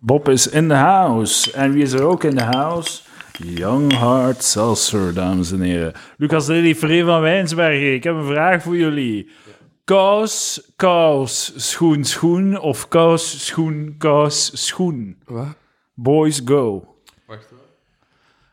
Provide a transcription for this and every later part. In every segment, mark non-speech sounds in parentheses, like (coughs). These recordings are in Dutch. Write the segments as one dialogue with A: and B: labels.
A: Bob is in the house. En wie is er ook in the house? Young Heart Seltzer, dames en heren. Lucas Lely, Ferry van Wijnsbergen. Ik heb een vraag voor jullie. Kous, kous, schoen, schoen of kous, schoen, kous, schoen?
B: Wat?
A: Boys go.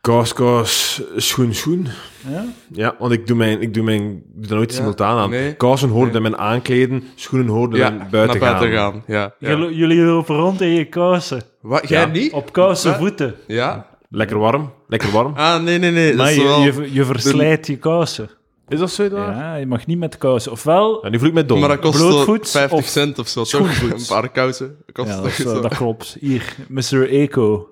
C: Kaas, kaas, schoen, schoen.
A: Ja?
C: Ja, want ik doe, mijn, ik doe, mijn, ik doe dat nooit
B: Ja,
C: simultaan aan.
B: nee.
C: Kousen hoorden
B: Nee.
C: bij mijn aankleden, schoenen hoorden bij
B: Ja,
C: mijn buiten,
B: naar
C: gaan.
B: buiten gaan. Ja.
A: Jullie- Jullie lopen rond in je kousen.
B: Wat, jij
C: Ja.
B: niet?
A: Op kousen
B: Wat?
A: voeten.
B: Ja?
C: Lekker warm, lekker warm.
B: Ah, nee, nee, nee. Dat
A: Maar
B: is
A: je,
B: wel...
A: je, je verslijt je kousen.
C: Is dat zo, Edouard?
A: Ja, je mag niet met kousen. Ofwel,
C: Ja, nu voel ik me dom.
B: Maar dat kost wel
A: Blootvoets
B: 50
A: of
B: cent of zo, toch?
A: schoenvoets?
B: Een paar kousen. Dat (laughs) Kost
A: ja, dat,
B: toch
A: is,
B: zo.
A: eh, dat klopt. Hier, Mr. Eco.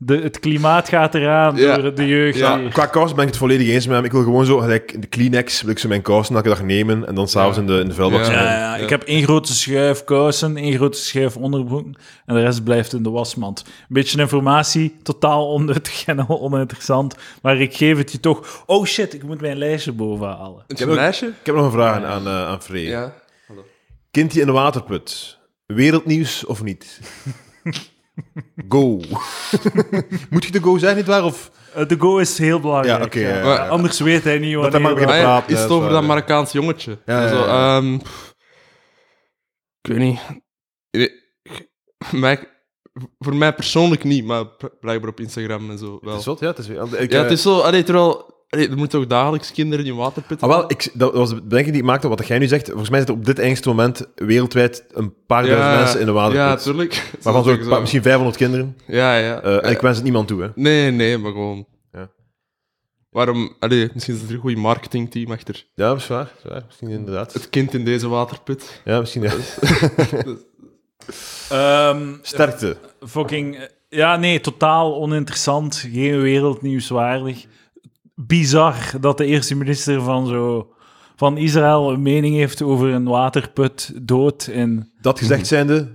A: De, het klimaat gaat eraan
B: Ja.
A: door de jeugd
B: Ja.
A: hier.
C: Qua kous ben ik het volledig eens met hem. Ik wil gewoon zo, gelijk in de Kleenex, wil ik zo mijn kousen elke dag nemen en dan s'avonds
B: Ja.
C: in, de, in de vuilbak
B: Ja.
C: zetten.
A: Ja, ja, ik heb één grote schuif kousen, één grote schuif onderbroeken en de rest blijft in de wasmand. Een beetje informatie, totaal (laughs) onnuttig en oninteressant, maar ik geef het je toch. Oh shit, ik moet mijn lijstje boven halen.
B: Een
C: heb ook-
B: meisje?
C: Ik heb nog een vraag aan, eh aan Free.
B: Ja.
C: Kindje in de waterput. Wereldnieuws of
B: (laughs)
C: niet? go. (laughs) Moet je de go zijn, nietwaar? Of...
A: Eh, De go is heel belangrijk.
C: Ja, oké,
A: ja.
C: ja,
B: ja.
A: Anders weet hij niet wat
C: hij maar begint
B: Ah, ja,
C: praat,
B: is
C: ja,
B: het
C: dat is
B: over
C: waar,
B: dat
C: ja.
B: Marokkaans jongetje?
C: Ja, ja,
B: Zo,
C: ja.
B: ehm, ik weet niet. Ik- Mij, voor mij persoonlijk niet, maar bl- blijkbaar op Instagram en zo wel.
C: Het is wat, ja. Het is, ik,
B: ja,
C: eh,
B: het is zo... Allee, terwijl... Allee, er moeten ook dagelijks kinderen in waterput
C: Ah, wel, ik, dat was de bedenking die ik maakte. Wat jij nu zegt, volgens mij zitten op dit engste moment wereldwijd een paar duizend mensen in de
B: Ja,
C: waterput.
B: tuurlijk.
C: maar van
B: Zo,
C: zo'n paar- misschien 500 kinderen.
B: Ja, ja.
C: Eh, en ik wens het niemand toe, hè.
B: Nee, nee, maar gewoon...
C: Ja.
B: Waarom... Allee, misschien is er een goed marketingteam achter.
C: Ja, dat is waar. dat is waar. Misschien inderdaad.
B: Het kind in deze waterput.
C: Ja, misschien ja.
A: Ehm,
C: Sterkte.
A: Fucking, eh, ja, nee, totaal oninteressant. Geen wereldnieuwswaardig. Bizar dat de eerste minister van, zo, van Israël een mening heeft over een waterput dood in.
C: Dat gezegd zijnde,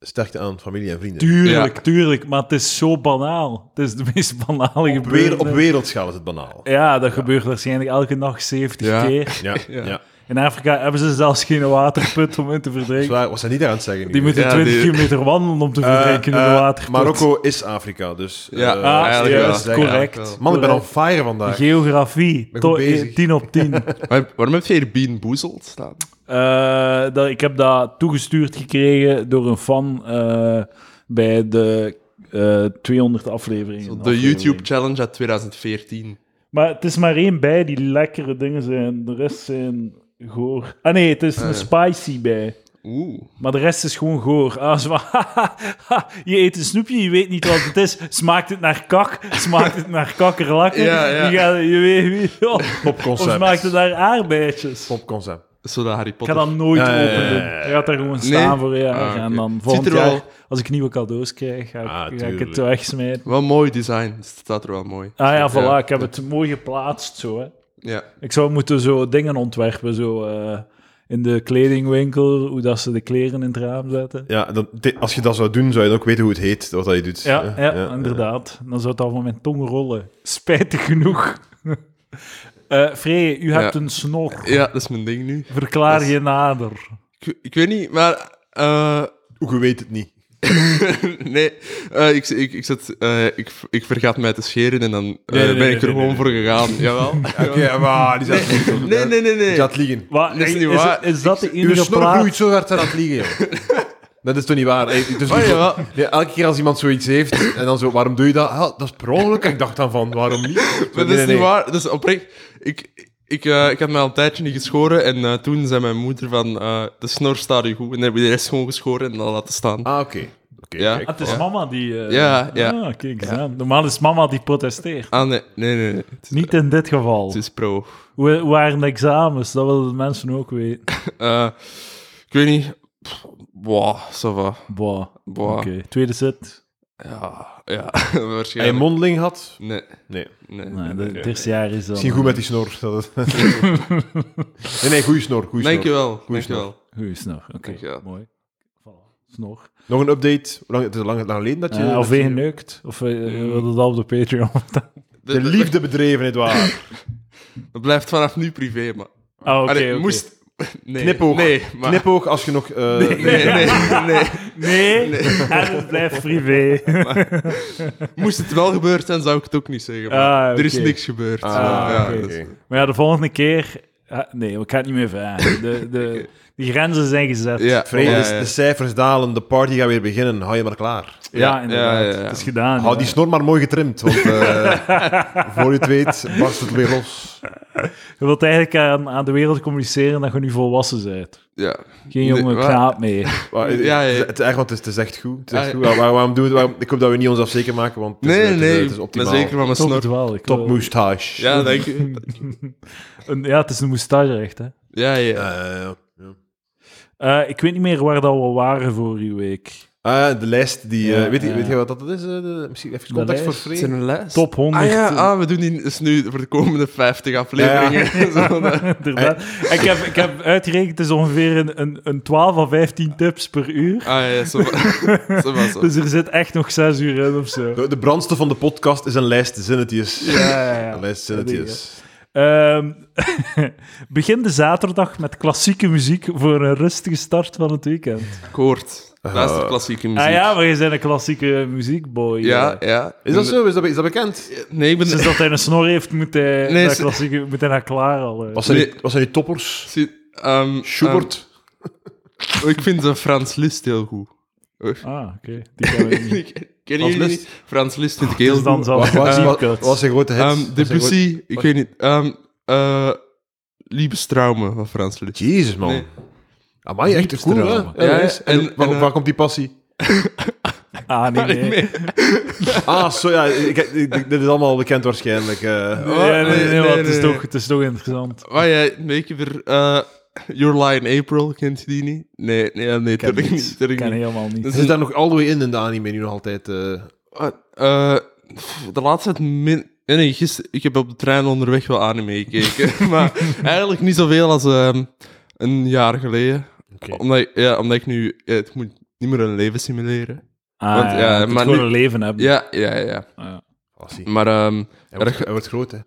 C: sterkte aan familie en vrienden.
A: Tuurlijk,
B: Ja.
A: tuurlijk, maar het is zo banaal. Het is de meest banale
C: Op, weer, op
A: gebeurtenis.
C: wereldschaal is het banaal.
A: Ja, dat gebeurt waarschijnlijk elke nacht 70
B: Ja.
A: keer.
C: Ja, ja.
B: Ja.
A: In Afrika hebben ze zelfs geen waterput om in te verdrinken.
C: Zwaar, was hij niet aan het zeggen? nu?
A: Die moeten
B: Ja,
A: 20
B: die-
A: kilometer wandelen om te
C: Eh,
A: verdrinken in
C: eh,
A: de waterput.
C: Marokko is Afrika, dus...
B: Ja,
C: eh,
A: Ah,
B: eigenlijk
C: ja,
B: wel.
A: juist,
C: zeggen.
A: correct.
B: Ja,
C: Man, ik ben on
A: correct.
C: fire vandaag.
A: Geografie,
C: ben goed
A: to-
C: bezig.
A: 10 op
B: (laughs)
A: 10.
B: Waar- waarom heb je hier Bean Boezeld staan?
A: Eh, dat, ik heb dat toegestuurd gekregen door een fan eh, bij de eh 200 afleveringen.
B: De
A: Aflevering.
B: YouTube Challenge uit 2014.
A: Maar het is maar één bij die lekkere dingen zijn. De rest zijn goor. Ah nee, het is een
B: ja.
A: spicy bij.
B: Oeh.
A: Maar de rest is gewoon goor. Ah, zo, (laughs) je eet een snoepje, je weet niet wat het is. Smaakt het naar kak? Smaakt het naar kakkerlakken?
B: Ja, ja.
A: Je, gaat, je weet niet. Of, of
C: Popconcept.
A: smaakt het naar aardbeidjes?
C: Popconcept.
B: Zo dat Harry
A: Ik ga
B: Potter.
A: dat nooit
C: Ja, ja, ja, ja,
A: openen.
C: ja.
A: Ik ga daar gewoon
B: Nee?
A: staan voor een jaar.
B: Ah, oké.
A: En dan
B: Ziet
A: volgend
B: er wel-
A: jaar, als ik nieuwe cadeaus krijg, ga ik,
C: Ah,
A: ga ik
C: tuurlijk.
A: het wegsmijten.
B: Wel mooi design. Dus Het staat er wel mooi.
A: Ah ja, voilà.
B: Ja.
A: Ik heb het mooi geplaatst zo, hè.
B: Ja.
A: Ik zou moeten zo dingen ontwerpen, zo eh, in de kledingwinkel, hoe dat ze de kleren in het raam zetten.
C: Ja, dan, dit- als je dat zou doen, zou je dan ook weten hoe het heet, wat dat je doet.
A: Ja, ja,
C: ja.
A: inderdaad. Dan zou het allemaal mijn tong rollen. Spijtig genoeg. (laughs) Eh Free, u hebt
B: Ja.
A: een snor.
B: ja, dat is mijn ding nu.
A: Verklaar
B: Dat is-
A: je nader.
B: Ik, ik weet niet, maar... eh, (laughs)
C: Hoe je weet het niet.
B: nee, eh, ik, ik, ik, zat, eh, ik, ik vergat mij te scheren en dan eh,
A: nee,
B: ben
A: nee,
B: ik er
A: nee,
B: gewoon
A: nee.
B: voor gegaan.
A: (laughs)
B: Jawel.
C: Oké, Oh, maar die zat liegen.
B: Nee, nee, nee, nee.
C: Die zat liegen.
A: Wat,
B: Dat is niet
A: is,
B: waar.
A: is dat de
C: Uw
A: enige
C: snor
A: plaats?
C: groeit zo hard dat het liegen, (laughs) joh. Dat is toch niet waar? Hey, het is
B: Oh,
C: niet
B: jawel.
C: zo- Ja, elke keer als iemand zoiets heeft, en dan zo, waarom doe je dat? Ah, dat is per ongeluk. Ik dacht dan van, waarom (laughs) niet? Zo,
B: Maar
C: nee,
B: dat is
C: nee,
B: niet
C: nee.
B: waar. Dat is oprecht. Ik, ik, eh, ik had mij al een tijdje niet geschoren en eh, toen zei mijn moeder van eh, de snor staat u goed. En dan heb je de rest gewoon geschoren en dan laten staan.
C: Ah, oké. Oké,
B: Ja.
C: kijk.
A: Ah, het is mama die... eh,
B: Ja, ja.
A: Ah, kijk eens aan. Normaal is mama die protesteert.
B: Ah, nee, nee, nee. nee. Het, is,
A: Niet in dit geval.
B: het is pro.
A: Hoe, hoe waren de examens? Dat willen de mensen ook weten.
B: Eh, ik weet niet. Pff, Boah, ça va.
A: Boah.
B: Boah.
A: Oké, tweede set.
B: Ja, ja, (laughs)
C: Hij een
B: waarschijnlijk.
C: mondeling had?
B: Nee,
C: Nee.
B: nee.
A: Nee,
B: nee,
A: de-
B: nee.
A: het eerste jaar is dan...
C: Misschien goed met die snor. Dat
A: (laughs)
C: het... nee, nee, goede snor. Goeie snor.
B: Dankjewel,
C: Goeie
B: dankjewel.
A: Goeie snor. Oké,
B: Dankjewel.
A: mooi. Voilà. Snor.
C: Nog een update. Hoe lang, het is lang, lang geleden dat je...
A: Eh, of
C: dat je-
A: geneukt. Of
B: Mm.
A: eh, je wilde dat op de Patreon (laughs) Ah, vertellen?
C: De liefde bedreven, nietwaar?
B: Dat blijft vanaf nu privé, maar...
A: Ah, oké,
B: Allee,
A: oké.
B: moest, (laughs) Nee,
C: Knipoog.
B: Nee, maar...
C: Knipoog als je nog... eh,
B: Nee, nee, (laughs) nee.
A: Nee, (laughs) en het blijft privé. (laughs)
B: Moest het wel gebeurd zijn, zou ik het ook niet zeggen. maar
A: Ah,
B: Er is
A: oké.
B: niks gebeurd.
C: Ah,
B: maar ja, dus-
A: oké.
B: dat is-
A: Maar ja, de volgende keer... ah, nee, ik ga het niet meer vragen. De,
B: (laughs)
A: de, de grenzen zijn gezet.
B: ja,
C: Vrede,
B: ja,
C: is-
B: ja.
C: de cijfers dalen, de party gaat weer beginnen. Hou je maar klaar.
A: Ja, inderdaad.
B: ja, ja, ja.
A: Het is gedaan.
C: Hou
A: ja.
C: die snor maar mooi getrimd, want
B: (laughs)
C: eh, voor je het weet barst het weer los.
A: Je wilt eigenlijk aan, aan de wereld communiceren dat je nu volwassen bent.
B: Ja.
A: Geen
B: Nee,
A: jonge
B: wa-
A: knaap meer.
B: (laughs)
C: Maar, eh,
B: Ja, ja.
C: Het, het- echt, want het, is, het is echt goed. Het is echt
B: Ah,
C: goed. Waar- waarom doen we het? Waarom- ik hoop dat we niet ons afzeker maken, want het is,
B: Nee,
C: het is,
B: nee,
C: eh, het is
B: ik ben
C: optimaal.
B: zeker van mijn
A: Klopt het
B: snor.
A: wel. Ik
C: Top
A: wil-
C: moustache.
B: Ja, denk ik.
A: (laughs) Een- ja, het is een moustache, echt. Hè?
B: Ja, ja.
C: Eh, ja.
A: Eh, ik weet niet meer waar dat we waren vorige week.
C: Ah, de lijst die... eh,
A: Ja,
C: weet, je,
A: ja.
C: weet je wat dat is? eh, de- misschien even
A: De
C: context voor
A: lijst.
B: Het
C: Free.
B: is een lijst.
A: Top 100.
B: Ah ja,
A: (laughs)
B: ah, we doen die dus nu voor de komende 50 afleveringen. Zo, eh.
A: Inderdaad. Ik heb, ik heb uitgerekend, het is ongeveer een, een, een 12 à 15 tips per uur.
B: Ah ja,
A: (laughs)
B: zo va- zo va- zo.
A: Dus er zit echt nog 6 uur in of zo.
C: De, de brandstof van de podcast is een lijst zinnetjes.
A: Ja, ja, ja.
C: Een lijst zinnetjes.
A: Ehm, (laughs) begin de zaterdag met klassieke muziek voor een rustige start van het weekend.
B: Koord. Dat
C: Eh,
B: is de klassieke muziek.
A: Ah ja, maar je bent een klassieke muziekboy.
B: ja,
A: eh.
B: ja.
C: Is dat zo? Is dat, is dat bekend?
B: Nee, ik ben...
A: Sinds dat hij een snor heeft, moet hij,
B: Nee,
A: naar
B: ze-
A: klassieke, moet hij naar klaar al. eh.
C: Wat zijn, die,
B: Nee.
C: wat zijn die toppers?
B: Zie- ehm,
C: Schubert?
B: ehm, ik vind de Frans Liszt heel goed.
A: Ah, oké. Die kan ik niet.
B: Ken
C: Frans
B: je
C: Liszt?
B: niet? Frans Liszt vind ik
A: Dus
B: (laughs) heel
A: dan
B: goed.
A: zal
C: Ah. wat,
A: ik
C: wat,
B: eh,
C: wat,
A: kut.
C: wat was zijn grote hit?
B: Ehm,
C: Wat was zijn grote-
B: Debussy, ik weet niet. Ehm eh Liebestraume van Frans Liszt.
C: Jezus, man.
B: Nee.
C: Amai, echt cool, hè?
A: Liefdesdrama.
C: Ja,
B: Ja,
C: dat is. En,
B: en-
C: de- waar,
B: en, eh,
C: waar komt die passie?
A: Ah, nee, nee.
B: (laughs) Nee.
C: Ah, sorry, ja, ik, ik- ik- dit is allemaal bekend waarschijnlijk. eh.
A: Nee, nee, nee,
B: Nee,
A: want
B: nee,
A: het, is
B: nee.
A: toch, het is toch interessant.
B: Oh ja, nee, ik heb er... eh, Your Lie in April, kent je die niet? Nee, nee, nee,
A: Ik
B: natuurlijk niet.
A: ken
B: natuurlijk niet.
A: helemaal niet.
B: Dat is
C: Zit
B: een-
C: daar nog all the way in in de anime nu nog altijd? eh?
B: Ah, eh, pff, de laatste tijd min... Nee, nee, gister- ik heb op de trein onderweg wel anime gekeken. (laughs) maar eigenlijk niet zoveel als ehm, een jaar geleden.
C: Oké.
B: Omdat, ik, ja, omdat ik nu... ja, het moet niet meer een leven simuleren.
A: Ah,
B: want,
A: ja,
B: ja,
A: je moet
B: maar
A: gewoon
B: nu-
A: een leven hebben.
B: Ja, ja, ja.
A: Ah,
C: Passie.
B: Maar ehm,
C: Hij wordt, hij wordt groot, hè?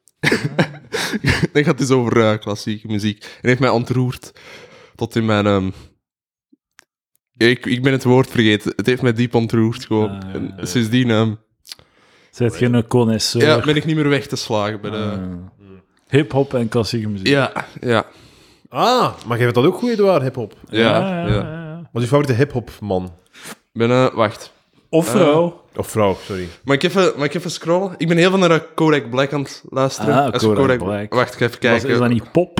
B: (laughs) dat gaat dus over eh, klassieke muziek. En heeft mij ontroerd tot in mijn... ehm, ik, ik ben het woord vergeten. Het heeft mij diep ontroerd gewoon.
A: Ah, ja.
B: En sindsdien ehm,
A: Zet je een connoisseur.
B: ja, ben ik niet meer weg te slagen bij de...
A: Ah. Hip-hop en klassieke muziek.
B: Ja, ja,
C: Ah, maar jij vindt dat ook goed, Edouard, hip-hop? Wat
B: ja, ja.
A: ja.
C: is je favoriete hip-hop-man?
B: Ik ben, eh, wacht.
A: Of vrouw.
C: Of vrouw, sorry.
B: Mag ik, even, mag ik even scrollen? Ik ben heel veel naar eh, Kodak Black aan het luisteren.
A: Ah,
B: Als
A: Kodak Black.
B: Wacht, ik ga even
A: Was-
B: kijken.
A: is dat niet pop?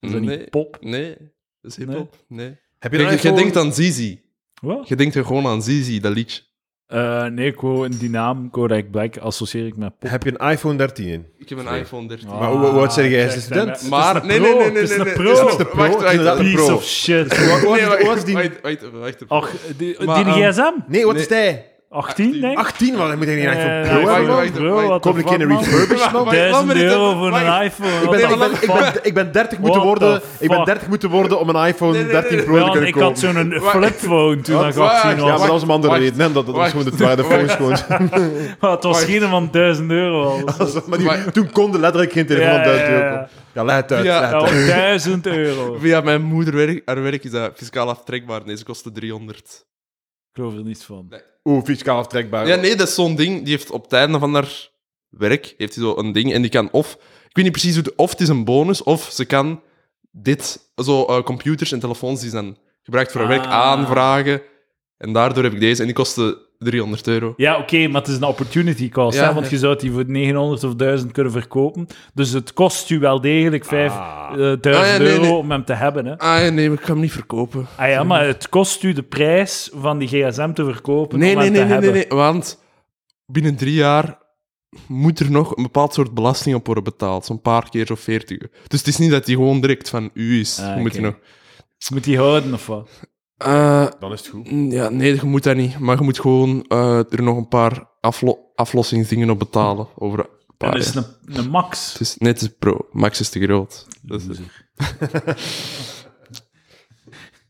A: Is dat
B: eh, Nee.
A: niet pop?
B: Nee, dat is hiphop. Nee.
C: Heb
B: Kijk, je denkt aan Zizi.
A: Wat?
B: Je denkt er gewoon aan Zizi, dat liedje.
A: Eh, nee, ik wou in die naam, Kodak Black, associeer ik met pop.
C: Heb je een iPhone 13 in?
B: Ik heb een iPhone 13.
A: Ah,
C: Maar hoe- hoe oud zeg jij? Is het
A: kijk,
C: student?
A: dat-
B: Maar-
A: het is een
B: nee,
A: pro,
B: nee, nee, nee,
A: het is
B: nee,
A: een
B: nee.
A: pro.
B: Het
C: Dat is de pro,
B: wacht, wacht,
C: inderdaad, de
B: wacht.
A: Piece
C: pro.
A: of (laughs) shit.
C: Wat- wat is-
B: Nee,
C: wat is
B: wacht,
C: die?
B: wacht, wacht, wacht even.
A: Ach, die,
B: Maar,
A: die
B: ehm,
A: gsm?
C: Nee, wat is hij?
A: 18, denk ik?
C: 18, maar dan moet hij niet echt
A: Eh,
C: een
A: een
C: pro
B: wacht,
C: hebben, man.
B: wacht.
A: iPhone Pro, wat
C: Kom
A: de
C: een keer
A: fuck,
C: een
A: man.
C: refurbished,
B: Wacht,
C: man.
B: wacht. Laat
A: 1000
B: me dit
A: euro
B: even-
A: voor
B: wacht.
A: een iPhone.
C: Ik
A: What
C: ben,
A: the
C: ik, ben, ik,
A: fuck?
C: ben, ik ben 30 moeten
A: What the
C: worden. Ik ben
A: fuck?
C: 30 moeten worden om een iPhone
B: Nee, nee,
C: 13
B: nee,
C: Pro
A: Wel,
C: te kunnen
A: ik
C: kopen.
A: had zo'n
B: Wacht.
A: flipphone toen ik
B: Wacht,
A: 18
C: Ja, maar
A: was.
B: wacht.
C: dat was een andere
B: Wacht.
C: reden. hè. Dat, dat was
B: Wacht.
C: gewoon de waar de
B: Wacht.
C: focus gewoon. (laughs)
A: Maar het was geen van 1000 euro. al.
C: Maar die,
B: Wacht.
C: toen kon er letterlijk geen telefoon
A: Ja,
C: van 1000
A: ja,
C: euro
A: ja.
C: komen. Ja, leg het uit.
B: Ja,
C: leg
A: Ja,
C: het uit.
A: 1000 euro. Ik
B: Via mijn moeder werk, haar werk is dat fiscaal aftrekbaar. Nee, ze kostte 300.
A: geloof er niets van.
C: Oeh, fiscaal aftrekbaar.
B: Ja, nee, dat is zo'n ding. Die heeft op het einde van haar werk heeft hij zo een ding. En die kan of... Ik weet niet precies hoe... het- Of het is een bonus, of ze kan dit... Zo eh, computers en telefoons die ze dan gebruikt voor haar werk
A: Ah.
B: aanvragen. En daardoor heb ik deze. En die kostte 300 euro.
A: Ja, oké, maar het is een opportunity cost.
B: Ja,
A: hè, want
B: ja.
A: je zou die voor 900 of 1000 kunnen verkopen. Dus het kost u wel degelijk 5000
B: Ah, ja, nee,
A: euro
B: nee.
A: om hem te hebben. Hè.
B: Ah, ja, nee, maar ik ga hem niet verkopen.
A: Ah ja, maar het kost u de prijs van die gsm te verkopen
B: Nee,
A: om
B: nee,
A: hem
B: nee,
A: te
B: nee, nee,
A: hebben.
B: nee. Want binnen drie jaar moet er nog een bepaald soort belasting op worden betaald. Zo'n paar keer zo'n 40. Dus het is niet dat die gewoon direct van u is.
A: Ah,
B: Je moet
A: oké.
B: je nog...
A: Dus Moet die houden of wat?
B: Eh,
C: Dan is het goed.
B: Ja, nee, je moet dat niet. Maar je moet gewoon eh, er nog een paar aflo aflossingsdingen op betalen. Over een paar
A: Dat is
B: jaar.
A: een, een max.
B: Het is, nee, het (laughs) is pro. Max is te groot. Dat is-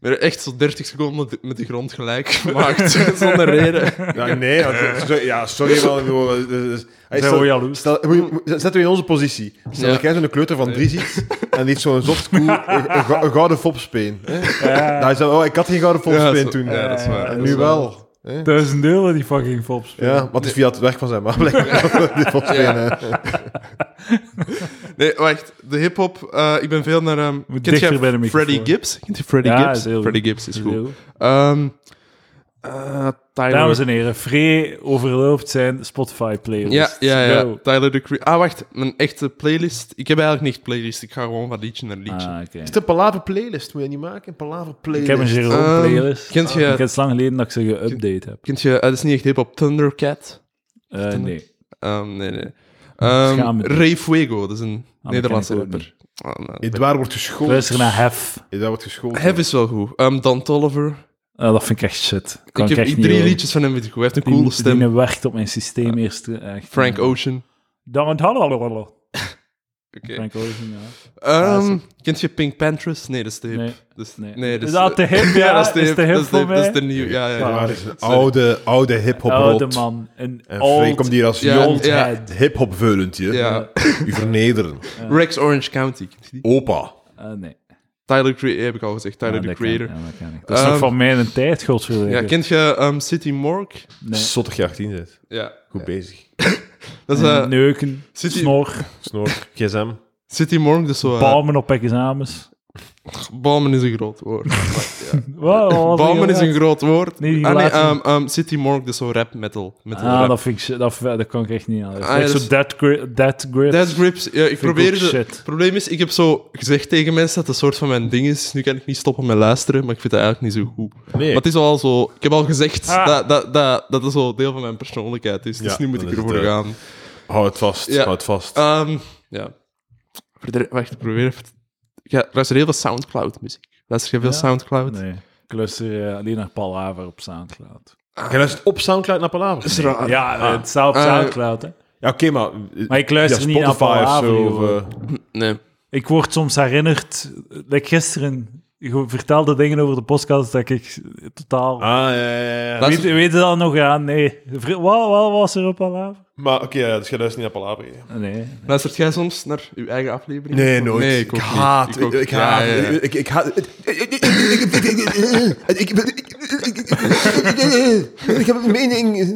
B: werd echt zo 30 seconden met de- met de
A: (laughs)
B: grond gelijk gemaakt. (laughs) Zonder reden.
C: Ja, nee, ja, zo- ja, sorry wel. ik bedoel, eh, eh, eh, hey,
A: Zijn we jaloers?
C: stel, moet je- moet- Zetten we in onze positie. Stel
B: Ja.
C: dat jij zo'n kleuter van drie
B: (laughs)
C: ziet en die heeft zo'n soft cool, een, een, go- een gouden fopspeen. Hè?
A: Ja.
C: Dan is dat, oh, ik had geen gouden fopspeen
B: zo-
C: toen.
B: ja, dat is waar.
C: en
B: Dat
C: nu
B: is
C: wel. hè?
A: Duizend euro die fucking fops.
C: Ja, want het is via het werk van zijn maar blijkbaar. die fopspeen,
B: Ja.
C: hè.
B: Nee, wacht. De hip-hop. eh, ik ben veel naar. ehm,
A: Moet
B: kent
A: dichter
B: jij
A: bij de
B: Freddie
A: microfoon.
B: Gibbs? Kent je Freddie
A: Ja,
B: Gibbs?
A: is heel goed.
B: Freddie Gibbs is goed.
A: Heel.
B: Ehm eh, Tyler.
A: Dames en heren, Free overloopt zijn Spotify-players.
B: ja, ja, ja. Tyler the Creator. Ah, wacht. Mijn echte playlist. Ik heb eigenlijk niet playlist. Ik ga gewoon van liedje naar liedje.
A: Ah, oké.
C: Is het een palaver playlist? Moet je dat niet maken? Een palaver
A: Ik
C: playlist.
A: heb een
B: Ehm,
A: Jerome-playlist.
B: kent je-
A: Ik heb het lang geleden dat ik ze geüpdate heb.
B: Kent je, eh, dat is niet echt hip-hop, Thundercat.
A: Eh, nee.
B: Ehm, nee, nee. Ehm,
A: Schaam me.
B: Ray Fuego, dat is een
A: Ah,
B: Nederlandse
A: dat ken ik ook
B: rapper. Ah, nou,
C: Edouard wordt geschoold.
A: Luister naar Hef.
C: Edouard wordt geschoold.
B: Hef is wel goed. Ehm Dan Tolliver.
A: Eh, dat vind ik echt shit. Kan
B: Ik heb
A: echt
B: ik
A: niet
B: drie
A: horen.
B: liedjes van hem vind ik goed. Hij heeft een
A: Die,
B: coole
A: die
B: stem.
A: werkt op mijn systeem eerst. eh, Echt,
B: Frank
A: eh,
B: Ocean.
A: Dan het hallo, hallo, hallo.
B: (laughs) Oké.
A: Frank Ocean, ja.
B: Ehm,
A: Ah,
B: kent je Pink Panthers? Nee, dat is te hip.
A: Nee.
B: Dat is,
A: Nee.
B: nee. dat
A: Is dat te
B: (laughs)
A: hip? Ja,
B: dat
A: is te hip
B: dat is
A: voor
B: de- Dat
A: mij?
B: is de nieuwe. Ja, ja, ja.
C: Edouard is een oude, oude hip-hop
A: Oude
C: rot.
A: man.
B: Eh,
A: Een
C: En Freek
A: old,
C: komt hier als
B: Ja,
C: jong
B: ja.
A: head.
C: hip-hop veulentje.
B: ja.
C: U vernederen.
B: Rex Orange County. kent je die?
C: Opa.
A: Eh, nee.
B: Tyler Creator, heb ik al gezegd. Tyler,
A: Ja,
B: the
A: dat kan-
B: Creator.
A: ja, dat kan ik. Dat is nog
B: Ehm,
A: van mijn tijd, godverdomme.
B: Ja, kent je ehm, City Morgue?
A: Nee.
C: Zottig je 18 bent.
B: Ja.
C: Goed bezig.
B: Dat is, eh,
A: Neuken,
B: zit die- Eh,
A: snor,
C: Snor, gsm.
B: City Morgue, dat is zo... eh,
A: palmen op examens.
B: Balmen is een groot woord. Maar, ja.
A: Wow,
B: (laughs)
A: wat
B: Balmen is een
A: inderdaad.
B: groot woord.
A: Nee, die
B: ah, nee,
A: laatste.
B: ehm, ehm, City Morgue, dat is zo rap metal. metal
A: Ah,
B: rap.
A: dat, vind ik, dat, dat kan ik echt niet aan.
B: ja,
A: Ah,
B: dat
A: zo
B: is-
A: dead, gri dead grip.
B: Dead Grips, ja, ik
A: Vind ik
B: probeer
A: ook
B: het.
A: shit.
B: Het probleem is, ik heb zo gezegd tegen mensen dat het een soort van mijn ding is. Nu kan ik niet stoppen met luisteren, maar ik vind dat eigenlijk niet zo goed.
C: Nee.
B: Maar het is al zo... Ik heb al gezegd
A: Ah.
B: dat, dat, dat, dat het zo deel van mijn persoonlijkheid is. Dus
C: Ja,
B: nu moet
C: dan
B: ik
C: is het,
B: ervoor
C: eh,
B: gaan.
C: Hou het vast,
B: Ja.
C: hou het vast.
B: Ehm, ja. Verder, wacht, ik probeer even... Ik ga- luister heel veel Soundcloud-muziek. Luister je veel
A: Ja?
B: Soundcloud?
A: Nee, ik luister eh, alleen naar Palaver op Soundcloud.
C: Jij luistert op Soundcloud naar Palaver?
B: Is er al-
A: ja, eh, het staat op
B: Eh,
A: Soundcloud, hè.
C: Ja, oké, maar...
A: Maar ik luister
C: ja,
A: niet naar
C: Spotify of
A: Palaver,
C: zo,
A: joh.
C: of, eh,
B: Nee.
A: Ik word soms herinnerd, eh, like gisteren, je vertelde dingen over de podcast dat ik eh, totaal...
C: Ah, ja, ja, ja.
B: Dat-
A: weet, weet je dat nog? Ja, nee. Vri- Wat, wat was er op Palaver?
C: Maar oké, ja, dus jij luistert niet naar Palaver. hè?
A: Nee.
B: Luistert jij soms naar uw eigen aflevering?
C: Nee, nooit.
B: Nee, ik, ook niet.
C: haat.
B: ook-
C: Ik, ik
B: ja,
C: haat.
B: ja, ja.
C: Ik, ik haat. Ik heb een mening.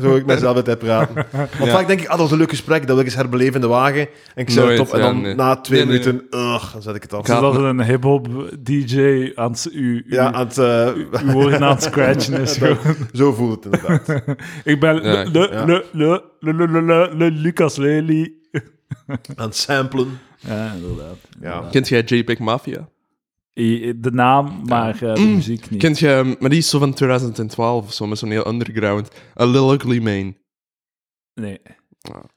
C: Zo ik mezelf altijd praten. Want vaak denk ik, ah, dat was een leuk gesprek, dat wil ik eens herbeleven in de wagen. En ik zet het
B: Nooit,
C: op en
B: ja,
C: dan
B: nee.
C: na twee
B: Nee, nee,
C: minuten, ugh, dan zet ik het af.
B: Ja.
A: Zodat een hip-hop DJ aan het- u, u,
C: Ja, aan het, eh,
A: uw woorden aan het scratchen
B: (laughs)
A: is. gewoon.
C: zo voelt het inderdaad.
A: Ik ben
B: Ja,
A: le, le,
C: ja.
A: le, le, le, le, le, le, le- Lucas Lely.
C: Aan het samplen.
A: Ja, inderdaad.
C: Ja.
B: Kent jij JPEG Mafia?
A: I- De naam, maar eh,
B: Mm.
A: de muziek niet.
B: Kent jij, ehm, maar die is zo van 2012 of zo, met zo'n heel underground. A Lil Ugly Mane.
A: Nee.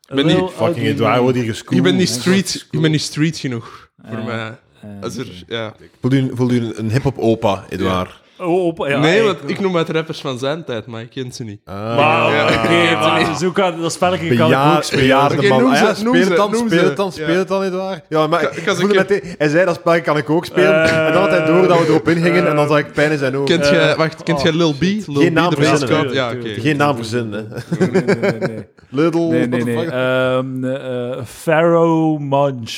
B: Ik ben niet,
A: eh,
C: Fucking Edouard wordt hier
B: je
C: gescoord.
B: bent niet
A: dat
B: street, je bent niet street genoeg voor
A: Ah,
B: mij.
A: eh,
B: Als er, ja.
C: Voel je, voel je een hip-hop opa, Edouard?
A: Oh, op, ja,
B: nee,
A: eigenlijk
B: want ik noem het rappers van zijn tijd, maar ik ken ze niet.
A: Maar
B: Ja.
A: oké,
B: Ja.
A: maar zo kan, dat spelletje kan ik ook
C: Bejaard,
A: spelen.
C: bejaarde
B: Oké,
C: man.
B: noem
C: Ah ja,
B: ze, noem
C: speel het
B: ze,
C: dan,
B: noem
C: speel
B: ze.
C: het dan, speel
B: Ja.
C: het dan, Edouard. Ja, maar ik,
B: ik was een
C: voelde
B: keer-
C: meteen- hij zei dat spel kan ik ook spelen.
A: Eh.
C: en dan had hij door dat we erop ingingen en dan zag ik pijn in zijn ogen.
B: Kent jij, wacht, kent
A: oh,
B: jij Lil B? Lil B,
C: naam
B: de
C: verzinnen,
B: mascot?
A: hè.
B: Ja, oké.
A: Tuurlijk, tuurlijk.
C: Geen naam verzinnen. hè.
A: Nee, nee, nee, nee.
B: (laughs)
C: Little,
A: Nee, nee,
C: what the
A: nee.
C: fuck?
A: Ehm, eh, eh, Pharaoh Munch.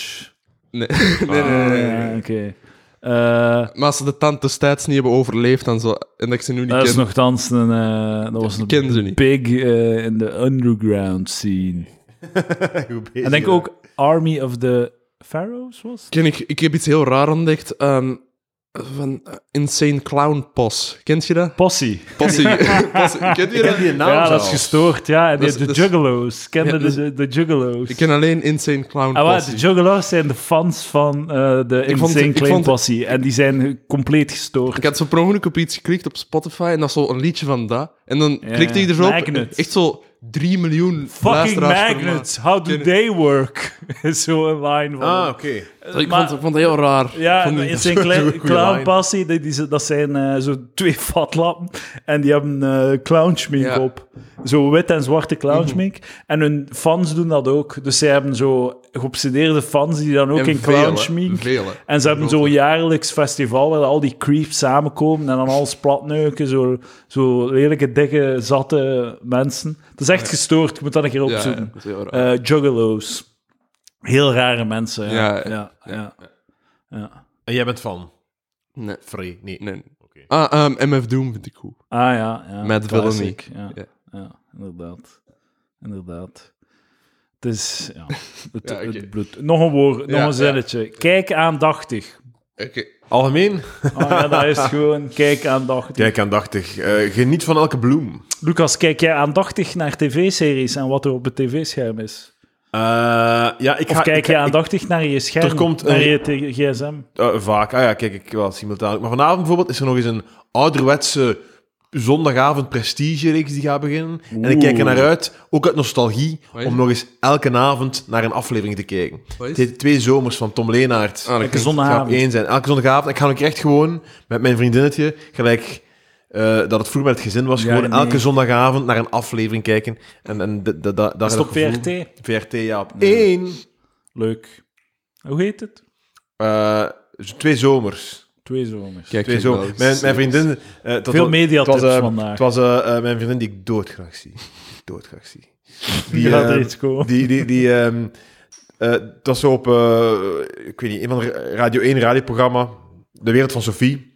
B: Nee, nee, nee. nee, nee.
A: Ah, Oké. Eh,
B: Maar als ze de tand destijds niet hebben overleefd en, zo, en dat ik ze nu niet
A: dat is
B: ken.
A: nogthans een, eh, dat was een
B: Kennen ze niet.
A: big eh, in de underground scene.
C: Goed bezig,
A: Eh, En denk
B: eh,
C: hè.
A: ook Army of the Pharaohs was?
B: Ken ik, ik heb iets heel raar ontdekt. ehm, van eh, Insane Clown Pos. Kent je
A: (laughs)
B: dat?
A: Posse.
B: Possie. Possie. Kent je
C: Ik
B: dat?
C: ken die naam
A: ja, dat is
C: zelfs.
A: gestoord. Ja, en
B: Nou, Dat is-
A: de
B: dat is-
A: Juggalos. Kende
B: Ja, dat is-
A: de, de, de Juggalos.
B: Ik ken alleen Insane Clown
A: Ah, maar
B: Posse.
A: de Juggalos zijn de fans van eh, de
B: vond-
A: Insane
B: ik
A: Klein
B: vond-
A: Posse. En die zijn compleet gestoord.
B: Ik had zo per ongeluk op iets geklikt op Spotify en dat is zo een liedje van dat. En dan
A: Ja,
B: klikte ik er zo op.
A: Magnet.
B: Echt zo 3 miljoen
A: Fucking
B: luisteraars per
A: magnets,
B: maand.
A: how do
B: Ken-
A: they work? (laughs) Is zo een line van...
C: Ah,
A: hem.
C: oké.
B: Ik vond, ik vond het heel raar. Ik
A: Ja,
B: vond het-
A: in zijn
B: (laughs) zo'n
A: clown-
B: goeie line.
A: clownpassie, die, die, dat zijn eh, zo twee (laughs) fatlappen. En die hebben eh clownschmink
B: Ja. Mhm.
A: op. Zo wit en zwarte clownschmink. En hun fans doen dat ook. Dus zij hebben zo geobsedeerde fans die dan ook
B: En
A: in
B: vele,
A: clownschmink...
B: vele.
A: En ze hebben zo'n jaarlijks festival waar al die creeps samenkomen en dan alles platneuken. Zo, zo lelijke, dikke, zatte mensen. Het is echt gestoord. Je moet dat een keer
B: Ja, ja,
A: opzoeken.
B: dat is heel raar.
A: Eh, juggalo's. Heel rare mensen. Ja, ja,
B: Ja,
A: ja.
C: En jij bent van?
B: Nee.
C: Free. Nee.
B: nee.
C: Oké.
B: Ah, ehm, MF Doom vind ik goed.
A: Ah ja, ja.
B: Met
A: Classic, Ja,
B: Ja.
A: ja, inderdaad. Inderdaad. Het is... Ja, het,
B: Ja, oké.
A: het bloed. Nog een woord, nog
B: Ja,
A: een zinnetje. Kijk aandachtig.
B: Oké.
C: Algemeen?
A: Ah, ja, dat is
B: (laughs)
A: het gewoon kijk aandachtig.
C: Kijk aandachtig. Eh, geniet van elke bloem.
A: Lucas, kijk jij aandachtig naar tv-series en wat er op het tv-scherm is?
C: Eh, ja, ik
A: Of
C: ga, ik
A: kijk
C: ga-
A: je aandachtig naar je scherm,
C: Er komt
A: naar
C: een-
A: je t- gsm?
C: Eh, vaak. Ah ja, kijk ik wel simultaan. Maar vanavond bijvoorbeeld is er nog eens een ouderwetse zondagavond prestige-reeks die gaat beginnen. En ik kijk er naar uit, ook uit nostalgie,
B: Wat is
C: om
B: het?
C: nog eens elke avond naar een aflevering te kijken.
B: Wat
C: Het
B: is
C: heet Twee Zomers van Tom Leenaert.
B: Ah, dat
A: Elke
B: klinkt-
C: Het gaat op
A: zondagavond.
C: één zijn. Elke zondagavond. Ik ga ook echt gewoon met mijn vriendinnetje, gelijk eh, dat het vroeger met het gezin was,
A: Ja,
C: gewoon
A: nee.
C: elke zondagavond naar een aflevering kijken. En, en da, da, da,
A: Is het op VRT?
C: VRT, ja. Op één.
A: Leuk. Hoe heet het?
C: Eh, z- twee zomers.
A: Twee zomers.
B: Kijk,
C: Twee
B: kijk
C: zomers.
B: wel.
C: Mijn, mijn vriendin... eh, het was-
A: Veel mediatips
C: het was, eh,
A: vandaag.
C: Het was eh, eh, mijn vriendin die ik doodgraag zie. Doodgraag zie.
A: Die gaat er
C: eh,
A: iets komen.
C: Die, die, die, ehm eh, het was zo op, eh, ik weet niet, een van de Radio 1 radioprogramma, De Wereld van Sophie.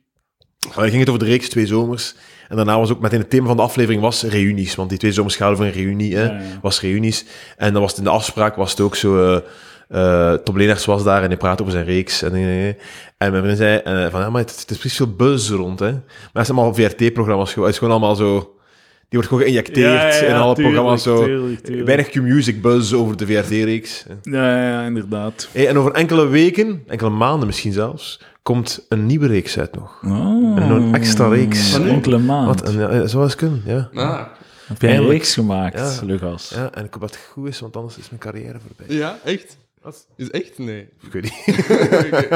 C: Eh, ging het over de reeks Twee Zomers. En daarna was ook meteen het thema van de aflevering was reunies. Want die Twee Zomers gaan over een reunie, hè.
A: Ja, ja.
C: Was reunies. En dan was het in de afspraak was het ook zo... eh eh, Tom Leenaerts was daar en hij praatte over zijn reeks. En, eh, en mijn vriendin zei eh, van, ja, maar het, het is precies veel buzz rond, hè. Maar het zijn allemaal VRT-programma's. Het is gewoon allemaal zo... Die wordt gewoon geïnjecteerd in alle
A: tuurlijk,
C: programma's. Zo.
A: tuurlijk, tuurlijk.
C: Weinig Q-music buzz over de VRT-reeks.
A: Ja, ja, ja, inderdaad.
C: Hey, en over enkele weken, enkele maanden misschien zelfs, komt een nieuwe reeks uit nog.
A: Oh.
C: En nog een extra reeks.
A: Een enkele maand.
C: Wat een, ja, eh, zou eens kunnen, ja.
B: Ah,
A: Heb jij een
C: Eindelijk.
A: reeks gemaakt,
C: Ja.
A: Lucas?
C: ja. En ik hoop dat het goed is, want anders is mijn carrière voorbij.
B: ja, echt?
C: Wat?
B: Is echt? Nee.
C: Ik weet niet.
A: (laughs)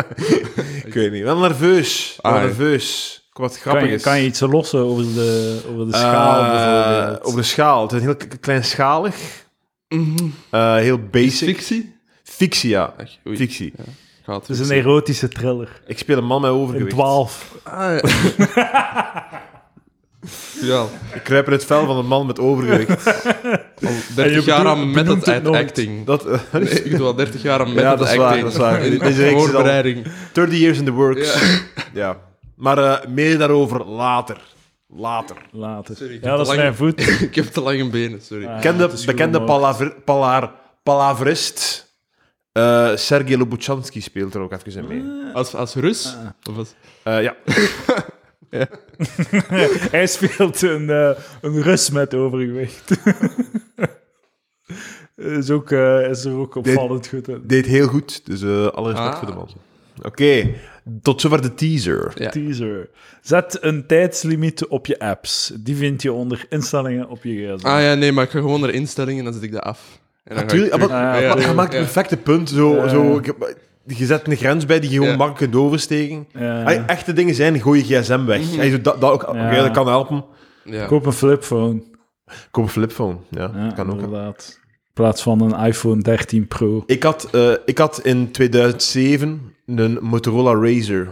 C: ik weet niet. Wel nerveus. Wel
B: Ah, ja.
C: nerveus. Ik hoop dat het grappig
A: Kan je,
C: is.
A: kan je iets lossen over de, over de
C: Eh,
A: schaal bijvoorbeeld?
C: Over de schaal. Het is heel k- kleinschalig. Eh, heel basic.
B: Mhm. Fictie?
C: Fictie, ja.
B: Ach, Dus oei.
C: Fictie.
B: Gaat
A: Het is een
B: fictie.
A: erotische thriller.
C: Ik speel een man met
A: Een
C: overgewicht.
A: 12.
B: Ah, (laughs) ja.
C: Ik kruip in het vel van een man
B: (laughs)
C: met overgewicht.
B: Al
A: En je
B: 30 jaar
A: bedoelt-
B: aan
A: benoemt
B: method
A: het nooit.
B: acting.
C: Dat, eh,
B: Nee, ik doe al 30 jaar aan method
C: Ja, dat is
B: acting.
C: waar, dat is
B: (laughs)
C: waar.
B: In- in
C: Deze reeks is al-
B: voorbereiding.
C: 30 years in the works.
B: Ja. (laughs)
C: Ja. Maar eh, meer daarover later. Later.
A: Later.
B: Sorry, ik
A: ja,
B: heb
A: dat
B: te
A: is mijn
B: lang-
C: (laughs)
A: voet.
B: ik heb te lange benen, sorry.
A: Ah.
C: Bekende,
A: het is goed
C: bekende
A: omhoog.
C: palaver, palaar, palaverist eh Sergei Lobushansky speelt er ook even in mee.
B: Als, als Rus? Of als...
C: Eh, ja.
A: (laughs) Hij speelt een, eh, een Rus met overgewicht. (laughs) is, ook, eh, is er ook opvallend goed in.
C: Deed heel goed, dus eh alle respect
B: Ah.
C: voor de man. Oké, tot zover de teaser.
B: Ja.
A: Teaser. Zet een tijdslimiet op je apps. Die vind je onder instellingen op je gsm.
B: Ah ja, nee, maar ik ga gewoon naar instellingen en dan zet ik dat af. En dan ga
C: Natuurlijk,
B: ik
C: maar,
B: terug-
A: Ah, ja,
C: maar
A: tuurlijk,
C: hij maakt het
B: ja.
C: perfecte punt. Zo,
A: Ja.
C: zo, je zet een grens bij die je gewoon
B: Ja.
C: makkelijk kunt oversteken.
A: Ja.
C: Allee, echte dingen zijn, gooi je gsm weg. Allee, zo, dat, dat, ook,
A: Ja.
C: oké, dat kan helpen.
B: Ja.
A: Koop een flipphone.
C: Koop een flipphone, ja,
A: Ja,
C: dat kan ook.
A: inderdaad. In plaats van een iPhone 13 Pro.
C: Ik had, eh, ik had in 2007 een Motorola Razr.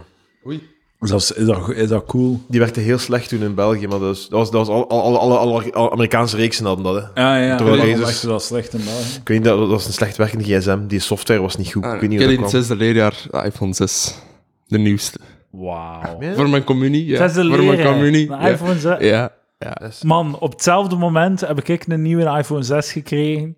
B: Oei.
A: Is dat, is dat, is dat cool?
C: Die werkte heel slecht toen in België, maar dat was, dat was, dat was al- al- alle alle alle alle Amerikaanse reeksen hadden dat. Hè.
A: Ja, ja.
C: Terwijl
A: Waarom
C: Jezus-
A: lag je dat slecht in België?
C: Ik weet niet, dat dat was een slecht werkende gsm. Die software was niet goed.
B: Ah,
C: ik weet
B: ik
C: niet
B: heb
C: hoe
B: in het
C: dat kwam.
B: zesde leerjaar de iPhone 6. De nieuwste.
A: Wauw.
C: Ja.
B: Voor mijn communie, ja.
A: Zesde
B: Voor mijn
A: leraar.
B: communie.
A: Een
B: ja.
A: iPhone zes-
B: Ja. ja.
A: Man, op hetzelfde moment heb ik een nieuwe iPhone 6 gekregen.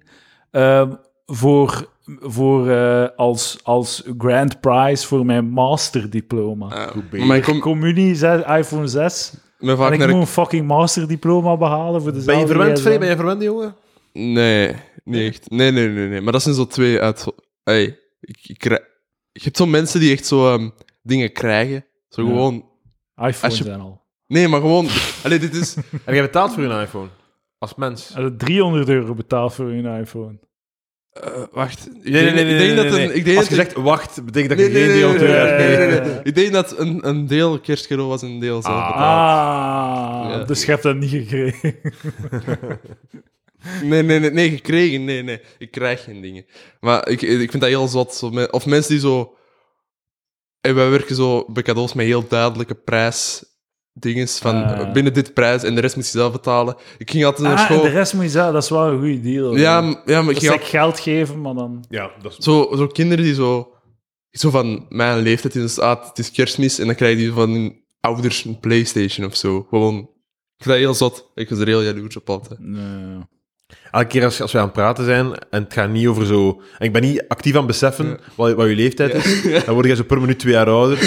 A: ehm, voor, voor, eh, als, als grand prize voor mijn masterdiploma.
B: Ah,
C: Goed bezig.
B: maar mijn, com-
A: Communie zes- iPhone 6.
B: mijn
A: en
B: vaak
A: ik
B: naar de-
A: moet een fucking masterdiploma behalen voor de
C: Ben je verwend, Free? Ben je verwend, jongen?
B: Nee, niet echt. Nee, nee, nee, nee. Maar dat zijn zo twee uit... Hey, ik, ik, krijg- je hebt zo mensen die echt zo ehm, dingen krijgen. Zo
A: Ja.
B: gewoon...
A: iPhone
B: Als je-
A: zijn al.
B: Nee, maar gewoon... Allee, dit is... (laughs)
C: Heb jij betaald voor je iPhone? Als mens?
A: Hij had 300 euro betaald voor een iPhone.
B: eh, wacht. Ik
C: Nee, nee,
B: denk-
C: nee. nee,
B: ik denk dat
C: nee,
B: een-
C: nee.
B: Ik denk
C: Als je
B: dat
C: zegt wacht, betekent dat je
B: Nee, nee,
C: geen
B: nee,
C: deel
B: nee,
C: terug
A: nee,
C: hebt.
A: nee, nee, nee.
C: (laughs)
B: Ik denk dat een, een deel kerstcadeau was en een deel zelf
C: Ah.
B: betaald.
A: Ah,
B: Ja.
A: dus je hebt dat niet gekregen.
B: Nee, nee, nee, nee, gekregen. Nee, nee. Ik krijg geen dingen. Maar ik, ik vind dat heel zot. zo me- Of mensen die zo. En wij werken zo bij cadeaus met heel duidelijke prijsdinges. Van
A: Ah.
B: binnen dit prijs en de rest moet je zelf betalen. Ik ging altijd (laughs) naar
A: Ah, en
B: school.
A: de rest moet je zelf, dat is wel een goede deal. hoor.
B: Ja, m- ja, maar ik
A: dus
B: ging
A: ik geld geven, maar dan...
C: Ja, dat is...
B: Zo, zo kinderen die zo, zo van mijn leeftijd is dus, ah, het is kerstmis en dan krijgen die van hun ouders een PlayStation of zo. Gewoon, ik vind dat heel zot. Ik was er heel jaloers op altijd.
A: Nee.
C: Elke keer als, als wij aan het praten zijn en het gaat niet over zo... En ik ben niet actief aan het beseffen wat, wat je leeftijd is. Dan word jij zo per minuut twee jaar ouder.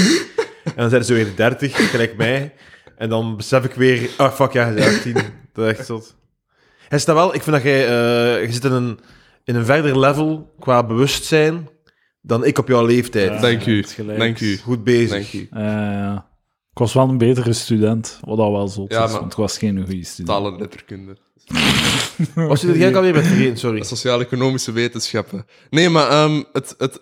C: en dan zijn ze zo weer dertig, gelijk mij. En dan besef ik weer... Ah, fuck, ja, je bent 18. Dat is echt zot. Hij staat wel... Ik vind dat jij... eh, je zit in een, in een verder level qua bewustzijn dan ik op jouw leeftijd.
A: Ja.
B: Dank u.
A: het is gelijk.
B: Dank u.
C: Goed bezig.
B: Dank u.
A: Eh, ik was wel een betere student, wat dat wel zo
B: Ja,
A: is,
B: maar-
A: want ik was geen goede student.
B: Taal en letterkunde.
C: Wat zit jij ook alweer met vergeten? Sorry.
B: Sociaal-economische wetenschappen. Nee, maar ehm, het, het,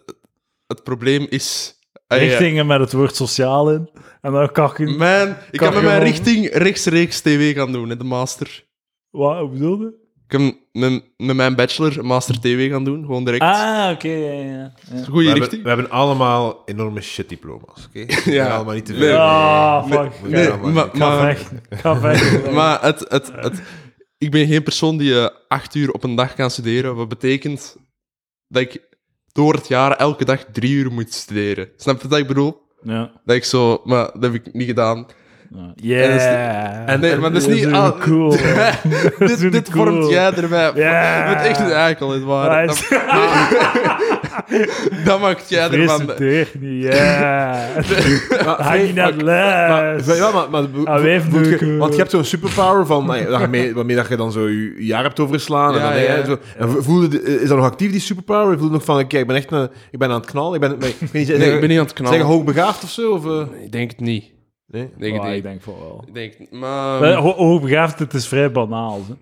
B: het probleem is... Ah, ja.
A: Richtingen met het woord sociaal in. En dan kan ik...
B: Mijn, ik
A: Kan
B: kan met mijn
A: gewoon-
B: richting rechtstreeks tv gaan doen, hè, de master.
A: Wat wat bedoel je?
B: Ik heb met, met mijn bachelor een master tv gaan doen, gewoon direct.
A: Ah, oké, ja, ja. ja.
B: Goede
C: We hebben,
B: richting.
C: we hebben allemaal enorme shitdiploma's, oké? We
B: Ja.
C: gaan allemaal niet te
B: Nee.
C: veel.
A: Ah, fuck.
C: Nee,
A: Ja,
B: Nee,
C: Ja, maar-
B: maar,
C: Ik
A: Ik ga
B: maar,
A: weg. Ik ga weg.
B: (laughs) Maar het, het, het, ik ben geen persoon die eh, acht uur op een dag kan studeren. Wat betekent dat ik door het jaar elke dag drie uur moet studeren. Snap je wat ik bedoel?
A: Ja.
B: Dat ik zo... Maar dat heb ik niet gedaan.
A: ja.
B: Ja,
A: Yeah.
B: En, nee, maar dat is
A: Dat
B: niet...
A: is
B: ah, (laughs)
A: cool. Dat is
B: dit dit
A: cool.
B: vormt jij erbij.
A: Ja.
B: Je bent echt een eikel, het waar.
A: Nice.
B: Dat, (laughs) dat maakt jij ervan.
A: Presenteer niet,
B: (laughs)
A: ja. Ga je naar de
C: Maar,
A: les.
C: ja, maar, maar,
A: Ah, wij
C: moet je-
A: vloeken.
C: want je hebt zo'n superpower van, nou ja, waarmee, waarmee dat je dan zo je je jaar hebt overslaan. en
B: Ja,
C: dan,
B: ja,
C: hè,
B: ja.
C: Zo, en vo- voelde, de- is dat nog actief, die superpower? Voelde nog van, oké, ik ben echt een, ik ben aan het knallen. Ik ben, ik ben, niet-
B: Nee, ik ben niet aan het
C: Zijn je
B: knallen.
C: hoogbegaafd of zo? Of, eh?
B: Ik denk het niet.
C: nee?
B: Ik denk het
A: Ah, ik
B: niet.
A: denk van wel.
B: Ik denk het niet. Maar...
A: Eh, ho- Hoogbegaafd, het is vrij banaal. hè.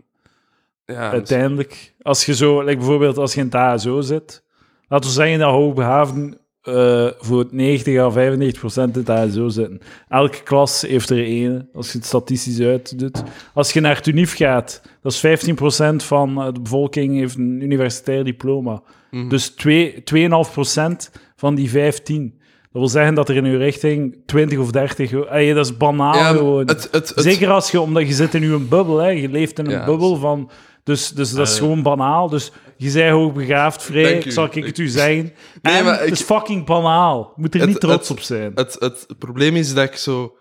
B: ja, dus- misschien.
A: Uiteindelijk, als je zo, like bijvoorbeeld als je in het HSO zit, laten we zeggen dat hoogbegaafden eh voor 90 à 95 procent in het HSO zitten. Elke klas heeft er één, als je het statistisch uitdoet. Als je naar het UNIF gaat, dat is 15 procent van eh, de bevolking heeft een universitair diploma.
B: Mhm.
A: Dus twee- 2,5 procent van die 15. Dat wil zeggen dat er in uw richting 20 of 30... euro- Ey, dat is banaal
B: Ja,
A: gewoon.
B: het- het- het-
A: Zeker als je, omdat je zit in je bubbel, hè. je leeft in een
B: Ja, Eh.
A: bubbel van. Dus, dus dat is gewoon banaal. Dus je bent hoogbegaafd, vrij,
B: Dank u.
A: zal ik het u
B: (laughs)
A: zeggen. en
B: maar
A: het
B: ik-
A: is fucking banaal. Je moet er
B: Het-
A: niet trots
B: het-
A: op zijn.
B: Het, het, probleem is dat ik zo...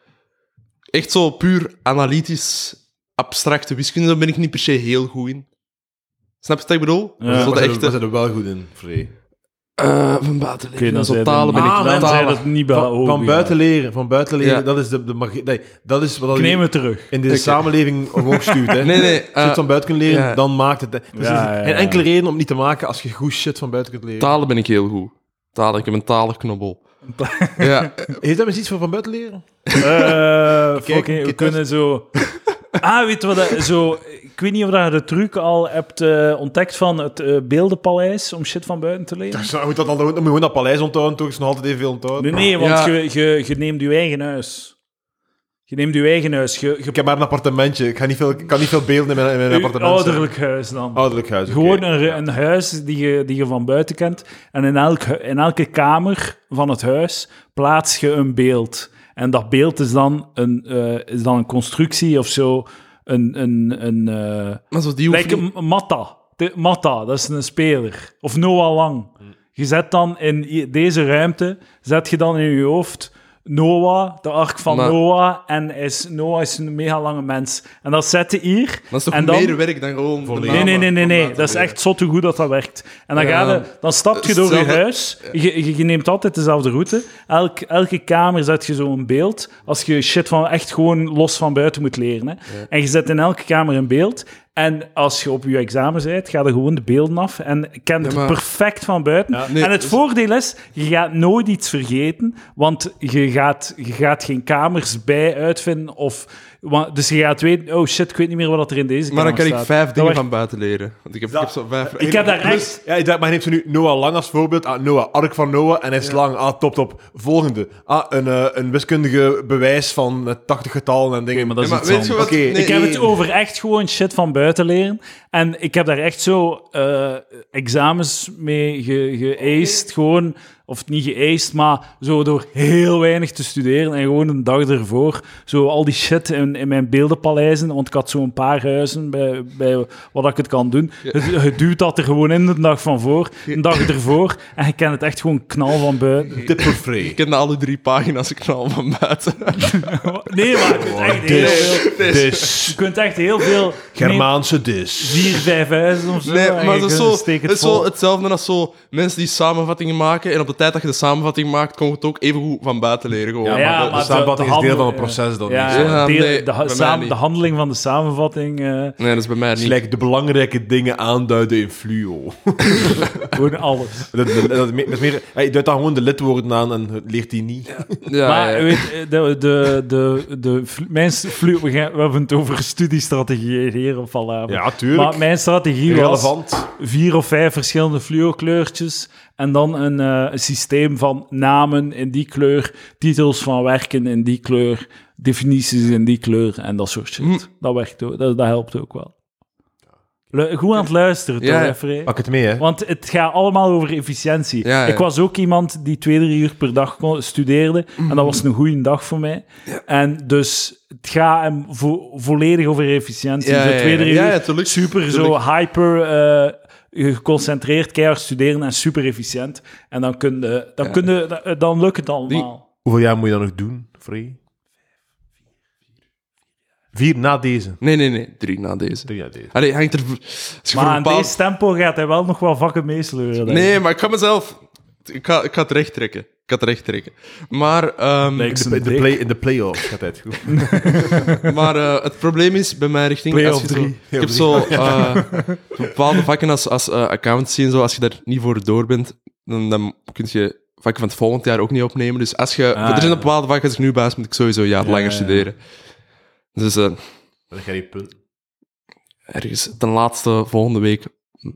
B: Echt zo puur analytisch, abstracte wiskunde, daar ben ik niet per se heel goed in. Snap je wat ik bedoel?
A: Ja.
B: zo de
C: Waar zijn we- waar
B: echte...
C: zijn we wel goed in, Free.
B: eh van buiten
A: Oké, dan
B: leren. Zo
A: zei
B: talen
A: de-
B: ben ik
A: Ah,
B: wel.
A: dan zei
B: talen.
A: dat niet bij
C: Van, van
A: hoogbegaafd.
C: buiten leren, van buiten leren,
B: Ja.
C: dat is de, de magie. Nee, dat is wat
A: Ik neem
C: je
A: het
C: (laughs)
A: terug.
C: in deze
B: Oké.
C: samenleving omhoog stuurt. (laughs) Hè.
B: Nee, nee.
C: Als je
B: eh,
C: het van buiten kunt leren,
B: ja.
C: dan maakt het. hè. Dus Er is
A: ja,
C: geen
A: ja.
C: enkele reden om het niet te maken als je goed shit van buiten kunt leren.
B: talen ben ik heel goed. Talen, ik heb een
A: (laughs)
B: talenknobbel. ja,
C: Heeft dat misschien iets van van buiten leren?
A: Eh, fucking, we
C: kijk,
A: kunnen
C: (laughs)
A: zo. Ah, weet je wat? dat- Zo, ik weet niet of dat je de truc al hebt eh, ontdekt van het eh, beeldenpaleis om shit van buiten te leren.
C: Zo, moet dat dan, dan moet je gewoon dat paleis onthouden, toch? Is nog altijd even veel onthouden.
A: Nee, nee, want
B: Ja.
A: je, je, je neemt je eigen huis. Je neemt je eigen huis. Je, je
C: Ik heb maar een appartementje. Ik, ga niet veel, ik kan niet veel beelden in mijn, in mijn
A: Uw
C: appartement. zetten.
A: ouderlijk huis dan.
C: Ouderlijk huis. oké.
A: Gewoon een, een huis die je, die je van buiten kent. En in, elk, hu- in elke kamer van het huis plaats je een beeld. En dat beeld is dan een, eh, is dan een constructie of zo. Een, een, een, eh,
B: maar zo die
A: Like
B: oefening...
A: M- Matta. De, Matta, dat is een speler. Of Noah Lang. Je zet dan in i- deze ruimte, zet je dan in je hoofd Noah, de ark van
B: Maar-
A: Noah. En is, Noah is een mega lange mens. En dat zet je hier.
B: Dat is toch
A: en dan-
B: meer werk dan gewoon... de
A: Nee, nee, nee,
B: namen
A: nee, nee.
B: van buiten
A: Dat is
B: leren.
A: echt zot hoe goed dat dat werkt. En dan,
B: Ja. Eh,
A: ga je, dan stap je door je
B: Hetzelfde-
A: huis. Je, je, je neemt altijd dezelfde route. Elk, elke kamer zet je zo'n beeld. Als je shit van echt gewoon los van buiten moet leren. Hè. En je zet in elke kamer een beeld. En als je op je examen bent, ga er gewoon de beelden af. En kent
B: maar-
A: het perfect van buiten.
B: Nee,
A: en het
B: dus-
A: voordeel is, je gaat nooit iets vergeten. Want je gaat, je gaat geen kamers bij uitvinden. Of wa- Dus je gaat weten, oh shit, ik weet niet meer wat er in deze
B: Maar dan
A: kamer
B: kan ik
A: staat.
B: vijf
A: Dat
B: dingen
A: was-
B: van buiten leren. Want ik heb, ik heb zo vijf...
A: Ik heb daar echt...
C: Ja, ik dacht, maar neemt ze nu Noah Lang als voorbeeld. Ah, Noah, Ark van Noah en hij is lang. Ah, top, top. Volgende. Ah, een, eh, een wiskundige bewijs van eh, 80 getallen en dingen.
A: maar dat is
B: Ja, maar
A: iets
B: weet je
A: anders.
B: wat-
C: Oké,
B: nee.
A: Ik heb het
C: één.
A: over echt gewoon shit van buiten leren. En ik heb daar echt zo eh, examens mee ge- geëist. Gewoon, of niet geëist, maar zo door heel weinig te studeren. En gewoon een dag ervoor zo al die shit in, in mijn beeldenpaleizen. Want ik had zo'n paar huizen bij, bij wat ik het kan doen. Het, het duwt dat er gewoon in de dag van voor, een dag ervoor. En ik ken het echt gewoon knal van buiten.
C: Tip voor free.
B: Ik kende alle drie pagina's ik knal van buiten.
A: Nee, maar je kunt echt heel veel, je
C: Dis.
A: kunt echt heel veel mee-
C: Germaanse dis.
A: vier, vijf huizen of zo.
B: Nee,
A: en
B: maar
A: je
B: dat is,
A: kunt-
B: zo,
A: steek het
B: dat is zo
A: vol.
B: hetzelfde als zo mensen die samenvattingen maken. En op de tijd dat je de samenvatting maakt, kon je het ook even goed van buiten leren. Gewoon.
A: Ja,
B: Maar
A: maar
B: dat-
C: de samenvatting
A: de
C: is deel van het
A: handel-
C: proces dan.
A: Ja,
C: niet.
B: zo.
A: ja,
B: Ja,
A: deel-
B: nee,
A: de, ha-
B: bij mij
A: samen-
B: niet.
A: de handeling van de samenvatting. eh, (laughs)
B: nee, dat is bij mij
C: Het
B: niet.
C: is like de belangrijke dingen aanduiden in fluo.
A: gewoon alles.
C: dat, dat, dat is meer- dat is meer, hij duidt dan gewoon de lidwoorden aan en het leert hij niet.
B: Ja,
A: maar
B: ja.
A: weet je, de, de, de, de, flu- mijn s- flu- we gaan- we hebben het over studiestrategieën hier op Valhalla.
C: Ja, tuurlijk.
A: Maar mijn strategie was
C: Relevant.
A: vier of vijf verschillende fluokleurtjes en dan een eh, een systeem van namen in die kleur, titels van werken in die kleur, definities in die kleur en dat soort shit.
B: Hmm.
A: Dat, werkt ook, dat, dat helpt ook wel. Lu- goed aan het luisteren,
B: Ja, ja.
A: toch, Efraim?
C: Pak het mee, hè.
A: Want het gaat allemaal over efficiëntie.
B: Ja, ja.
A: Ik was ook iemand die twee, drie uur per dag kon- studeerde. En dat was
B: Hmm.
A: een goede dag voor mij. En dus het gaat hem vo- volledig over efficiëntie.
B: Ja,
A: Zo
B: ja,
A: twee,
B: ja.
A: drie
B: Ja,
A: uur
B: ja, tuurlijk.
A: super
B: Tuurlijk.
A: zo hyper eh, geconcentreerd, keihard studeren en super efficiënt. En dan, kun je, dan, kun je, dan, eh, dan lukt het allemaal.
C: Hoeveel jaar moet je dan nog doen, Free? Vier na deze.
B: Nee, nee, nee. Drie na deze.
C: Drie na deze.
B: Allee, hangt er... als je voor
A: maar
B: een
A: aan
B: bepaald-
A: deze tempo gaat hij wel nog wel vakken meesleuren. denk ik.
B: Nee, maar ik ga mezelf... Ik ga, ik ga het recht trekken. Ik ga het recht trekken. Maar, ehm,
A: Lijkt
C: In de,
A: zijn
C: in de
A: dik.
C: play, in de play-off gaat het
A: (laughs)
C: goed.
B: maar eh, het probleem is bij mijn richting...
C: Play
B: als je
C: of
B: zo-
C: drie.
B: Ik heb
A: (laughs)
B: zo eh, bepaalde vakken als, als eh, accountancy en zo. Als je daar niet voor door bent, dan, dan kun je vakken van het volgend jaar ook niet opnemen. Dus als je,
A: Ah,
B: er zijn
A: ja.
B: bepaalde vakken, als ik nu baas moet ik sowieso een jaar
A: Ja,
B: langer
A: ja.
B: studeren. Dus eh,
C: Dan ga je punt.
B: ergens ten laatste volgende week,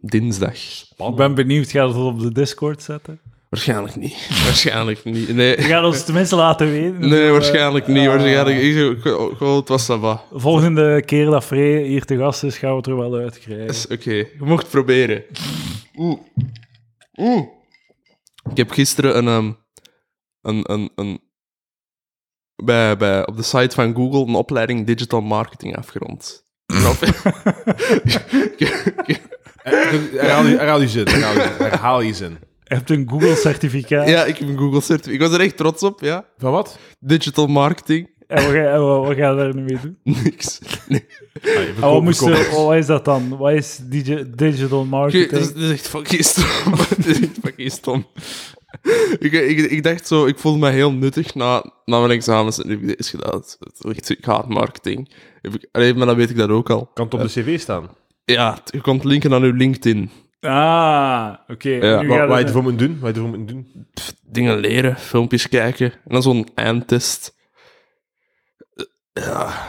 B: dinsdag.
A: Ik ben benieuwd, gaat het op de Discord zetten?
B: Waarschijnlijk niet. Waarschijnlijk
A: (laughs)
B: niet. Nee.
A: Je gaat ons tenminste laten weten.
B: Nee,
A: Zo,
B: waarschijnlijk
A: eh,
B: niet.
A: ah.
B: Waarschijnlijk, ik, ik- ik- gewoon, het was dat wat.
A: Volgende keer dat Frey hier te gast is, gaan we het er wel uit
B: Is
A: krijgen.
B: Dus, Oké, je mocht het proberen. Oeh. Oeh. Ik heb gisteren een, ehm, een, een, een bij, bij, op de site van Google een opleiding digital marketing afgerond. Een op-
C: Eh, Herhaal je- herhaal je zin. herhaal je- Herhaal je zin.
A: Je hebt een Google-certificaat.
B: ja, ik heb een Google certificaat. Ik was er echt trots op, ja.
C: Van wat?
B: Digital marketing. (laughs)
A: En wat ga- en wat- wat gaan we daar nu mee doen?
B: Niks. Nee.
A: En wat, Oh, moesten, wat wat is dat dan? Wat is digi- digital
B: Oké, dus-
A: marketing?
B: dat, is, dat is echt fucking stom. (laughs) dat is echt fucking stom. ik, ik, ik dacht zo, ik voelde me heel nuttig na, na mijn examens en nu heb ik dit eens gedaan. Het is echt- Ik haat marketing. Heb ik, allee, maar dan weet ik dat ook al.
C: Kan het op de cv staan?
B: Ja, t- je komt linken aan uw LinkedIn.
A: Ah, oké.
B: Ja,
A: nu
C: Wat,
A: gaat
C: wat je
A: het-
C: ervoor moet doen? Wat je ervoor moet doen?
B: Pff, dingen leren, filmpjes kijken en dan zo'n eindtest.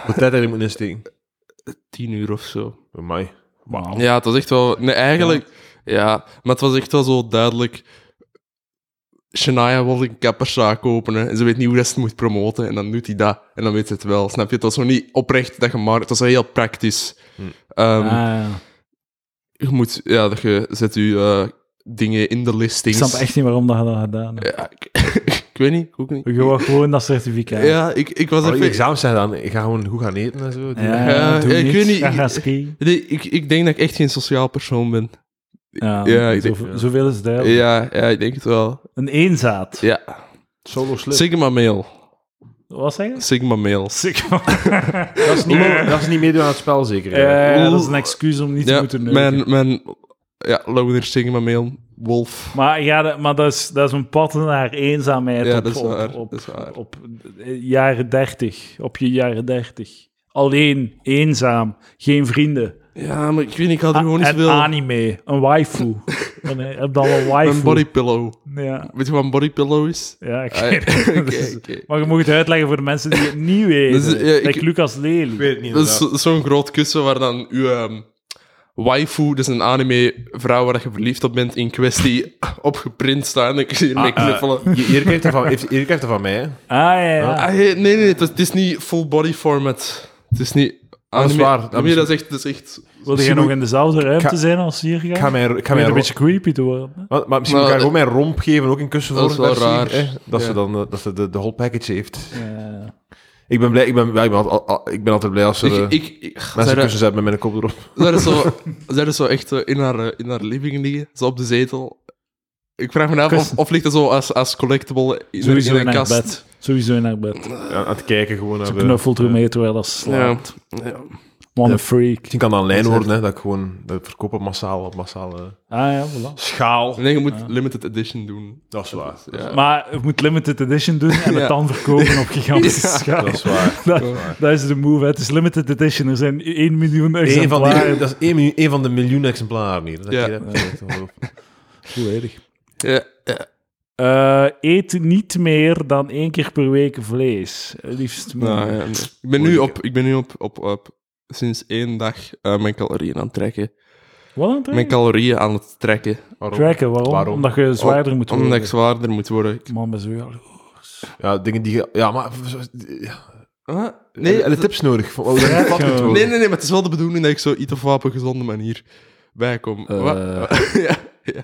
C: Wat tijd erin moet insteken?
B: Tien uur of zo.
C: Bij mij.
A: Wauw.
B: Ja, het was echt wel. Nee, eigenlijk. Ja, maar het was echt wel zo duidelijk. Shania wil een kapperszaak openen en ze weet niet hoe dat ze het moet promoten. En dan doet hij dat. En dan weet ze het wel. Snap je? Het was zo niet oprecht dat je maar. Het was zo heel praktisch. Ehm,
A: Ah,
B: Je moet. Ja, dat je zet je eh, dingen in de
A: ik
B: listings.
A: snap echt niet waarom dat je dat gedaan hebt.
B: Ja, ik, (laughs) ik weet niet. ik Ook niet.
A: Je wou gewoon dat certificaat.
B: Ja, ik, ik was
C: Als ik
B: even.
C: examens zijn dan, ik ga gewoon goed gaan eten en zo.
A: Ja, ja,
B: Ja,
A: doe
B: ja, ik
A: niks.
B: weet niet.
A: Ga gaan skiën.
B: Nee, ik, ik denk dat ik echt geen sociaal persoon ben.
A: Ja,
B: Ja, ik
A: zoveel, zoveel is duidelijk.
B: Ja, ja ik denk het wel.
A: Een eenzaad.
B: Ja.
C: Solo slip.
B: Sigma mail.
A: Wat zeg je?
B: Sigma mail.
C: Dat is, niet, dat is niet meedoen aan het spel, zeker.
A: Ja, Eh, dat is een excuus om niet te
B: Ja,
A: moeten neuken.
B: mijn, mijn ja, Loner Sigma Mail, Wolf.
A: Maar, ja, dat, maar dat, is, dat is een pad naar eenzaamheid
B: Ja,
A: op,
B: dat is
A: op-
B: waar,
A: op,
B: dat is waar.
A: op eh, jaren 30. Op je jaren 30. Alleen, eenzaam, geen vrienden.
B: Ja, maar ik weet niet, ik had er
C: Ah,
A: En
B: gewoon niet zoveel... (laughs)
A: anime, een waifu. een dan heb dan een wife.
B: Een body pillow.
A: Ja,
B: Weet je wat een body pillow
C: (laughs)
B: is?
A: ja ik
B: Ah,
A: weet het.
B: (laughs) oké,
A: Dus-
B: oké.
A: Maar je moet het uitleggen voor de mensen die het niet
B: Dus,
A: weten.
B: ja, ik-
A: Like Lucas Lely.
C: Ik weet het niet.
B: Dat is
C: inderdaad.
B: zo- zo'n groot kussen waar dan uw ehm, waifu, dat is een anime-vrouw waar je verliefd op bent, in kwestie (laughs) opgeprint staan. Ik zie hier mee
C: Ah, eh,
B: knuffelen.
C: Je- Hier krijgt hij van, heeft- hier krijgt hij van mij. hè.
A: Ah, ja, ja.
B: Ah, nee, nee, nee, het is, het is niet full body format. Het is niet.
C: is
B: anime-
C: waar, dat
B: anime,
C: is-
B: dat is echt. Dat is echt
A: Wilde jij
C: Misschien
A: nog
C: moet-
A: in dezelfde ruimte
C: ga-
A: zijn als hier
C: Ik ga
A: gaan?
C: mijn, ik ga
A: Om
C: mijn
A: een
C: ro-
A: beetje creepy te worden. hè?
C: Maar, maar misschien moet ik haar
B: Maar-
C: gewoon mijn romp geven, ook een kussen voor.
B: Dat is wel
C: daar zie ik,
B: raar.
C: hè. Dat
B: Ja.
C: ze dan eh, dat ze de, de whole package heeft.
A: Ja.
C: Ik ben blij, ik ben, ja, ik ben, al- al- al- ik ben altijd blij als ze
B: ik,
C: eh,
B: ik, ik,
C: mensen
B: zij dat-
C: kussens hebben met mijn kop erop.
B: zij dat zo, zij dat zo echt eh, in haar, eh, in haar living liggen, zo op de zetel. Ik vraag me af of,
A: Kussen.
B: of ligt dat zo als, als collectible in,
A: Sowieso
B: in
A: in
B: een
A: haar
B: kast.
A: bed. Sowieso in haar bed.
C: Aan, aan het kijken gewoon. naar
A: Ze
C: de-
A: knuffelt ermee terwijl dat ze
B: Ja.
A: slaapt.
B: ja.
A: What a freak.
C: Misschien kan dat een lijn
B: Dat is
C: worden, hè, dat ik gewoon dat ik verkoop op massaal, op massale
A: Ah ja, voilà.
C: schaal.
B: Nee, je moet limited edition doen.
C: Dat is waar.
B: Ja.
A: Maar je moet limited edition doen en
B: Ja.
A: het dan verkopen op gigantische
B: Ja.
A: schaal.
C: Dat is
A: (laughs)
C: waar.
A: Dat, dat is de move. hè. Het is limited edition. Er zijn 1 miljoen
C: Eén van,
A: exemplaren.
C: die, (laughs) dat is één, miljoen- één van de miljoen exemplaren hier. Dat
B: Ja.
C: hier heb je echt ongelooflijk.
A: Volledig.
B: Ja, ja.
A: Eh, eet niet meer dan één keer per week vlees. Eh, Liefst meer.
B: Nou, ja, nee. Ik ben nu op, ik ben nu op, op, op sinds één dag eh, mijn calorieën aan het trekken.
A: Wat aan het
B: Mijn
A: tracken?
B: calorieën aan het trekken.
C: Waarom?
A: Tracken, waarom?
C: Waarom?
A: Omdat je zwaarder moet worden.
B: Oh, Omdat ik zwaarder moet worden. Ik-
A: Man, ben zo jaloers.
C: Ja, dingen die... je- Ja, maar...
B: Ah,
C: Nee,
B: nee,
C: de
B: dat-
C: tips nodig. Voor, oh, dat
A: Ja,
C: moet
A: gewoon.
C: worden.
B: nee, nee, nee, maar het is wel de bedoeling dat ik zo iets of wat op een gezonde manier bijkom.
A: Eh.
B: Wat? ja, ja.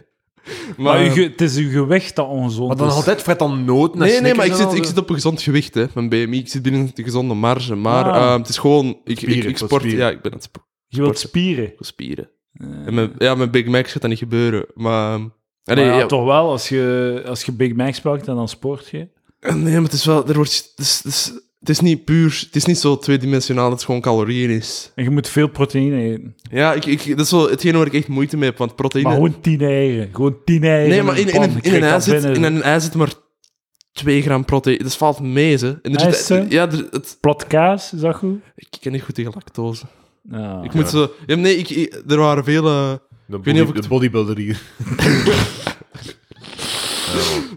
A: Maar uw
B: eh,
A: ge- het is uw gewicht dat ongezond
C: Maar dan
A: is.
C: altijd vet dan nood.
B: Nee, nee, maar ik zit, ik zit op een gezond gewicht, hè, mijn BMI. Ik zit binnen de gezonde marge. Maar
A: Ah.
B: eh, het is gewoon... Ik, ik,
C: Spieren,
B: ik
C: tot
B: sport...
C: spieren.
B: Ja, ik ben aan het spo-
A: Je wilt spieren.
B: spieren.
A: Eh.
B: En mijn, ja, mijn Big Mac gaat dat niet gebeuren. Maar... ehm, allee,
A: maar ja,
B: ja,
A: toch wel, als je, als je Big Macs pakt en dan sport je.
B: Ah, Nee, maar het is wel... Er wordt, het, is, het, is, het is niet puur... Het is niet zo tweedimensionaal dat het gewoon calorieën is.
A: En je moet veel proteïne eten.
B: Ja, ik, ik, dat is wel hetgeen waar ik echt moeite mee heb, want proteïne...
A: Maar gewoon 10 eieren. Gewoon 10 eieren.
B: nee, maar in, in,
A: pan.
B: een,
A: Je
B: in, een
A: krijgt
B: ei
A: dat
B: zit, in
A: binnen.
B: een ei zit maar 2 gram proteïne. Dat valt mee, hè. En er
A: Ah,
B: zit-
A: is het zo?
B: ja, er- het,
A: Plat kaas, is dat goed? Nou.
B: ik ken niet goed tegen lactose.
A: Ah, Ja.
B: Ik moet zo... Ja, nee, ik, ik- er waren vele...
C: De,
B: weet niet of ik
C: body-
B: het-
C: de bodybuilder hier.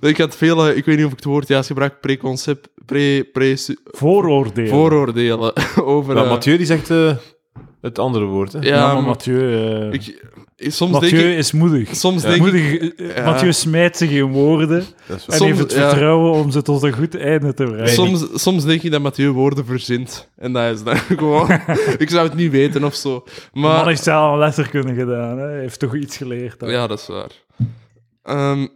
B: Ik had vele... Ik weet niet of ik het woord juist gebruik. Preconcept... Pre... pre
A: Vooroordelen.
B: vooroordelen (laughs) over...
C: Nou,
B: eh,
C: Mathieu die zegt eh, het andere woord. Hè.
B: ja,
A: Ja, maar
B: maar-
A: Mathieu... eh,
B: ik, ik- soms
A: Mathieu
B: denk ik...
A: is moedig.
B: Soms denk ik...
A: moedig eh,
B: Ja.
A: Mathieu smijt zich in woorden
C: Dat is waar.
A: en
B: Soms-
A: heeft het
B: ja.
A: vertrouwen om ze tot een goed einde te brengen.
B: Soms, soms denk ik dat Mathieu woorden verzint. En dat is dan
A: (laughs)
B: (laughs) gewoon... ik zou het niet weten of zo.
A: De
B: Maar...
A: man heeft zelf een letterkunde gedaan. Hè. Hij heeft toch iets geleerd. dan.
B: Ja, dat is waar. Ehm,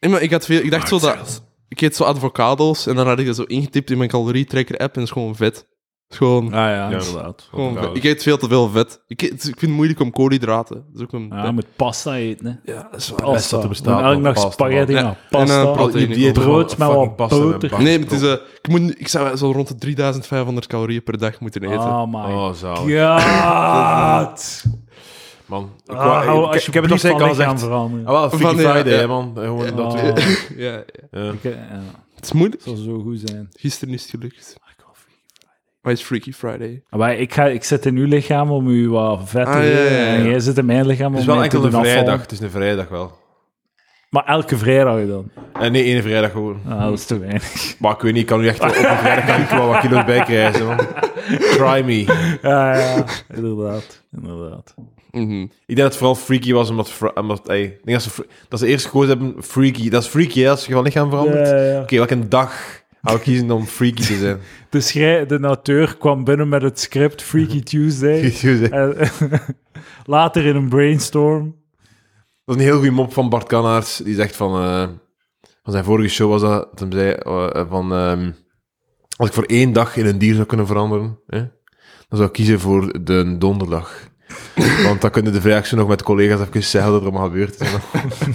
B: nee, maar ik, had veel, ik dacht zo dat... Ik eet zo avocado's en dan had ik dat zo ingetipt in mijn calorietrekker-app en dat is gewoon vet. Dat is gewoon...
A: Ah ja,
C: Ja.
A: inderdaad.
B: gewoon vet.
C: avocado's.
B: Ik eet veel te veel vet. Ik, eet- ik vind het moeilijk om koolhydraten. Dat is ook een...
A: Ja, met pasta eten. Hè.
B: Ja, dat is waar.
A: Pasta.
C: dat er bestaat,
A: Elke
C: man.
A: dag
C: Pasta,
A: spaghetti
B: man.
A: met
B: Ja.
A: pasta.
B: En, eh,
C: Al die
B: proteïne.
C: diëten
A: Brood
C: van
A: met
C: fucking
A: wat
C: pasta en
A: boter.
C: bakjes.
B: Nee, maar het is, eh, ik, moet, ik zou zo rond de 3500 calorieën per dag moeten eten.
A: Oh my
C: Oh, zalig.
A: god.
C: Man, ik,
A: Ah,
C: wou- ik-
A: hou
C: ik- ik, heb het nog
A: alsjeblieft
C: zeker
A: van
C: al
A: lichaam
C: gezegd.
A: veranderen.
C: Ah, wel, Freaky
B: Van, ja,
C: Friday,
B: ja.
C: hè, man. Eh, Gewoon dat
A: Ah,
C: we-
B: Ja, ja.
C: Ja. (laughs)
A: ik, eh, ja,
B: Het is moeilijk.
A: het zal zo goed zijn.
B: Gisteren is het gelukt.
A: Ah, ik wil Freaky Friday.
B: Maar het is Freaky Friday.
A: Maar ik, ga, ik zit in uw lichaam om u wat vet te
B: Ah, ja,
A: geven.
B: ja, ja.
A: En jij zit in mijn lichaam om
C: Het is wel
A: mij te
C: enkel een
A: doen afvallen.
C: vrijdag. Het is een vrijdag wel.
A: Maar elke vrijdag dan.
C: En nee, één vrijdag gewoon.
A: Ah, dat is te weinig.
C: Maar ik weet niet, ik kan nu echt wel op een vrijdag kan ik wel wat kilo's bijkrijgen, man. Try me.
A: (laughs) Ja, ja, inderdaad. inderdaad.
B: Mhm.
C: Ik denk dat het vooral freaky was, omdat... fr- omdat ey, ik denk dat ze, fr- dat ze eerst gehoord hebben, freaky. Dat is freaky, hè, als je van lichaam verandert.
A: Ja, ja, ja.
C: Oké, welke dag hou ik kiezen om freaky te zijn?
A: De, schrij- de auteur kwam binnen met het script Freaky Tuesday. En- (laughs) later in een brainstorm.
C: Dat is een heel goede mop van Bart Kanaerts. Die zegt van... eh, van zijn vorige show was dat, dat hem zei eh, van... ehm, als ik voor één dag in een dier zou kunnen veranderen, hè, dan zou ik kiezen voor de donderdag. (laughs) Want dan kunnen de vrijdag zo nog met collega's even zeggen wat er allemaal gebeurd is.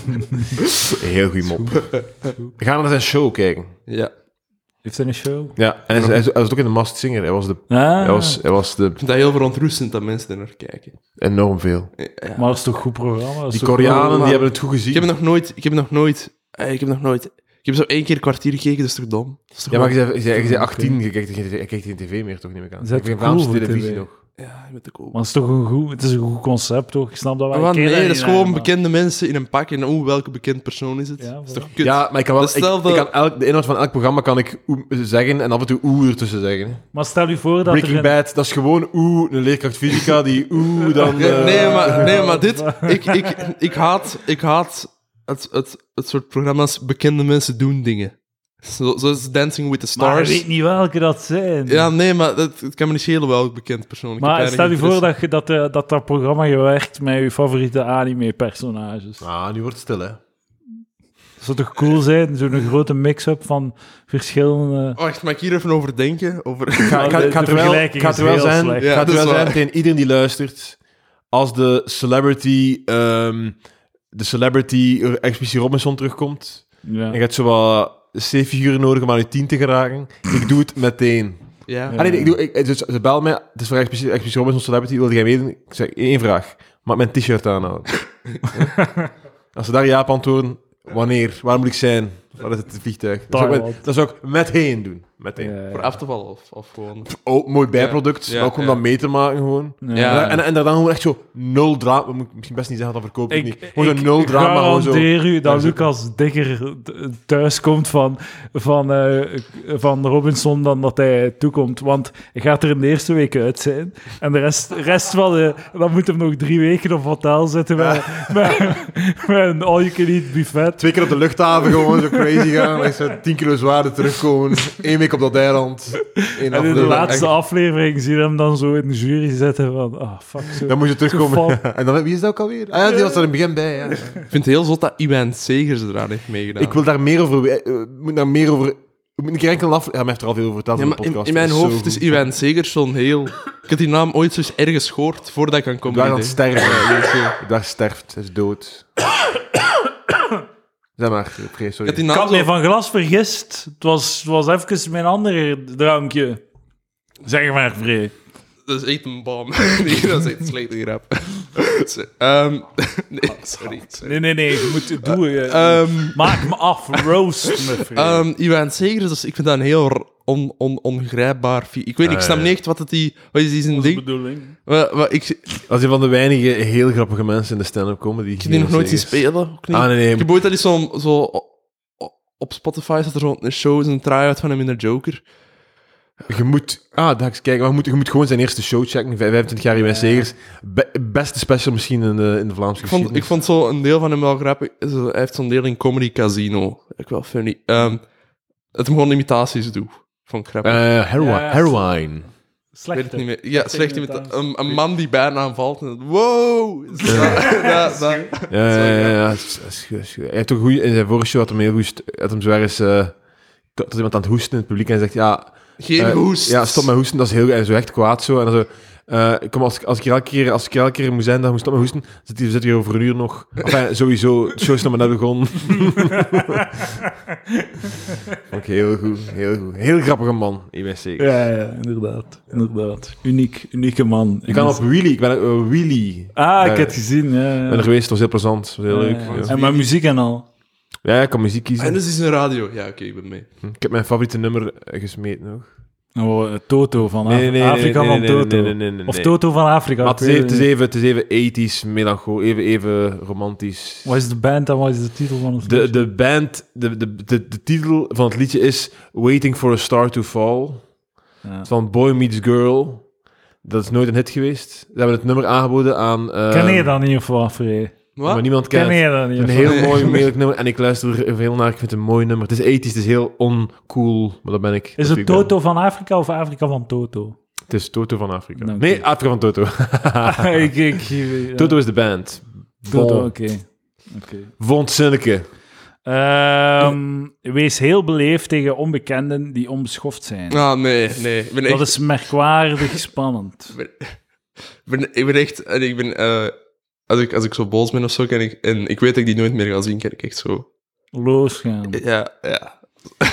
C: (laughs) heel goede mop. We gaan naar zijn show kijken.
B: Ja.
A: Heeft hij een show?
C: Ja, en hij, is- hij is- hij was ook in de Masked Singer. Hij was, de,
A: Ah,
C: hij was, hij was de,
B: Ik vind dat heel verontrustend dat mensen er naar kijken.
C: enorm veel.
B: Ja.
A: Maar dat is toch een goed programma? Dat is
C: Die
A: toch goed-
C: Koreanen
B: maar-
C: die hebben het goed gezien.
B: Ik heb nog nooit... Ik heb nog nooit... eh, ik heb nog nooit... Ik heb zo één keer een kwartier gekeken, dat is toch dom? Dat is toch
C: Ja, maar
B: wel-
C: je zei, je zei, je zei 18, je kijkt, geen- je kijkt geen tv meer, toch niet meer aan.
A: Dat is
C: Ik vind
A: cool
C: Vlaamse
A: voor
C: televisie
A: TV.
C: nog.
B: Ja, met de koop.
A: Maar het is toch een goed, het is een goed concept, toch? Ik snap dat wel.
B: Maar
A: Ik
B: Ah,
A: ken
B: man, nee,
A: dat
B: dat
A: niet,
B: is
A: hè,
B: gewoon
A: maar-
B: bekende mensen in een pak en oeh, welke bekend persoon is het?
A: Ja,
B: dat is
A: voilà.
B: toch kut?
C: Ja, maar ik kan wel...
B: Dat is
C: Ik,
B: hetzelfde-
C: ik kan elk, de inhoud van elk programma kan ik oe- zeggen en af en toe oeh ertussen zeggen. hè.
A: Maar stel u voor dat
C: Breaking
A: er een...
C: Bad, dat is gewoon oeh, een leerkracht fysica die oeh
B: (laughs)
C: dan...
B: Nee,
C: eh,
B: nee,
C: (laughs)
B: maar, nee, maar dit... Ik, ik, ik haat, ik haat het, het, het soort programma's bekende mensen doen dingen. Zo- Zoals Dancing with the
A: Maar je
B: Stars.
A: weet niet welke dat zijn.
B: Ja, nee, maar dat, het kan me niet schelen welk bekend persoon. Ik
A: maar
B: heb
A: stel u
B: weinig
A: voor
B: interesse.
A: dat, je, dat, eh, dat dat programma gewerkt met je favoriete anime-personages.
C: Ah, nu wordt het stil, hè.
A: Dat zou toch cool zijn? Zo'n grote mix-up van verschillende...
B: Wacht, Oh, mag ik hier even over denken? Over... (laughs)
C: Ga,
A: Maar
C: ga,
A: de-
C: ga
A: de
C: er wel,
A: vergelijking
C: ga
A: is
C: er wel
A: heel
C: zijn,
A: slecht.
B: Ja,
C: ga
B: dat
C: er
B: is
C: wel zijn
B: waar.
C: tegen iedereen die luistert. Als de celebrity, ehm, de celebrity Expeditie Robinson terugkomt,
A: Ja.
C: en je hebt zo wat C-figuren nodig om aan je 10 te geraken, ik doe het meteen.
B: Ja.
A: Ja.
C: Ah, nee, nee, ik doe, ik, ze, ze bel mij, het is voor Expeditie, Expeditie Robinson Celebrity, wil jij meedoen? Ik zeg, één vraag, maak mijn t-shirt aanhouden. Als ze daar ja op antwoorden, wanneer, waar moet ik zijn? Wat is het vliegtuig? Dat zou ik, met,
A: Thailand.
C: dat zou ik meteen doen, meteen.
A: Ja,
B: Voor
A: ja.
B: af te vallen of, of gewoon...
C: Ook mooi bijproduct,
B: Ja,
C: maar ook om
B: ja.
C: dat mee te maken gewoon.
B: Ja.
C: En, en, en daar dan gewoon echt zo nul drama. Moet ik misschien best niet zeggen, dat verkoop ik,
A: Ik,
C: niet.
A: ik,
C: Gewoon zo nul drama. Gewoon zo.
A: garandeer u
C: Ja,
A: dat
C: zo.
A: Lucas dikker t- thuis komt van, van, eh, van Robinson dan dat hij toekomt. Want hij gaat er in de eerste week uit zijn. En de rest, rest van de... Dan moet hem nog drie weken op hotel zitten met, met, met een all-you-can-eat buffet.
C: Twee keer op de luchthaven gewoon zo crazy gaan. Echt zo 10 kilo zwaarder terugkomen. Eén week op dat eiland. één
A: En in de
C: aflevering.
A: laatste
C: Echt.
A: aflevering zie je hem dan zo in de jury zitten van... Ah, fuck, zo.
C: Dan moet je
A: Zo
C: terugkomen.
A: fout.
C: (laughs) en dan, wie is dat ook alweer? Ah ja, die was er in het begin bij. Ja.
B: Ik vind het heel zot dat Iwan Segers eraan heeft meegedaan.
C: Ik wil daar meer over... we- eh, moet daar meer over... Moet een keer enkel af... Ja, maar hij heeft er al veel over verteld
B: Ja,
C: in de
B: maar in,
C: podcast.
B: in mijn
C: Dat is zo
B: hoofd is
C: goed.
B: Iwan Segers zo'n heel... Ik had die naam ooit zo eens ergens gehoord voordat ik aan kom
C: Daar aan het sterven. hè. Die is zo- Daar sterft. Hij is dood. (coughs) zeg maar, vrees,
B: Ik had die
C: sorry.
A: Ik
B: naam
A: had mij
B: zo...
A: van glas vergist. Het was, het was even mijn andere drankje. Zeg maar, Vree.
B: Dat is echt een bom. (laughs) Nee, dat is echt een slechte grap. (laughs) Ehm, (laughs) nee,
C: Ah,
B: sorry. sorry.
A: Nee, nee, nee, je moet
C: Eh,
A: het doen. je-
B: Ehm,
A: Maak me af, roast me, vriend.
B: Ehm Iwan Segers, dus ik vind dat een heel r- on, on, ongrijpbaar... fi- Ik weet
C: Ah,
B: niet, ik snap niet echt wat het die... Wat is die zijn
A: dat is de
B: ding?
A: bedoeling.
B: Wat, wat, ik, ik heb
C: Dat is een van de weinige heel grappige mensen in de stand-up comedy. Ik
B: die nog nooit zien spelen. Ook niet.
C: Ah, nee, nee.
B: Ik heb ooit dat is zo'n... Zo, o- op Spotify zat er zo'n show, zo'n try-out van hem in de Joker.
C: Je moet... Ah, daar eens kijken. Maar je moet, je moet gewoon zijn eerste show checken. 25 jaar Iwan Segers. Be- beste special misschien in de, in de Vlaamse
B: Ik vond, ik
C: geschiedenis.
B: vond zo'n deel van hem wel grappig. Zo, Hij heeft zo'n deel in Comedy Casino. Ook wel funny. Ehm het hem gewoon imitaties doet. Vond ik grappig.
C: Eh, heroin.
A: Ja, ja.
C: heroin.
B: ik
A: Slechte.
B: weet het niet meer. Ja, slecht imitaties.
A: imitaties.
B: Een, een man die bijna valt. En, wow! (laughs) Ja, dat- dat-
C: Ja, ja, ja, ja. Dat is- dat is goed, dat is goed. Hij heeft ook goeie, in zijn vorige show had hem heel goed... st- Had hem zwaar eens... eh, dat dat iemand aan het hoesten in het publiek en hij zegt... Ja,
B: Geen
C: Eh,
B: hoest.
C: Ja, stop met hoesten, dat is heel en zo echt kwaad zo. En dan zo, eh, kom, als, ik- als, ik hier elke keer, als ik hier elke keer moet zijn, dan moet ik stoppen met hoesten. Zit hier, zit hier over een uur nog. Enfin, sowieso, het show is nog maar
A: (laughs)
C: net begonnen. Oké, heel goed, heel goed. Heel grappige man, ik ben zeker.
A: Ja, ja, inderdaad. Inderdaad. Uniek, unieke man.
C: Ik kan op Willy, ik ben eh, Willy.
A: Ah, ik
C: Ja.
A: heb het gezien. Ja, ja.
C: Ik ben er geweest, het was heel plezant, het was heel
A: Ja,
C: leuk.
A: ja.
C: Ja.
A: En mijn muziek en al.
C: ja, ik kan muziek kiezen.
B: En dus is een radio. Ja, oké, ik ben mee.
C: Ik heb mijn favoriete nummer eh, gesmeten nog.
A: Oh, eh, Toto van
C: Nee, nee, nee,
A: Af- Afrika
C: nee, nee,
A: van
C: nee,
A: Toto.
C: nee, nee, nee, nee,
A: Of
C: nee.
A: Toto van Afrika.
C: Maar
A: ik
C: het is
A: weet
C: even-
A: het
C: het is
A: niet.
C: even, het is even 80s, melancholisch, even, even romantisch.
A: Wat is de band en wat is de titel van het
C: De,
A: liedje?
C: de band, de, de, de, de titel van het liedje is Waiting for a Star to Fall.
A: Ja.
C: Van Boy Meets Girl. Dat is nooit een hit geweest. Ze hebben het nummer aangeboden aan... eh,
A: Ken je dat niet of wat, Vree?
B: Wat?
C: Maar niemand kent
A: Ken
C: het.
A: je dat niet?
C: Het
A: of wat?
C: is Een
B: Nee.
C: heel mooi, melijk nummer. En ik luister er veel naar. Ik vind het een mooi nummer. Het is ethisch, het is heel oncool. Maar dat ben ik. Dat
A: Is
C: wie
A: het
C: ik ben.
A: Toto van Afrika of Afrika van Toto?
C: Het is Toto van Afrika.
A: Dank
C: nee,
A: u.
C: Afrika van Toto.
A: (laughs) ik, ik, ja.
C: Ah, Toto is de band.
A: Toto,
C: Bon.
A: oké. Oké.
C: Vond Zinneke.
A: Ehm, wees heel beleefd tegen onbekenden die onbeschoft zijn.
B: Ah, nee, nee. Ik ben echt...
A: Dat is merkwaardig spannend.
B: Ik ben, ik ben echt... en Ik ben, eh, als, ik, als ik zo boos ben of zo, kan ik... En ik weet dat ik die nooit meer ga zien, kan ik echt zo...
A: Losgaan.
C: Eh,
B: Ja, ja.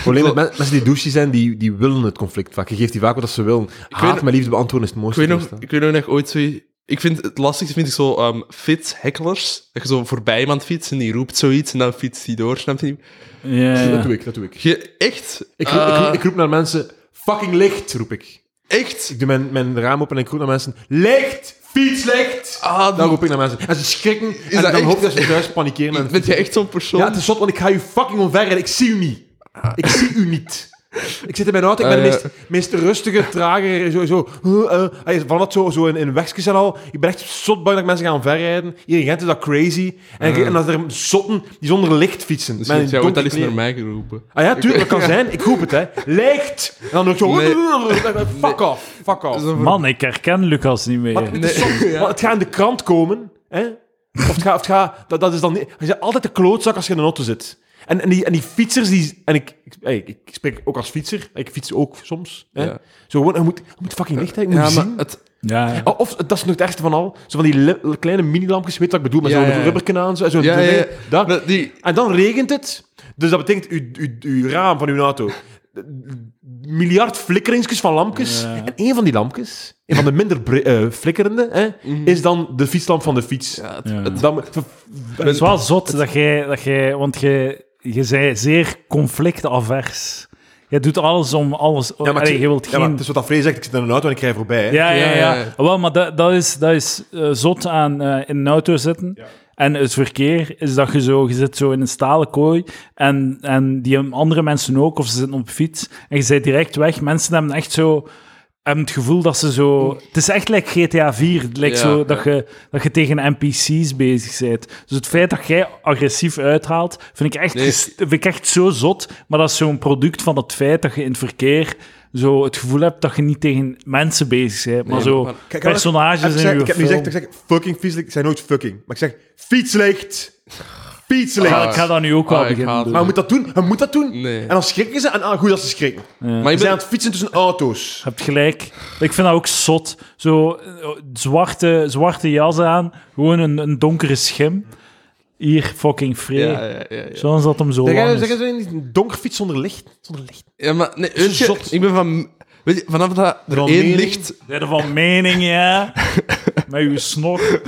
C: Probleem met men- mensen die douche zijn, die, die willen het conflict vaak. Je geeft die vaak wat ze willen. Haat
B: weet-
C: met liefde beantwoorden is het
B: Ik
C: mooiste.
B: weet nog,
C: wat er bestaat.
B: ik weet nog dat ik ooit zo... Ik vind het lastigste vind ik zo ehm fiets, hecklers. Dat je zo voorbij iemand fietst en die roept zoiets en dan fietst die door, snap je?
A: Ja,
C: Dat
A: ja.
C: doe ik, dat doe ik.
B: Je, echt? Eh. Ah.
C: Ik roep, ik, roep, ik roep naar mensen, fucking licht, roep ik.
B: Echt?
C: Ik doe mijn, mijn raam open en ik roep naar mensen. Licht! Fiets licht!
B: Ah, die-
C: Dan roep ik naar mensen. En ze schrikken. en
B: dat
C: dan
B: echt?
C: hoop ik dat ze thuis panikeren. En...
B: Ben jij echt zo'n persoon?
C: Ja, Ah. het is zot, want ik ga je fucking omverrijden. Ik zie u niet. Ik zie u niet. Ik zit in mijn auto, ik ben de
B: Eh,
C: meest, meest rustige, trage, zo, zo, eh, eh, allee, van dat zo, zo in, in wegjes en al. Ik ben echt zot bang dat mensen gaan verrijden. Hier in Gent is dat crazy. En, ik- en dat er zotten die zonder licht fietsen.
B: Misschien
C: Met
B: heeft
C: een
B: Dus jij ooit al
C: donker
B: eens naar
C: kleren.
B: mij geroepen.
C: Ah (laughs) ja, tuurlijk, dat kan zijn. Ik roep het, hè. Licht! En dan doe ik zo... (laughs) Fuck off, fuck off.
A: Man, ik herken Lucas niet meer.
C: Maar het, is
B: Nee.
C: zot,
B: Ja.
C: want het gaat in de krant komen. Hè? Of het gaat... Of het gaat dat, dat is dan niet, je bent altijd de klootzak als je in een auto zit. En, en, die, en die fietsers, die... En ik, ik, hey, ik spreek ook als fietser. Ik fiets ook soms. Hè?
B: Ja.
C: Zo gewoon, je moet, je moet fucking licht hebben. je
B: Ja,
C: moet
B: maar
C: zien.
B: het,
A: Ja.
C: Oh, Of, dat is nog het ergste van al. Zo van die li- kleine mini-lampjes, weet je wat ik bedoel? Met
B: Ja,
C: zo'n
B: ja, ja.
C: rubberken aan. Zo, zo'n
B: ja, ja, ja.
C: ding. Dat-
B: Dat- die,
C: en dan regent het. Dus dat betekent uw, uw, uw raam van uw auto. Miljard flikkeringsjes van lampjes.
A: Ja.
C: En een van die lampjes, een van de minder bri- eh, flikkerende, hè, is dan de fietslamp van de fiets.
B: ja, het-
A: Mhm. Ja.
C: Dan, moet-
A: Het is wel zot dat jij, dat jij want jij, jij bent zeer conflictavers. Jij doet alles om alles. Ja,
C: ik
A: maar
C: zit-
A: je wilt
C: ja, maar
A: geen.
C: het is wat dat vrees zegt, ik zit in een auto en ik rij voorbij. hè.
A: Ja, ja,
B: Ja,
A: ja.
B: ja, ja.
A: Wel, maar dat, dat is, dat is eh, zot aan eh, in een auto zitten. En het verkeer is dat je zo, je zit zo in een stalen kooi. En, en die andere mensen ook, of ze zitten op de fiets. En je zit direct weg. Mensen hebben echt zo. Hebben het gevoel dat ze zo. Het is echt like GTA 4. Like
B: Ja,
A: zo,
B: ja.
A: dat, je, dat je tegen NPC's bezig bent. Dus het feit dat jij agressief uithaalt, vind ik echt,
B: Nee.
A: gest- vind ik echt zo zot. Maar dat is zo'n product van het feit dat je in het verkeer zo het gevoel hebt dat je niet tegen mensen bezig bent, maar
B: Nee,
A: zo
B: maar-
C: Kijk, kijk,
A: personages
C: Ik,
A: in
C: zeg,
A: uw
C: ik heb niet
A: film.
C: gezegd, ik zeg fucking fietslicht. Ik zei nooit fucking. Maar ik zeg fietslicht. Fietslicht.
A: Ja, ik ga dat nu ook wel
B: Ah, ik
A: beginnen
B: haat
A: doen.
C: Maar je moet dat doen. Je moet dat doen.
B: Nee.
C: En dan schrikken ze. En ah, goed dat ze schrikken.
B: Maar
C: Ze
B: je
C: zijn aan
B: bent...
C: het fietsen tussen auto's.
A: Je hebt gelijk. Ik vind dat ook zot. Zo eh, zwarte, zwarte jas aan, gewoon een, een donkere schim. Hier, fucking free.
B: Ja, ja, ja, ja.
A: Zoals dat hem zo
C: Zeg jij-
A: lang is.
C: zeg jij zo niet een donker fiets zonder licht? Zonder licht.
B: Ja, maar nee, weet je,
C: Zot.
B: ik ben van... Weet je, vanaf dat er
C: Van
B: één
C: mening?
B: ligt...
A: Zijn er van mening,
B: (laughs)
A: ja? Met uw snor.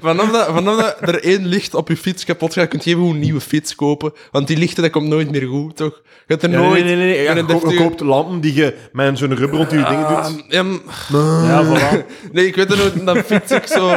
B: Vanaf dat, vanaf dat er één licht op je fiets kapot gaat, kun je even een nieuwe fiets kopen. Want die lichten, dat komt nooit meer goed, toch? Je hebt er nooit...
C: Ja, je,
B: een
C: ko- je
B: deftige-
C: koopt lampen die je met zo'n rubber rond je dingen
B: Ah,
C: doet.
B: ja, m-
A: Ja, voilà.
B: nee, ik weet het nooit. En dan fiets ik zo...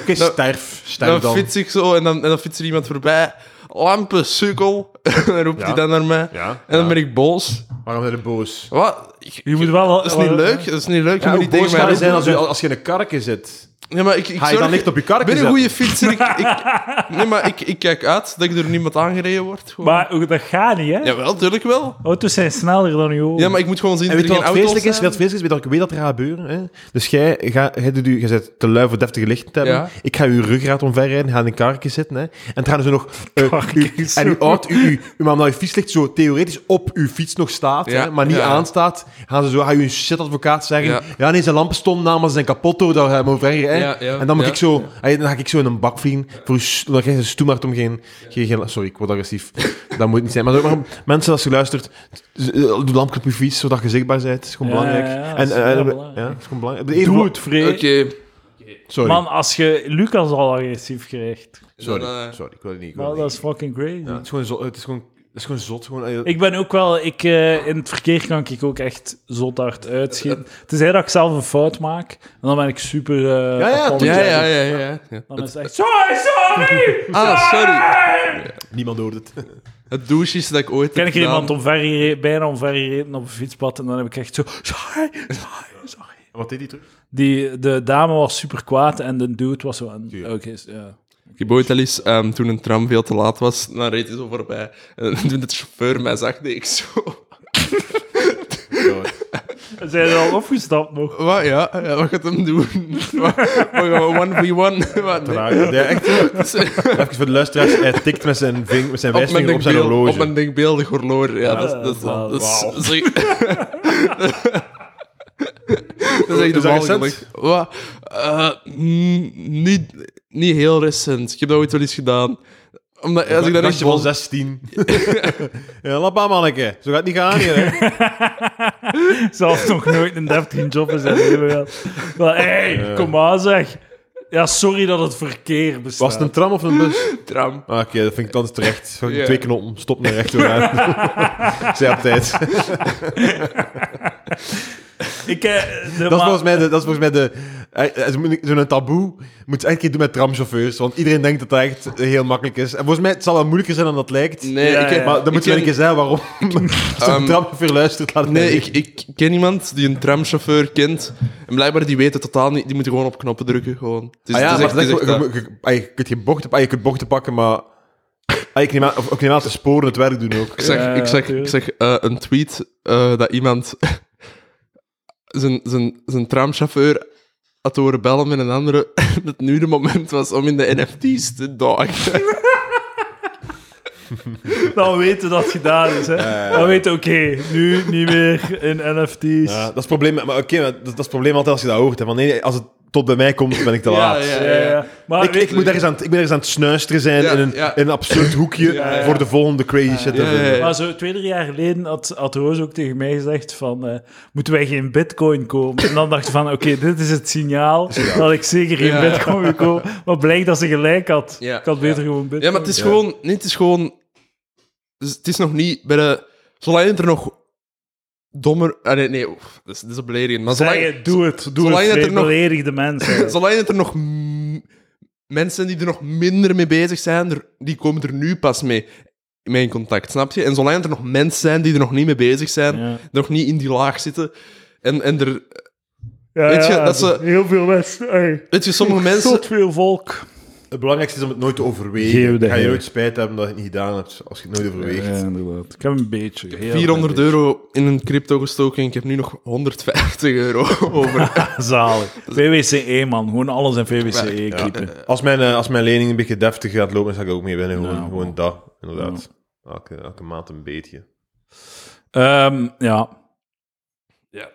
C: Oké, sterf. Sterf
B: Dan,
C: dan.
B: fiets ik zo en dan, en dan fietst er iemand voorbij. Lampen, sukkel. (laughs) En dan roept
C: Ja.
B: hij dan naar mij.
C: Ja,
B: En dan
C: ja.
B: ben ik boos.
C: Waarom ben je boos?
B: Wat? Ik-
A: Je moet wel...
B: dat is niet leuk. Dat is niet leuk. Je moet
C: Ja, hoe
B: niet tegen
C: boos
B: mij
C: ga je
B: roepen.
C: zijn als je, als je in een karken zit?
B: Ja, maar ik, ik
C: Ga je dan
B: zorg-
C: licht op je
B: Ik
C: karken
B: ben een
C: zetten?
B: goede fietser. Ik, ik- (laughs) nee, maar ik, ik kijk uit dat ik door niemand aangereden word. Gewoon.
A: Maar ook dat gaat niet, hè?
B: Jawel, tuurlijk wel.
A: Auto's zijn sneller dan uw ogen.
B: Ja, maar ik moet gewoon zien
C: En
B: dat
C: weet
B: er
C: je
B: geen
C: wat het
B: auto's
C: vreselijk is? Weet
B: zijn.
C: je wat het vreselijk is? Weet je wat ik weet dat er gaat gebeuren? Hè? Dus jij, ga, jij, doet je, jij bent te lui voor deftige licht te hebben.
B: Ja.
C: Ik ga je ruggraat omverrijden, ga in een karken zitten. Hè? En het gaan ze nog... eh,
A: Karken,
C: u-
A: zo.
C: en uw oud, u, u, u, maar omdat je fietslicht zo theoretisch op uw fiets nog staat,
B: Ja,
C: hè, maar niet
B: ja.
C: aanstaat, gaan ze zo, gaan je een shitadvocaat zeggen,
B: Ja.
C: ja. nee, zijn lampen stonden namens zijn kapot, door, daar gaan we overheen. Hè?
B: Ja, ja,
C: en dan, moet
B: ja.
C: ik zo, hey, dan ga ik zo in een bak vliegen, voor uw, s- dan krijg je een stoemart om geen, geen, geen- Sorry, ik word (laughs) agressief. dat moet niet zijn. Maar, maar mensen, als je luistert, z- eh, doe lampje op je fiets, zodat je zichtbaar bent. Het is gewoon
A: Ja,
C: belangrijk.
A: ja, ja,
C: en,
A: dat is
C: eh,
A: heel
C: eh,
A: belangrijk.
C: ja, het is gewoon belangrijk. Eén
A: Doe
C: bla-
A: het, Free.
B: Oké.
C: Sorry,
A: Man, als je Lucas al agressief krijgt.
C: sorry,
B: Dan, eh,
C: sorry, ik wil het niet. ik wil
A: Nou,
C: het
A: dat
C: niet.
A: is fucking crazy.
C: Ja, het, is gewoon zot, het, is gewoon, het is gewoon zot. Gewoon, eh,
A: Ik ben ook wel... Ik, eh, in het verkeer kan ik ook echt zot hard uitschieten. Tenzij dat ik zelf een fout maak. En dan ben ik super... eh,
C: Ja, ja,
A: apologetic.
B: Ja, ja, ja, ja. ja.
A: Dan is het echt... Sorry, sorry!
B: Ah, sorry.
C: Niemand hoort het.
B: Het douche is dat ik ooit
A: Ken
B: heb
A: ik er
B: gedaan.
A: iemand omver gereden- bijna omvergereden op een fietspad. En dan heb ik echt zo... Sorry, sorry, sorry.
C: (laughs) Wat deed hij terug?
A: Die, de dame was super kwaad en de dude was zo... aan- Oké, is- ja.
B: Ik heb ooit al eens, ehm, toen een tram veel te laat was, dan reed hij zo voorbij. En (laughs) toen de chauffeur mij zag, deed ik zo... (laughs)
A: Zijn er al opgestapt nog?
B: Wat, ja, ja, wat gaat hem doen? (laughs) Wat, wat gaan we 1v1? (laughs) Wat, nee.
C: Ja, echt. eh, Even voor de luisteraars. Hij tikt met zijn, ving, met zijn
B: Op mijn,
C: wijsvinger op, zijn
B: denkbeeld-
C: horloge.
B: op mijn denkbeeldig horloge. Ja, dat, is- dat, is-
A: wauw.
B: dat is... Dat is (laughs) dat is echt
C: Is dat
B: normaal
C: recent?
B: gemaakt. Wat? Eh, mm, niet, niet heel recent. Ik heb dat ooit wel eens gedaan. Omdat, als ik dan echt
C: Gastje van
B: boos-
C: (laughs) 16. ja, lapa, manneke. Zo gaat het niet gaan hier, hè.
A: Zelfs nog nooit een deftige job in zijn leven gehad. Maar, hey, kom maar zeg. Ja, sorry dat het verkeer bestaat.
C: Was het een tram of
B: (laughs)
C: een bus?
B: Tram.
C: Ah, Oké, dat vind ik dan terecht.
B: Ja.
C: Twee knoppen, stop nou naar rechts uit.
B: (laughs)
C: Zij op tijd.
A: Ik, eh, de
C: Dat is
A: ma-
C: volgens mij de... Dat is volgens mij de eh, eh, zo'n- Zo'n taboe moet je eigenlijk niet doen met tramchauffeurs, want iedereen denkt dat dat echt heel makkelijk is. En volgens mij het zal wel moeilijker zijn dan dat lijkt.
B: Nee,
A: Ja,
B: ik heb,
A: ja.
C: Maar dan
B: ik
C: moeten we een
B: ken-
C: keer zeggen
B: (laughs)
C: waarom. (laughs) Als een
B: Ehm,
C: tramchauffeur luistert, laat het
B: Nee,
C: mij
B: ik,
C: weten.
B: ik ken iemand die een tramchauffeur kent. En blijkbaar die weet het totaal niet. Die moeten gewoon op knoppen drukken. Gewoon. Het is,
C: Ah ja,
B: dus het is
C: maar
B: echt- het is
C: dat-
B: echt eh,
C: je-
B: dat.
C: je- je- ah, je kunt geen bochten, ah, je kunt bochten pakken, maar ah, je kunt niet maar- of- ook niet maar de sporen het werk doen ook.
B: (laughs) Ik zag,
A: Ja,
B: ik zag, ik
A: tuurlijk.
B: zag eh, een tweet eh, dat iemand (laughs) zijn, zijn, zijn tramchauffeur had horen bellen met een andere. (laughs) dat het nu de moment was om in de NFT's te duiken.
A: Dan weten dat het gedaan is. Hè. Dan weten, oké, nu niet meer in NFT's.
C: Ja, dat is het probleem, maar oké, maar dat, dat is het probleem altijd als je dat hoort. Hè, van nee, als het tot bij mij komt, ben ik te
B: Ja,
C: laat.
B: ja.
A: Ja, ja. Maar
C: Ik,
A: weet-
C: ik, moet ergens aan, het- ik ben ergens aan het snuisteren zijn
B: Ja,
C: in, een,
B: ja.
C: in een absurd hoekje
B: Ja, ja.
C: voor de volgende crazy shit. te
B: Ja, ja,
C: vinden.
B: ja.
A: Maar zo twee, drie jaar geleden had, had Roos ook tegen mij gezegd van... eh, moeten wij geen bitcoin kopen? En dan dacht ik van, oké,
B: (laughs)
A: dit is het signaal dat ik zeker geen
B: Ja.
A: bitcoin wil kopen. Maar blijkt dat ze gelijk had.
B: Ja.
A: Ik had beter gewoon bitcoin.
B: (laughs) Ja, maar het is gewoon... Nee, het is gewoon... dus het is nog niet bij de... Zolang er nog dommer... Ah, nee, nee. oef, dat, is, dat is een belediging. Maar zolang,
A: Zeg het, doe het. Doe het,
B: zolang dat er
A: twee
B: nog-
A: beledigde
B: (laughs)
A: mensen.
B: Zolang dat er nog m- mensen die er nog minder mee bezig zijn, er- die komen er nu pas mee, mee in contact, snap je? En zolang dat er nog mensen zijn die er nog niet mee bezig zijn,
A: Ja.
B: nog niet in die laag zitten, en, en er...
A: Ja,
B: Weet je,
A: ja,
B: dat ze-
A: Heel veel mensen. Hey.
B: Weet je,
A: (laughs)
B: sommige mensen...
A: Tot veel volk.
C: Het belangrijkste is om het nooit te
A: Geef
C: overwegen.
A: de
C: Ga je
A: hel.
C: nooit spijt hebben dat je het niet gedaan hebt, als je het nooit overweegt.
A: inderdaad. Ik heb een beetje. heel
B: 400
A: klein
B: euro in een crypto gestoken en ik heb nu nog 150 euro (laughs) over.
A: beetje. Zalig. VWCE, E, man. Gewoon alles in VWCE
C: Ja.
A: E kiepen.
C: Als, mijn, eh, als mijn lening een beetje deftig gaat lopen, zal ik er ook mee binnen. Gewoon,
A: Ja.
C: gewoon dat, inderdaad. Elke, elke maand een beetje.
A: Ehm, ja.
B: Ja.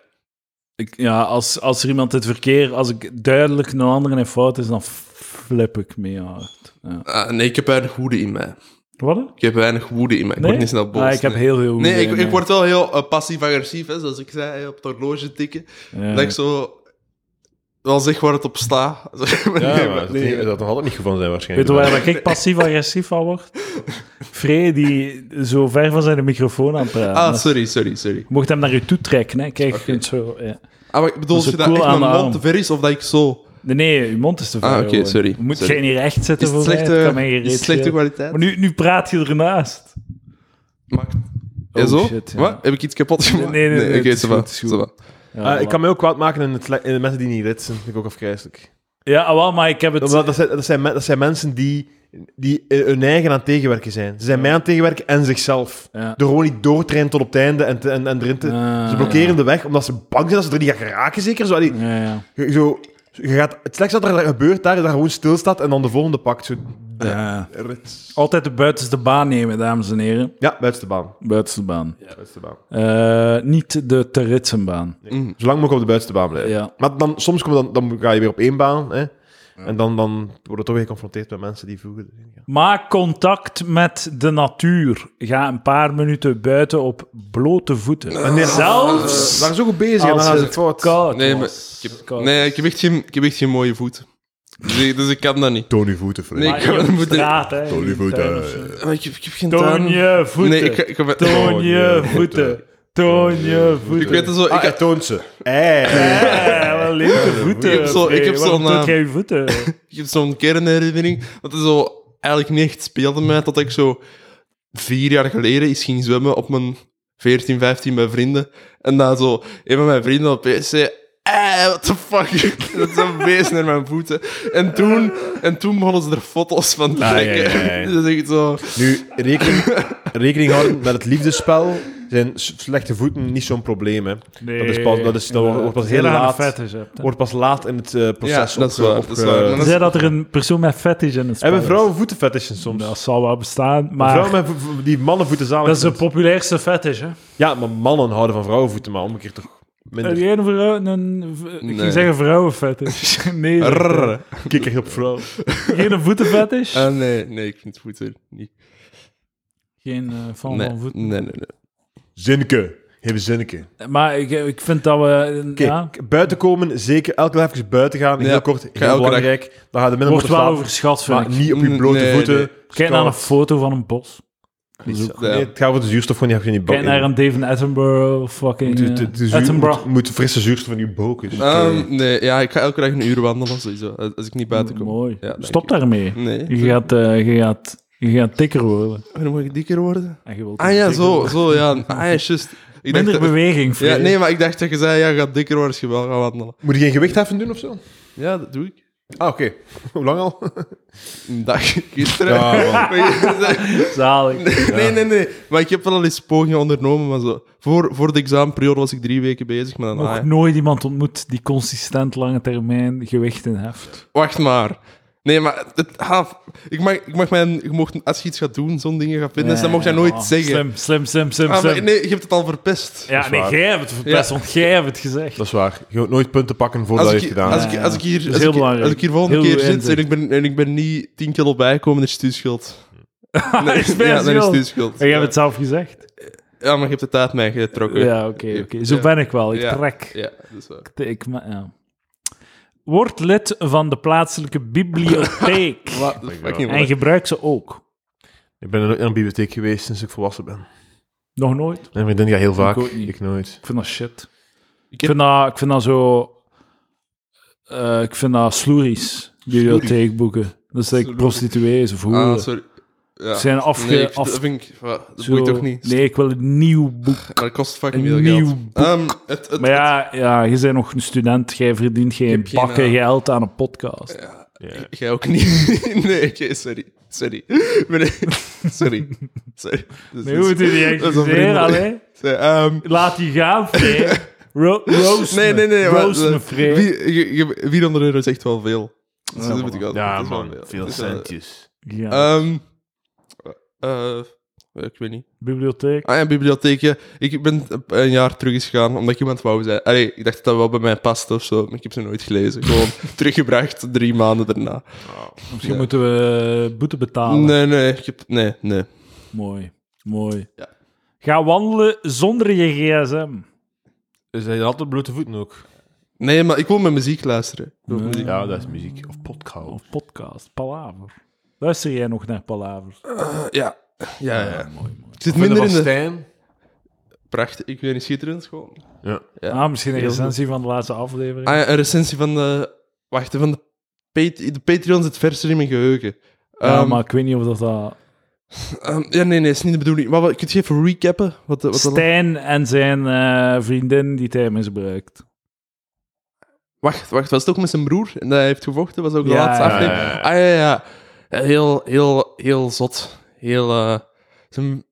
A: Ik, ja, als, als er iemand het verkeer, als ik duidelijk naar anderen in fout is, dan flip ik mee hard. Ja.
B: Ah, nee, ik heb weinig woede in mij.
A: Wat?
B: Ik heb weinig woede in mij. Ik
A: Nee?
B: word niet snel boos.
A: Ah, ik heb
B: nee.
A: heel veel woede
B: Nee, ik,
A: in
B: ik
A: mij.
B: word wel heel eh, passief-agressief, hè, zoals ik zei, op het horloge tikken.
A: Ja.
B: Dat ik zo wel zeg waar het op staat. (laughs)
C: Ja,
B: Nee,
C: (laughs) maar dat,
B: nee.
C: dat nog altijd niet goed van zijn
A: Weet
C: waarschijnlijk.
A: je waar dat (laughs) ik passief-agressief van word? Free die zo ver van zijn microfoon aan het praten
B: Ah,
A: is.
B: sorry, sorry, sorry.
A: Je mocht hem naar je toe trekken, hè. Kijk, je
B: Oké.
A: kunt zo... Ja.
B: Ah, maar ik bedoel,
A: Dat
B: als
A: is
B: je
A: zo
B: dat
A: cool
B: echt
A: aan
B: mijn
A: de
B: mond te
A: arm.
B: ver is, of dat ik zo...
A: Nee, nee, je mond is te ver.
B: Ah, oké,
A: gewoon.
B: sorry,
A: Moet
B: sorry.
A: jij niet recht zitten
B: Is het
A: voor mij?
B: slechte,
A: Het kan mij geen
B: is
A: reet
B: het slechte
A: schelen.
B: kwaliteit?
A: Maar nu, nu praat je ernaast.
B: Maakt...
A: Oh,
B: ja, zo?
A: shit, ja.
B: Wat? Heb ik iets kapot gemaakt?
A: Nee, nee, nee,
B: Oké,
A: het is
B: ça va,
A: goed, het is
B: ça
A: goed.
B: va.
A: Ja,
C: Ah,
B: Ah,
C: ik
A: voilà.
C: kan mij ook kwaad maken in, het, le- in de mensen die niet lid zijn. Vind ik ook afgrijzelijk.
A: Ja, ah, wel, maar ik heb het...
C: Omdat dat, zijn, dat, zijn, me- dat zijn mensen die, die eh, hun eigen aan het tegenwerken zijn. Ze zijn mij aan het tegenwerken en zichzelf.
A: Ja.
C: Door gewoon niet door te rijden tot op het einde en, te- en, en erin te...
A: Ah,
C: ze blokkeren de weg omdat ze bang zijn dat ze er niet gaan geraken, zeker? Zo, allee,
A: Ja, ja.
C: je- zo, je gaat, het slechtste wat er gebeurt daar is dat je gewoon stilstaat en dan de volgende pakt. Zo,
A: Ja.
C: rits.
A: Eh, Altijd de buitenste baan nemen, dames en heren.
C: Ja, buiten de baan.
A: Buitenste baan.
C: Buitenste baan.
A: Eh, niet de territsenbaan.
C: Zolang mogelijk op de buitenste baan blijven.
A: Ja.
C: Maar dan, soms kom je dan, dan ga je weer op één baan. Hè? En dan, dan word je toch weer geconfronteerd met mensen die vroeger... Ja.
A: Maak contact met de natuur. Ga een paar minuten buiten op blote voeten.
C: We
A: Zelfs
C: waren zo goed bezig en dan
A: als
C: gaan Eh, ze
A: het
C: fout.
A: koud
B: Eh, Nee, maar
A: was.
B: ik heb,
A: Koud.
B: nee, ik heb echt geen, ik heb echt geen mooie voeten. Dus ik, dus ik kan dat niet.
C: Toon uw voeten, Frank.
B: Nee,
A: Maar
B: ik heb-
A: op
B: moet-
A: straat, hè.
C: Toon uw
A: in de tuin of zo.
C: voeten.
B: Maar ik, heb, ik heb geen
A: Toon
B: tuin.
A: je voeten.
B: Nee, ik, ga- ik, ga-
A: Toon je voeten. Toon je voeten.
B: (laughs) Ik weet het zo... Ik,
C: Ah, hij toont ze. Eh.
A: Eh, wel lelijke voeten.
B: Ik heb zo- ik
A: Free.
B: heb zo'n,
A: Waarom toont
B: eh,
A: jij je voeten?
B: Ik heb zo'n kernherinnering dat er zo eigenlijk niet echt speelde met dat ik zo vier jaar geleden eens ging zwemmen op mijn 14, 15 bij vrienden. En dat zo een van mijn vrienden op PC zei, "Eh, what the fuck? (laughs) dat is een beest naar mijn voeten. En toen, en toen begonnen ze er foto's van te
C: Ah, ja, ja,
B: trekken.
C: ja.
B: (laughs) Dus ik zo...
C: Nu, rekening, rekening houden met het liefdespel zijn s- slechte voeten niet zo'n probleem. Hè. Dat is pas, dat is, dat wordt- wordt pas heel laat. Wordt pas laat in het eh, proces.
B: Ja, dat is
C: opge-
B: waar, dat is waar.
C: opge-
B: Maar
A: Zij dat er een persoon met fetish in het spel
C: Hebben
A: is.
C: vrouwen voetenfetishen soms?
A: Dat zal wel bestaan, maar...
C: Vrouwen met vo- vo- die mannenvoeten zalig
A: Dat is de
C: zijn.
A: populairste fetish, hè?
C: Ja, maar mannen houden van vrouwenvoeten, maar omgekeerd toch
A: Heb
C: minder.
A: jij een vrouw... Een, v- Ik
B: Nee.
A: ging zeggen vrouwenfetish.
B: (laughs)
A: nee. zeg maar.
B: Rrr.
C: Kijk echt op vrouwen.
A: Geen voetenfetish?
B: Ah, nee, nee, ik vind voeten niet.
A: Geen eh, van
B: Nee,
A: van
B: nee,
A: voeten.
B: nee. nee.
C: Zinke. Geen bezinnetje.
A: Maar ik, eh, ik vind dat we... eh,
C: Oké,
A: ja,
C: buiten komen, zeker. Elke dag even buiten gaan.
B: Ja.
C: Heel kort, heel
B: elke
C: belangrijk. Dan gaat de minder
A: wordt wel
C: slapen.
A: overschat, vind
C: Maar
A: ik.
C: niet op je
B: Mm,
C: blote
B: nee,
C: voeten.
B: nee.
A: Kijk naar een foto van een bos.
B: Oh,
C: Niet zo-
B: Ja.
C: Nee, het gaat over de zuurstof van die eh, heb je niet
A: Kijk naar een David Attenborough of fucking...
C: De, de,
A: eh,
C: de zuur-
A: Attenborough.
C: moet, moet frisse zuurstof in je boken.
B: Ehm, nee, ja, ik ga elke dag een uur wandelen, sowieso. Als als ik niet buiten kom.
A: Mooi.
B: Ja, dank
A: Stop
B: je.
A: daarmee.
B: Nee.
A: Je gaat, eh, je, gaat, je gaat dikker worden.
B: En dan mag ik dikker worden?
A: En je wilt
B: Ah ja,
A: dikker
B: zo,
A: worden.
B: zo, ja. Ah ja, juist. Ik dacht
A: Minder
B: dat-
A: beweging,
B: ja,
A: Fred.
B: nee, maar ik dacht dat je zei, ja, je gaat dikker worden als je wel gaat wandelen.
C: Moet je geen gewicht heffen doen of zo?
B: Ja, dat doe ik.
C: Ah, oké. (laughs) Hoe lang al?
B: Een dag gisteren.
C: Ja,
B: (laughs)
C: wel.
B: Maar je-
A: Zalig.
B: nee, nee, nee. Maar ik heb wel al eens pogingen ondernomen, maar zo. Voor, voor de examenperiode was ik drie weken bezig, maar dan...
A: Nog
B: ah, ja.
A: nooit iemand ontmoet die consistent lange termijn gewichten heft.
B: Wacht maar. Nee, maar het, ah, ik mag, ik mag mijn, je mocht, als je iets gaat doen, zo'n dingen gaat vinden, dan mocht jij nooit
A: Oh,
B: zeggen.
A: Slim, slim, slim, slim.
B: Ah, maar
A: slim.
B: nee, je hebt het al verpest.
A: ja,
C: is
A: nee,
C: waar.
A: jij hebt het verpest,
B: Ja.
A: want jij hebt het gezegd.
C: Dat is waar. Je moet nooit punten pakken voordat
B: Als
C: je
B: ik,
C: het gedaan
B: als,
C: hebt.
A: Ja,
B: ik,
A: ja.
B: als ik hier,
A: is
B: als
A: heel
B: ik,
A: belangrijk.
B: als ik hier volgende
A: Heel
B: keer
A: goed
B: zit
A: inzicht.
B: en ik, ben, en ik ben niet 10 kilo bijkomen, dan is het uw schuld.
A: (laughs) Dat is mijn
B: ja, dan is
A: schuld.
B: het uw schuld.
A: En jij hebt het zelf gezegd?
B: Ja, maar je hebt de tijd mij getrokken.
A: Ja, oké. oké. Zo
B: Ja.
A: ben ik wel. Ik
B: Ja.
A: trek.
B: Ja, dat is waar.
A: Ik, ik ma- ja. Word lid van de plaatselijke bibliotheek.
B: Wat de fucking
A: en gebruik ze ook.
C: Ik ben in een bibliotheek geweest sinds ik volwassen ben.
A: Nog nooit?
C: En ik denk ja, heel vaak.
A: ook niet.
C: Ik nooit.
A: Ik vind dat shit. Ik
B: heb-
A: vind dat, ik vind dat zo... eh, ik vind dat sloeries, bibliotheekboeken. Dat is like
B: Sloeries.
A: prostituees of hoeren.
B: Ah, sorry. Ja.
A: Zijn afge-
B: Nee, ik-
A: af-
B: dat vind ik... wat, Dat
A: Zo-
B: boeit toch niet?
A: Nee, ik wil een nieuw
B: (laughs)
A: boek.
B: Maar dat kost fucking
A: Een
B: veel
A: nieuw
B: geld.
A: boek.
B: Ehm, het, het,
A: Maar ja, ja, je bent nog een student. Jij verdient geen
B: heb geen,
A: bakken
B: eh,
A: geld aan een podcast.
C: Ja.
B: het- Jij ook niet. (laughs) nee, oké, sorry. Sorry. (laughs) Maar nee, sorry. Sorry. Dat is-
A: Nee, hoe moet je die
B: (laughs) dat is een
A: excuseren?
B: vriendelijk-
A: Allee,
B: Sorry, ehm,
A: laat die gaan, Free. Ro roos me.
B: (laughs) Nee, nee, nee. maar-
A: Roos me, Free.
B: wie, je- je- 400 euro is echt wel veel. Dus dat moet ik wel- dat is wel Dat is wel-
C: centjes.
A: Ja,
B: Ehm, eh, ik weet niet.
A: bibliotheek.
B: Ah ja, bibliotheekje. Ik ben een jaar terug eens gegaan, omdat ik iemand wou zijn. Allee, ik dacht dat dat wel bij mij past of zo, maar ik heb ze nooit gelezen. Gewoon (laughs) teruggebracht drie maanden daarna.
A: Misschien moeten we boete betalen.
B: Nee, nee, ik heb... Nee, nee.
A: Mooi, mooi.
B: Ja.
A: Ga wandelen zonder je gsm.
C: Is hij altijd blote voeten ook?
B: Nee, maar ik wil met muziek luisteren.
A: Nee.
B: Nee.
C: Ja, dat is muziek. Of
B: Oh.
C: podcast.
A: Of podcast, Palaver. Luister jij nog naar Palaver?
B: Eh, Ja. Ja, ja.
A: mooi, mooi.
B: Ik zit minder in de...
C: Stijn.
B: Prachtig. Ik weet niet, schitterend gewoon.
C: Ja.
B: Ja.
A: Ah, misschien een
B: Heel
A: recensie van de laatste aflevering.
B: Ah ja, een recensie van de... Wacht, van de... Pat- De Patreon zit verser in mijn geheugen.
A: ja,
B: Ehm,
A: maar ik weet niet of dat... dat...
B: ehm, ja, nee, nee, is niet de bedoeling. Maar wat, kun je even recappen? Wat, de- wat de-
A: Stijn en zijn eh, vriendin die hij misbruikt.
B: Wacht, wacht, was het ook met zijn broer? En dat hij heeft gevochten, was ook de
A: Ja,
B: laatste
A: ja,
B: aflevering.
C: ja, ja.
B: Ah ja, ja. Ja, Heel, heel, heel zot. Heel. eh, zijn...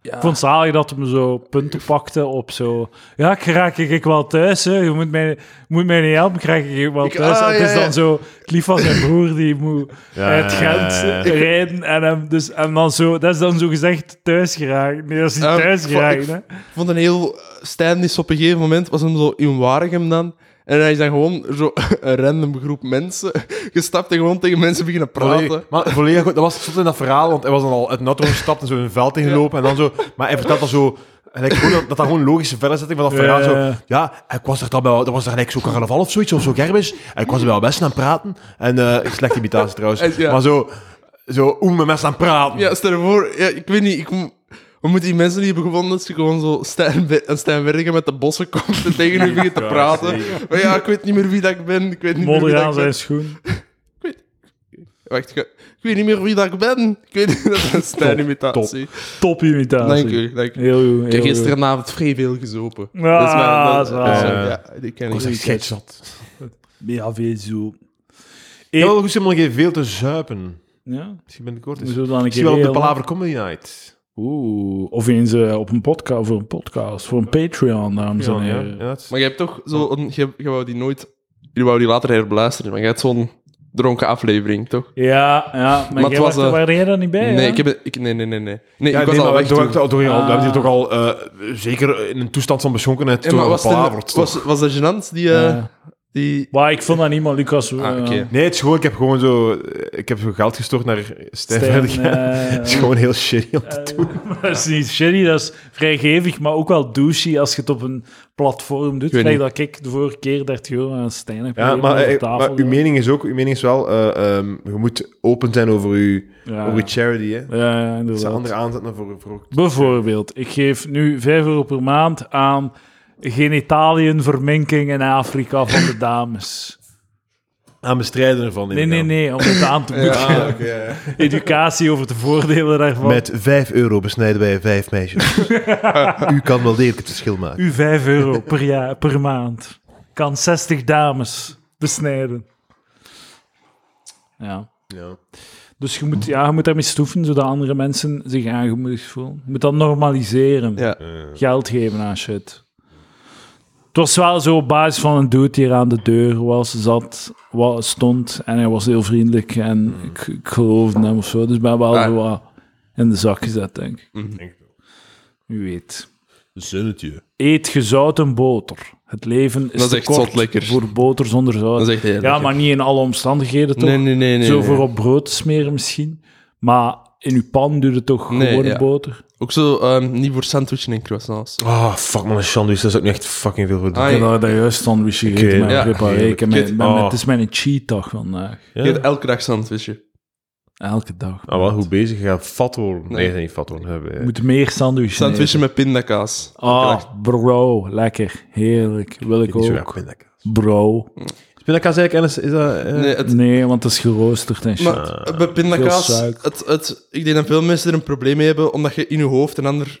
B: ja.
A: Ik vond het zalig dat hem zo punten pakte op zo... Ja, ik raak ik wel thuis, hè. Je moet mij, je moet mij niet helpen, ik raak ik wel
B: Ik-
A: thuis.
B: ah,
A: En het
B: ja,
A: is
B: ja.
A: dan zo het lief van zijn broer die moet uit Gent eh,
C: ja.
A: rijden. En, hem dus, en dan zo, dat is dan zo gezegd thuis geraakt. Nee, dat is niet
B: Ehm,
A: thuis
B: ik-
A: geraakt,
B: ik-
A: hè.
B: Ik vond een heel. Stijn is op een gegeven moment, was hem zo in Waregem dan. En hij is dan gewoon zo (laughs) een random groep mensen (laughs) gestapt en gewoon tegen mensen beginnen praten.
C: Volledig, maar volledig goed. Dat was zot in dat verhaal, want hij was dan al uit Natro gestapt en zo in een veld ingelopen. En dan zo, maar hij vertelt dan zo... gelijk gewoon dat, dat dat gewoon een logische verderzetting van dat
A: Ja,
C: verhaal.
A: ja, ja.
C: Zo, ja, ik was er dan bij... Dat was er gelijk zo carnaval of zoiets, of zo gerbisch. En ik was er wel best aan het praten. En eh slechte imitatie trouwens.
B: Ja.
C: Maar zo... Zo, hoe met mensen aan het praten.
B: Ja, stel je voor, ja, ik weet niet. Ik, mo- we moeten die mensen die hebben gevonden, dat ze gewoon zo Stijn, Be- en Stijn Bergen met de bossen komt en tegen u begint te praten. Maar ja, ik weet niet meer wie dat ik ben. Ik weet niet meer wie
A: Modder
B: dat
A: aan
B: ik
A: zijn
B: ben.
A: schoen.
B: Wacht, ik, ga- ik weet niet meer wie dat ik ben. Ik weet niet, (laughs) dat is een Stijn-imitatie.
A: Top imitatie.
B: Dank u. Dank u.
A: Heel goed.
B: Ik heb
A: heel goed.
B: gisteravond vrij veel gezopen.
A: Ah,
B: dat is mijn... Dat, dat is-
C: zalig.
B: ja, die ken
C: Ik was
B: ik.
C: echt scheidzat.
A: Ja, veel zo.
C: Ik wil goed helemaal geen veel te zuipen.
A: Ja,
C: Misschien binnenkort
A: we
C: eens.
A: zullen dan een keer
C: dus. Misschien wel op de
A: heel-
C: Palaver Comedy Night.
A: Oeh, of eens eh, op een podcast, voor een podcast, voor een Patreon, dames en
C: Ja, ja.
A: heren.
C: inderdaad.
B: Maar je hebt toch zo... Een, je, je wou die nooit... Je wou die later herbeluisteren, maar je had zo'n dronken aflevering, toch?
A: Ja, ja, maar,
B: Maar het
A: jij
B: was,
A: was,
B: eh,
A: waar jij daar niet bij?
B: nee,
A: hè?
B: ik heb... het- Ik, nee, nee, nee, nee. Nee,
C: Ja,
B: ik was
C: nee,
B: al
C: maar
B: weg
C: we
B: toen.
C: hebben het ook- door-
A: Ah.
C: we hebben het ook al, eh, zeker in een toestand van beschonkenheid,
B: Ja, maar
C: toen
B: was, het in-
C: gepalaverd. toch?
B: was, was dat gênant, die... eh,
A: Ja.
B: Die...
A: Maar ik vond dat niet, maar Lucas... eh,
B: Ah, oké.
C: Nee, het is gewoon, ik heb gewoon zo, ik heb zo geld gestort naar Stijn
A: Stijn,
C: Verdegem.
A: eh,
C: (laughs) Het is gewoon heel shitty om te doen.
A: dat is niet shitty, dat is vrijgevig, maar ook wel douchey als je het op een platform doet.
B: Ik weet
A: Kijk dat ik de vorige keer 30 euro aan Stijn heb
C: Ja,
A: gegeven
C: maar,
A: op
C: eh,
A: tafel.
C: maar uw mening is ook, uw mening is wel, eh, ehm, je moet open zijn over uw,
A: Ja.
C: over uw charity, hè.
A: Ja,
C: Er zijn
A: inderdaad.
C: andere aanzetten voor... voor
A: Bijvoorbeeld, ik geef nu 5 euro per maand aan genitaliënverminking in Afrika van de
C: (laughs)
A: dames.
C: aan bestrijden ervan,
A: Nee, nee,
C: inderdaad.
A: nee, om het aan te boeken.
C: Ah, oké, ja, ja.
A: Educatie over de voordelen daarvan.
C: Met 5 euro besnijden wij vijf meisjes.
A: (laughs)
C: U kan wel degelijk het verschil maken.
A: U 5 euro per, jaar, per maand kan 60 dames besnijden. Ja.
C: Ja.
A: Dus je moet, ja, je moet daarmee stoeven, zodat andere mensen zich aangemoedigd voelen. Je moet dat normaliseren.
B: Ja.
C: Eh.
A: Geld geven aan shit. Het was wel zo op basis van een dude die hier aan de deur was, zat, wat stond. En hij was heel vriendelijk en ik, ik geloofde hem of zo. Dus ik ben wel
B: Mhm. Ah. Mhm.
A: zo wat in de zak gezet, denk ik.
C: Denk ik wel.
A: U weet.
C: Zinnetje.
A: Eet gezouten boter. Het leven is,
B: Dat is
A: te
B: echt
A: kort
B: zot lekker.
A: voor boter zonder zout.
B: Dat is echt heel
A: ja,
B: lekker.
A: maar niet in alle omstandigheden toch?
B: Nee, nee, nee. nee
A: Zo
B: nee.
A: voor op brood te smeren misschien. Maar in uw pan doet het toch
B: Nee,
A: gewone
B: ja.
A: boter?
B: Ook zo ehm, niet voor sandwichen en croissants.
C: Ah, fuck man, een sandwich, dat is ook niet echt fucking veel voor doen.
B: Ah,
A: Ik
B: ja.
A: heb daar- daar juist sandwich gegeten,
C: weet-
A: maar
B: ja.
A: preparé. Ik heb
B: Ik
A: mijn-
B: weet-
A: mijn-
C: oh.
A: Het is mijn cheat dag vandaag.
C: Ja.
B: Je hebt elke dag sandwichje.
A: Elke dag.
C: Ah, wel goed bezig. Je gaat fat worden. Nee,
B: Nee.
C: je gaat niet fat worden. Hebben,
A: Ik moet meer sandwich
B: Sandwichje met pindakaas.
A: Ah, bro. Lekker. Heerlijk. Wil ik
C: niet zo graag
A: ook.
C: pindakaas.
A: Bro.
C: Is pindakaas eigenlijk... Is, is dat, eh,
B: Nee, het,
A: Nee, want het is geroosterd en shit.
B: maar bij pindakaas,
A: Veel suiker.
B: het, het, ik denk dat veel mensen er een probleem mee hebben, omdat je in je hoofd een ander...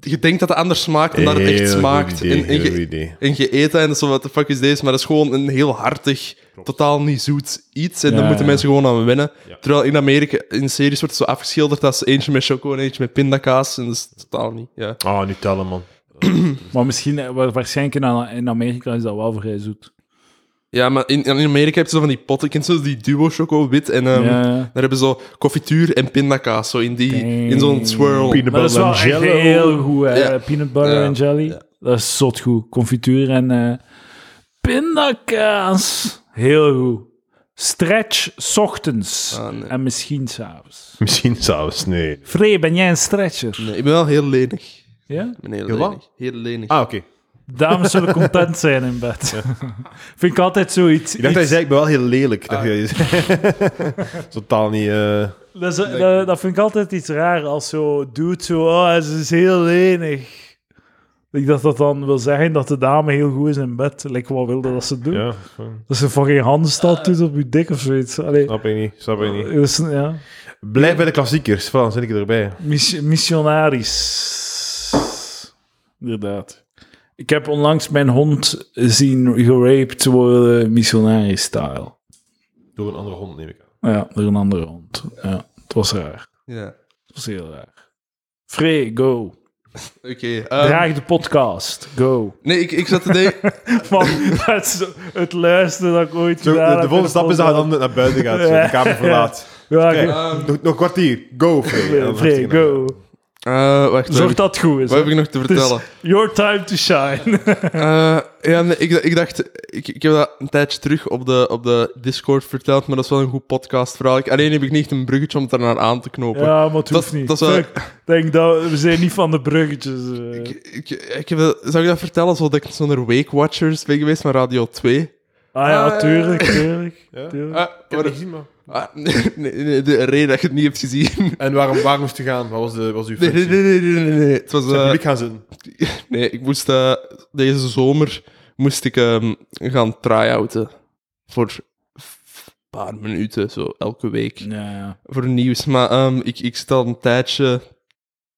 B: Je denkt dat het anders smaakt dan dat het
C: Heel
B: echt
C: goed
B: smaakt.
C: idee,
B: En, en,
C: heel goed
B: je,
C: idee.
B: en je eet dat en dat is zo, wat de fuck is deze? Maar dat is gewoon een heel hartig, totaal niet zoet iets. En
A: Ja,
B: daar moeten
A: ja.
B: mensen gewoon aan wennen.
C: Ja.
B: Terwijl in Amerika, in series wordt het zo afgeschilderd als eentje met choco en eentje met pindakaas. En dat is totaal niet, ja.
C: Ah, nu tellen, man.
A: Maar misschien, eh, wa- waarschijnlijk in, in Amerika is dat wel vrij zoet.
B: Ja, maar in, in Amerika heb je zo van die potten. Kent je zo die duo choco wit en ehm,
A: Ja.
B: daar hebben ze zo confituur en pindakaas zo in die in zo'n swirl.
C: Peanut
A: Maar dat is
C: butter
A: wel
C: and
A: echt
C: jello.
A: heel goed, hè.
B: Ja.
A: Peanut butter
B: Ja.
A: en jelly. Dat is zot goed. Confituur en eh, pindakaas. Heel goed. Stretch 's ochtends
B: Ah, nee.
A: en misschien s'avonds.
C: (laughs) Misschien s'avonds, nee.
A: Free, ben jij een stretcher?
B: Nee, ik ben wel heel lenig.
A: Ja?
B: Ik ben heel
C: Heel wat?
B: lenig. Heel lenig.
C: Ah, oké.
A: Dames zullen content zijn in
B: (laughs)
A: bed. Vind ik altijd zoiets.
C: Ik dacht dat je
A: iets-
C: zei, ik ben wel heel lelijk. Dat je- (laughs) Totaal niet... eh,
A: dat, is- dat- dat vind ik altijd iets raar als zo doet zo, oh, ze is heel lenig. Ik dacht dat dan wil zeggen dat de dame heel goed is in bed. Like, wat wilde dat ze doen?
C: ja, gewoon,
A: Dat ze fucking handstand doet op je dik of zoiets. Allee,
C: Ah. snap ik niet. Snap ik niet.
A: dat is- ja.
C: Blijf bij de klassiekers. Van, zit ik erbij.
A: Miss- missionaris. Inderdaad. Ik heb onlangs mijn hond zien geraped worden, missionaris-style.
C: Door een andere hond, neem ik aan.
A: Ja, door een andere hond. Ja, het was raar.
B: Ja.
A: Het was heel raar. Free, go.
B: Oké. ehm,
A: Draag de podcast.
C: (laughs)
A: Go.
B: nee, ik, ik zat te denken...
A: Man, dat is het luisteren dat ik ooit
C: Zo,
A: gedaan
C: de, de
A: heb
C: volgende
A: in
C: stap is dat je dan naar buiten gaat. Zo, de kamer
A: (laughs)
C: verlaat.
A: podcast. Ja,
C: Kijk,
A: go.
B: ehm,
C: nog, nog een kwartier. Go, Free. En dan
A: Free,
C: gaat hij
A: go.
B: eh, wacht, wat heb
A: Zorg
B: ik-
A: dat het goed is.
B: wat heb ik nog te
A: Het is
B: vertellen?
A: your time to shine.
B: Eh, ja, nee, ik, ik dacht, ik, ik heb dat een tijdje terug op de, op de Discord verteld, maar dat is wel een goed podcastverhaal. Ik- Alleen heb ik niet echt een bruggetje om het daarnaar aan te knopen.
A: ja, maar het
B: Dat-
A: hoeft niet.
B: dat is wel-
A: Ik denk dat we zijn niet van de bruggetjes. eh.
B: Ik, ik, ik heb, dat- zou ik dat vertellen? Zo dat ik zo'n Wake Watchers ben geweest van Radio 2.
A: ah ja,
B: Ah,
A: tuurlijk, tuurlijk.
C: Ja.
A: tuurlijk.
B: Ah,
C: Ik
B: waar-
C: heb het niet gezien, man.
B: ah, (laughs) nee, nee, nee, de reden dat je het niet hebt gezien.
C: En waarom, waarom moest je gaan? Wat was, de, was uw
B: Nee, nee,
C: functie?
B: nee, nee, nee, nee, nee. Het was,
C: Zijn
B: eh,
C: publiek gaan zitten.
B: nee, ik moest eh, deze zomer moest ik ehm, gaan try-outen. Voor een paar minuten, zo elke week.
A: Ja, ja.
B: Voor nieuws. Maar ehm, ik, ik stel een tijdje,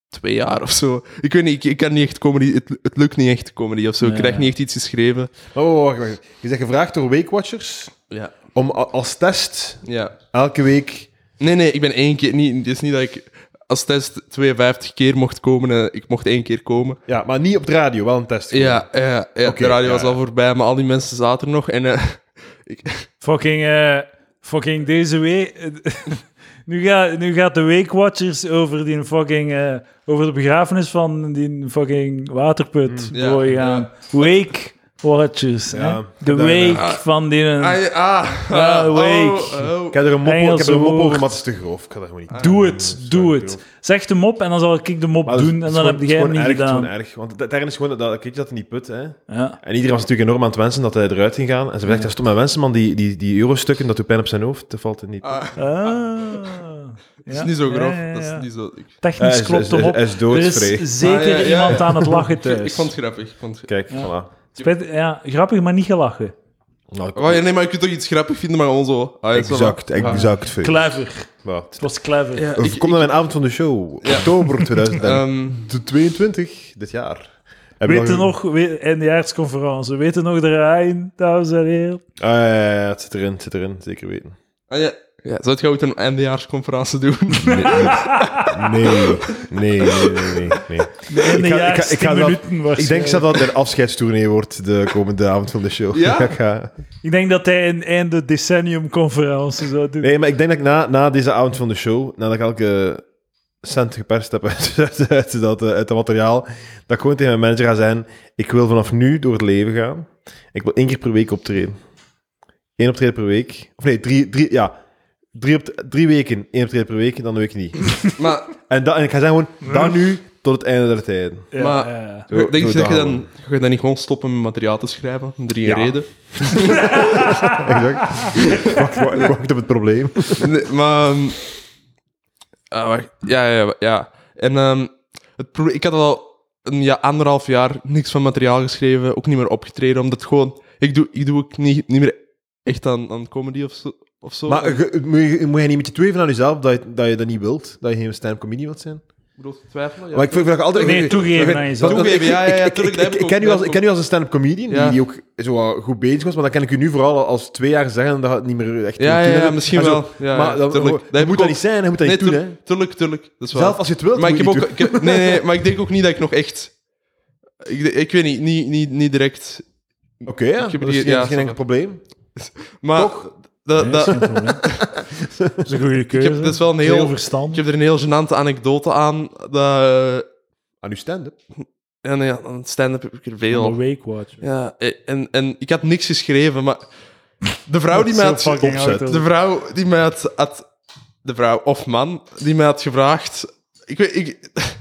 B: twee jaar of zo. Ik weet niet, ik, ik kan niet echt comedy. Het, het lukt niet echt comedy of zo.
A: Ja.
B: Ik krijg niet echt iets geschreven.
C: Oh, wacht, wacht. Je bent gevraagd door Wake Watchers
B: Ja.
C: om a- als test
B: Ja.
C: elke week...
B: Nee, nee, ik ben één keer niet. Het is niet dat ik als test 52 keer mocht komen. eh, ik mocht één keer komen.
C: Ja, maar niet op de radio, wel een test.
B: Ja, ja, ja,
C: Oké,
B: de radio was
C: ja.
B: al voorbij, maar al die mensen zaten er nog. En eh, ik,
A: Fucking, eh, fucking deze week. (laughs) nu, ga, nu gaat de Wake Watchers over die fucking. eh, over de begrafenis van die fucking waterput.
B: Mm, Ja,
A: boy
B: ja.
A: gaan. Wake Watchers. hè?
C: Ja.
A: De
C: Ja.
A: week
B: Ah.
A: van die...
B: Ah, (laughs) ah,
A: Ja,
B: ah,
A: week.
B: oh, oh.
C: Ik heb er een mop, ik heb
A: Engelse
C: er een mop
A: woord.
C: over, maar het is te grof. Ik ga dat gewoon niet
A: Doe het,
C: sorry,
A: doe
C: bro.
A: het. Zeg de mop en dan zal ik de mop
C: Maar
A: doen en
C: het is
A: dan
C: gewoon-
A: heb jij hem niet
C: Het is gewoon erg, het is
A: gedaan.
C: gewoon erg. Want het erg is gewoon dat- dat ik dat in die put, hè.
A: Ja.
C: En iedereen was natuurlijk enorm aan het wensen dat hij eruit ging gaan. En ze dacht, dat stond mijn wensenman, die, die, die eurostukken, dat doet pijn op zijn hoofd. Dat valt in niet.
B: Ah,
A: Ah.
B: dat is
A: Ja.
B: niet zo
A: Ja,
B: grof.
A: ja,
B: Dat
A: ja.
B: is niet zo... Ik,
C: Hij
A: Technisch
C: is-
A: klopt
C: hij
A: hem
C: is-
A: op.
C: hij is
A: Er
C: doodsvree.
A: is zeker
B: Ah, ja, ja, ja.
A: iemand aan het lachen thuis.
B: ik vond het grappig. Ik vond het...
C: Kijk,
A: Ja.
C: voilà.
A: Spijt- ja, grappig, maar niet gelachen.
C: Nou,
B: Oh, ja, nee, maar je kunt toch iets grappig vinden, maar gewoon zo... Ah, ja,
C: exact,
B: ça va. Ah.
C: exact. Feu.
A: Clever.
C: Voilà.
A: Het was clever.
B: Ja,
C: Of
B: ik-
C: Kom naar mijn avond van de show.
B: (laughs) Ja.
C: Oktober
B: Ehm,
C: 2022, dit jaar. Heb je
A: Weet je nog, we- in de jaartsconferentie, weet je nog de Rijn, dames en heren?
C: Ah, ja, ja, ja, het zit erin, het zit erin, zeker weten.
B: ah, ja. Ja, zou je ooit een eindejaarsconferentie doen?
C: Nee, nee, nee, nee, nee, nee, nee.
A: In (laughs) de
C: Ik ga-
A: jaars
C: ik ga- ik ga
A: 10
C: wel-
A: minuten
C: Ik denk zelf dat het een afscheidstournee wordt de komende avond van de show. (laughs)
B: Ja?
C: Ik ga-
A: Ik denk dat hij een einde decenniumconferentie zou doen.
C: Nee, maar ik denk dat ik na, na deze avond van de show, nadat ik elke cent geperst heb (laughs) uit, uit, uit dat, eh, uit dat materiaal, dat ik gewoon tegen mijn manager ga zijn, ik wil vanaf nu door het leven gaan. Ik wil één keer per week optreden. Eén optreden per week. Of nee, drie, drie ja. Drie, op, drie weken, één optreden per week, dan doe ik niet.
B: (laughs) maar
C: En, dat, en ik ga zeggen gewoon, dan nu tot het einde der tijden.
A: Ja,
B: maar-
A: ja, ja.
C: Zo-
B: denk je dat
C: zo
B: je
C: gewoon.
B: dan, ga je dan niet gewoon stoppen met materiaal te schrijven? Om drie
C: Ja.
B: reden.
C: (laughs) Exact. wacht, wacht, wacht op het probleem.
B: (laughs) Nee, maar... ehm, ah, wacht. Ja, ja, ja, ja. En ehm, het proble- ik had al een ja, anderhalf jaar niks van materiaal geschreven, ook niet meer opgetreden, omdat gewoon... Ik doe, ik doe ook niet, niet meer echt aan, aan comedy of zo. Of zo.
C: Maar ge- moet je, moet je niet met je twijfelen aan jezelf dat je, dat je dat niet wilt? Dat je geen stand-up comedian wilt zijn?
B: Ik bedoel, te twijfelen, ja.
C: Maar ik vind dat altijd...
A: Nee, toegeven
C: dat-
A: aan jezelf.
C: dat- dat-
B: Toegeven,
C: ik-
B: ja, ja, ja,
C: ik- ik-
B: tuurlijk,
C: ik-
B: dat heb ik
C: Ik ken
B: ook,
C: u als-
B: dat
C: ik
B: heb
C: ken u als een stand-up comedian, die-
B: Ja.
C: die ook zo wat goed bezig was, maar dan kan ik u nu vooral als twee jaar zeggen dat je het niet meer echt
B: Ja,
C: wilt doen.
B: ja, ja,
C: En
B: misschien
C: zo.
B: wel. Ja,
C: Maar
B: ja,
C: dan-
B: tuurlijk.
C: je
B: heb ik
C: moet
B: ook-
C: dat niet zijn, je moet dat
B: nee,
C: niet doen, hè.
B: tuurlijk, tuurlijk, tuurlijk. Dat is waar.
C: Zelf als je het wilt,
B: maar ik heb
C: moet je
B: ook,
C: het
B: ik heb- nee,
A: (laughs)
B: nee, maar ik denk ook niet dat ik nog echt. Ik, de- ik weet niet, niet, niet, niet direct.
C: doen. Oké, ja,
B: Ik heb
C: dat is
B: die-
C: geen,
B: ja,
C: dat is geen enkel probleem.
B: Maar
C: Toch?
B: dat-
A: Nee,
B: dat-
A: dat is
B: (laughs)
A: geen probleem. Dat is een goede keuze.
B: heb- dat is wel een heel- ik
A: verstand.
B: heb er een heel gênante anekdote aan. Dat,
C: Aan uw stand-up.
B: en ja, aan het stand-up heb ik er veel.
A: Wakewatch.
B: Ja, eh, en, en ik had niks geschreven, maar de vrouw die mij had, De vrouw die mij had, had- De vrouw of man die mij had gevraagd. Ik weet. Ik, (laughs)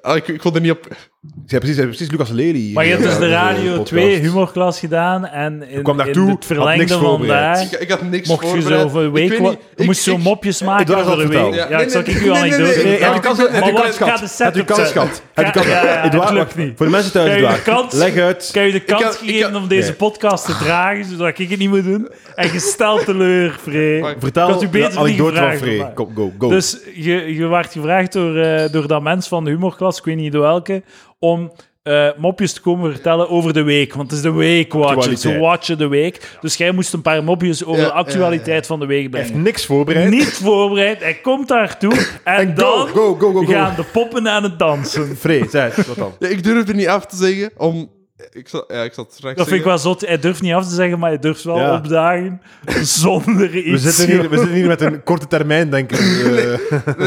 B: ah, ik, ik kon er niet op.
C: Ze hebben precies, ze hebben precies Lucas Lely hier,
A: Maar je hebt
C: eh,
A: dus de
C: eh,
A: Radio
C: podcast.
A: 2 humorklas gedaan en in,
C: kwam daartoe,
A: in het
C: had
A: verlengde
C: niks
A: van
C: voorbereid.
A: daar
B: Ik, ik had niks
A: mocht je
B: voorbereid.
A: zo voor een
B: Ik
A: week...
B: weet
A: wa-
B: niet,
A: je
B: ik-
A: moest zo
B: ik-
A: mopjes
C: Ik doe
A: maken
C: dat
A: over de
C: al
A: week.
C: vertellen.
A: Ja,
B: Ja,
A: ik zal
B: nee,
A: ik
B: nee,
A: u
B: nee, nee,
A: anekdote
B: nee, nee,
C: Nee,
A: vertellen.
C: heb je kans gehad?
A: Maar wat- ik ga
C: Heb je kans gehad?
A: de setup
C: Heb je kans
A: zetten.
C: gehad? Heb je
A: Ga-
C: kans gehad?
A: ja, ja,
C: Edouard,
A: het lukt niet.
C: Voor de mensen thuis,
A: Krijg je de
C: Edouard,
A: kans?
C: leg uit.
A: Ik heb je de kans
B: kan- ik
A: gegeven
B: kan-
A: om deze
C: Nee.
A: podcast te dragen, zodat ik het niet moet doen. En je stelt teleur, Free.
B: Fuck.
C: Vertel
A: Had u beter
C: de anekdote
A: die
C: van
A: vraag van
C: Free.
A: mij.
C: Kom, go, go.
A: Dus je, je werd gevraagd door, eh, door dat mens van de humorklas, ik weet niet door welke, om eh, mopjes te komen vertellen over de week. Want het is de week watchen.
C: Actualiteit.
A: Ze watchen de week. Dus jij moest een paar mopjes over
B: Ja,
A: de actualiteit van de week
C: Hij heeft
A: brengen.
C: niks voorbereid.
A: Niet voorbereid, hij komt daartoe
C: (laughs)
A: en,
C: En
A: dan
C: go, go, go, go, go.
A: gaan de poppen aan het dansen.
C: Free, zeg het, wat dan?
B: Ja, ik durf het niet af te zeggen, om... Ik zal, ja, ik zal het straks
A: Dat vind ik
B: zeggen.
A: wel zot. Hij durft niet af te zeggen, maar hij durft wel
C: Ja.
A: opdagen (laughs) zonder iets.
C: We zitten, hier, we
A: (laughs)
C: zitten hier met een korte termijn, denk ik. Eh,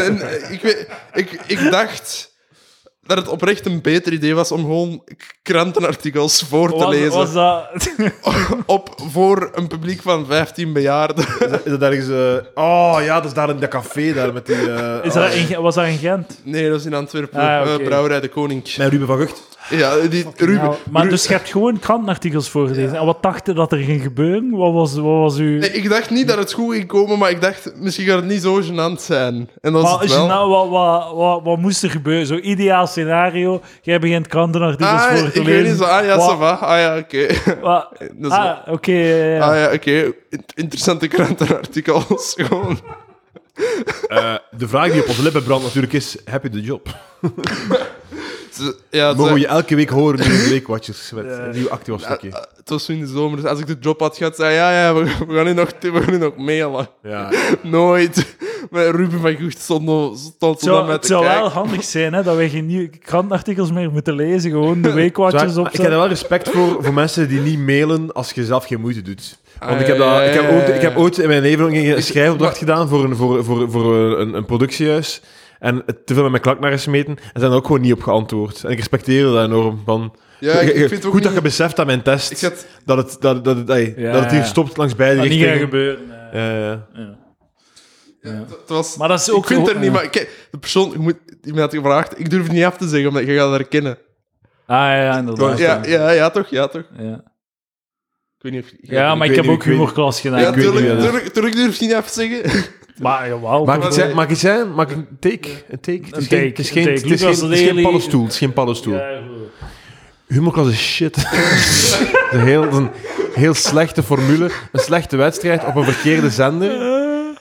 B: En, eh, ik, weet- ik, ik dacht dat het oprecht een beter idee was om gewoon k- krantenartikels voor te
A: was,
B: lezen.
A: was dat... (laughs)
B: Op, voor een publiek van 15 bejaarden.
C: Is dat ergens... eh, oh ja, dat is daar in dat café, daar met die... eh,
A: Is
C: oh.
A: dat in- was dat in Gent?
B: Nee, dat is in Antwerpen.
A: Ah,
B: eh,
A: oké.
B: Brouwerij de Koning.
C: oh, Met Ruben van Gucht.
B: Ja, die... Ruben...
A: Nou, (laughs) maar dus je hebt gewoon krantenartikels voorgelezen. En wat dacht je dat er ging gebeuren? Wat was, wat was uw...
B: Nee, ik dacht niet dat het goed ging komen, maar ik dacht, misschien gaat het niet zo gênant zijn. En dat is
A: wat,
B: het
A: is
B: wel.
A: er nou, wat, wat, wat, wat moest er gebeuren? Zo'n ideaal scenario. Jij begint krantenartikels
B: ah,
A: voor te
B: ik weet niet
A: lezen.
B: zo. Ah ja,
A: Wat-
B: ça va. Ah ja, oké. (laughs)
A: wat-
B: Dat is wel-
A: ah, oké. ja, ja.
B: Ah ja, oké. In- Interessante krantenartikels. (laughs) Gewoon.
C: Eh, de vraag die op onze lippen brandt natuurlijk is, heb je de job?
B: Ze- Ja,
C: Mogen we
B: ze-
C: je elke week horen in de Weekwatchers met een nieuw
B: eh,
C: actiewastukje.
B: eh, het was zo in de zomer, dus als ik de job had gehad, zei ja, ja, we, we gaan nu nog, we gaan nu nog mailen. (laughs)
C: Ja.
B: Nooit. Maar Ruben van Gucht stond, nog- stond
A: Het zou,
B: met
A: het zou wel handig zijn hè, dat wij geen nieuwe krantenartikels meer moeten lezen. Gewoon
B: (laughs)
A: de weekwatjes
C: Zwaar, maar ik heb
A: opzetten.
C: er wel respect voor, voor mensen die niet mailen als je zelf geen moeite doet. Want
B: Ah,
C: ik, heb
B: ja,
C: dat,
B: ja,
C: ik, heb
B: ja,
C: ooit,
B: ja.
C: ik heb ooit in mijn leven ook een
B: Ik-
C: schrijfopdracht
B: maar-
C: gedaan voor een, voor, voor, voor een, een productiehuis. en het te veel met mijn klak naar gesmeten. En ze zijn er ook gewoon niet op geantwoord. En ik respecteerde dat enorm. Van,
B: Ja, ik- ik
C: Goed
B: vind het ook
C: dat
B: niet-
C: je beseft dat mijn test,
B: Ik zat...
C: dat, het, dat, dat, dat, hey,
A: Ja,
C: dat het hier
A: ja.
C: stopt langs beide
A: Dat niet gaat
C: richtingen.
A: gebeuren. eh.
C: Ja, ja.
B: ja, het- het was...
A: Maar dat is ook...
B: ik vind
A: gewoon-
B: het niet, maar kijk, de persoon, je moet, die mij had gevraagd, ik durf het niet af te zeggen, omdat je gaat dat herkennen.
A: Ah ja, inderdaad.
B: Ja, ja, ja, toch? Ja, toch?
A: ja.
B: Ik weet niet of... ik-
A: Ja, maar ik
C: weet
A: heb
C: niet,
A: ook
C: ik weet
A: humorklas gedaan.
B: Ja,
A: Ik weet
B: tuurlijk,
A: niet, eh,
B: tuurlijk, tuurlijk durf je niet af te
A: (laughs)
B: zeggen.
A: Maar jawel.
C: Maak
A: toch?
C: het zijn, maak het zijn, maak een take. Een take. Het is
A: Een
C: geen-
A: take,
C: Het is
A: een
C: geen-
A: take.
C: het is
A: Lucas
C: geen- het is geen
A: Lely-
C: paddenstoel. Het is geen paddenstoel.
A: Ja, goed.
C: Humorklas is shit. (laughs) dat is een heel, dat is een heel slechte formule. Een slechte wedstrijd op een verkeerde zender.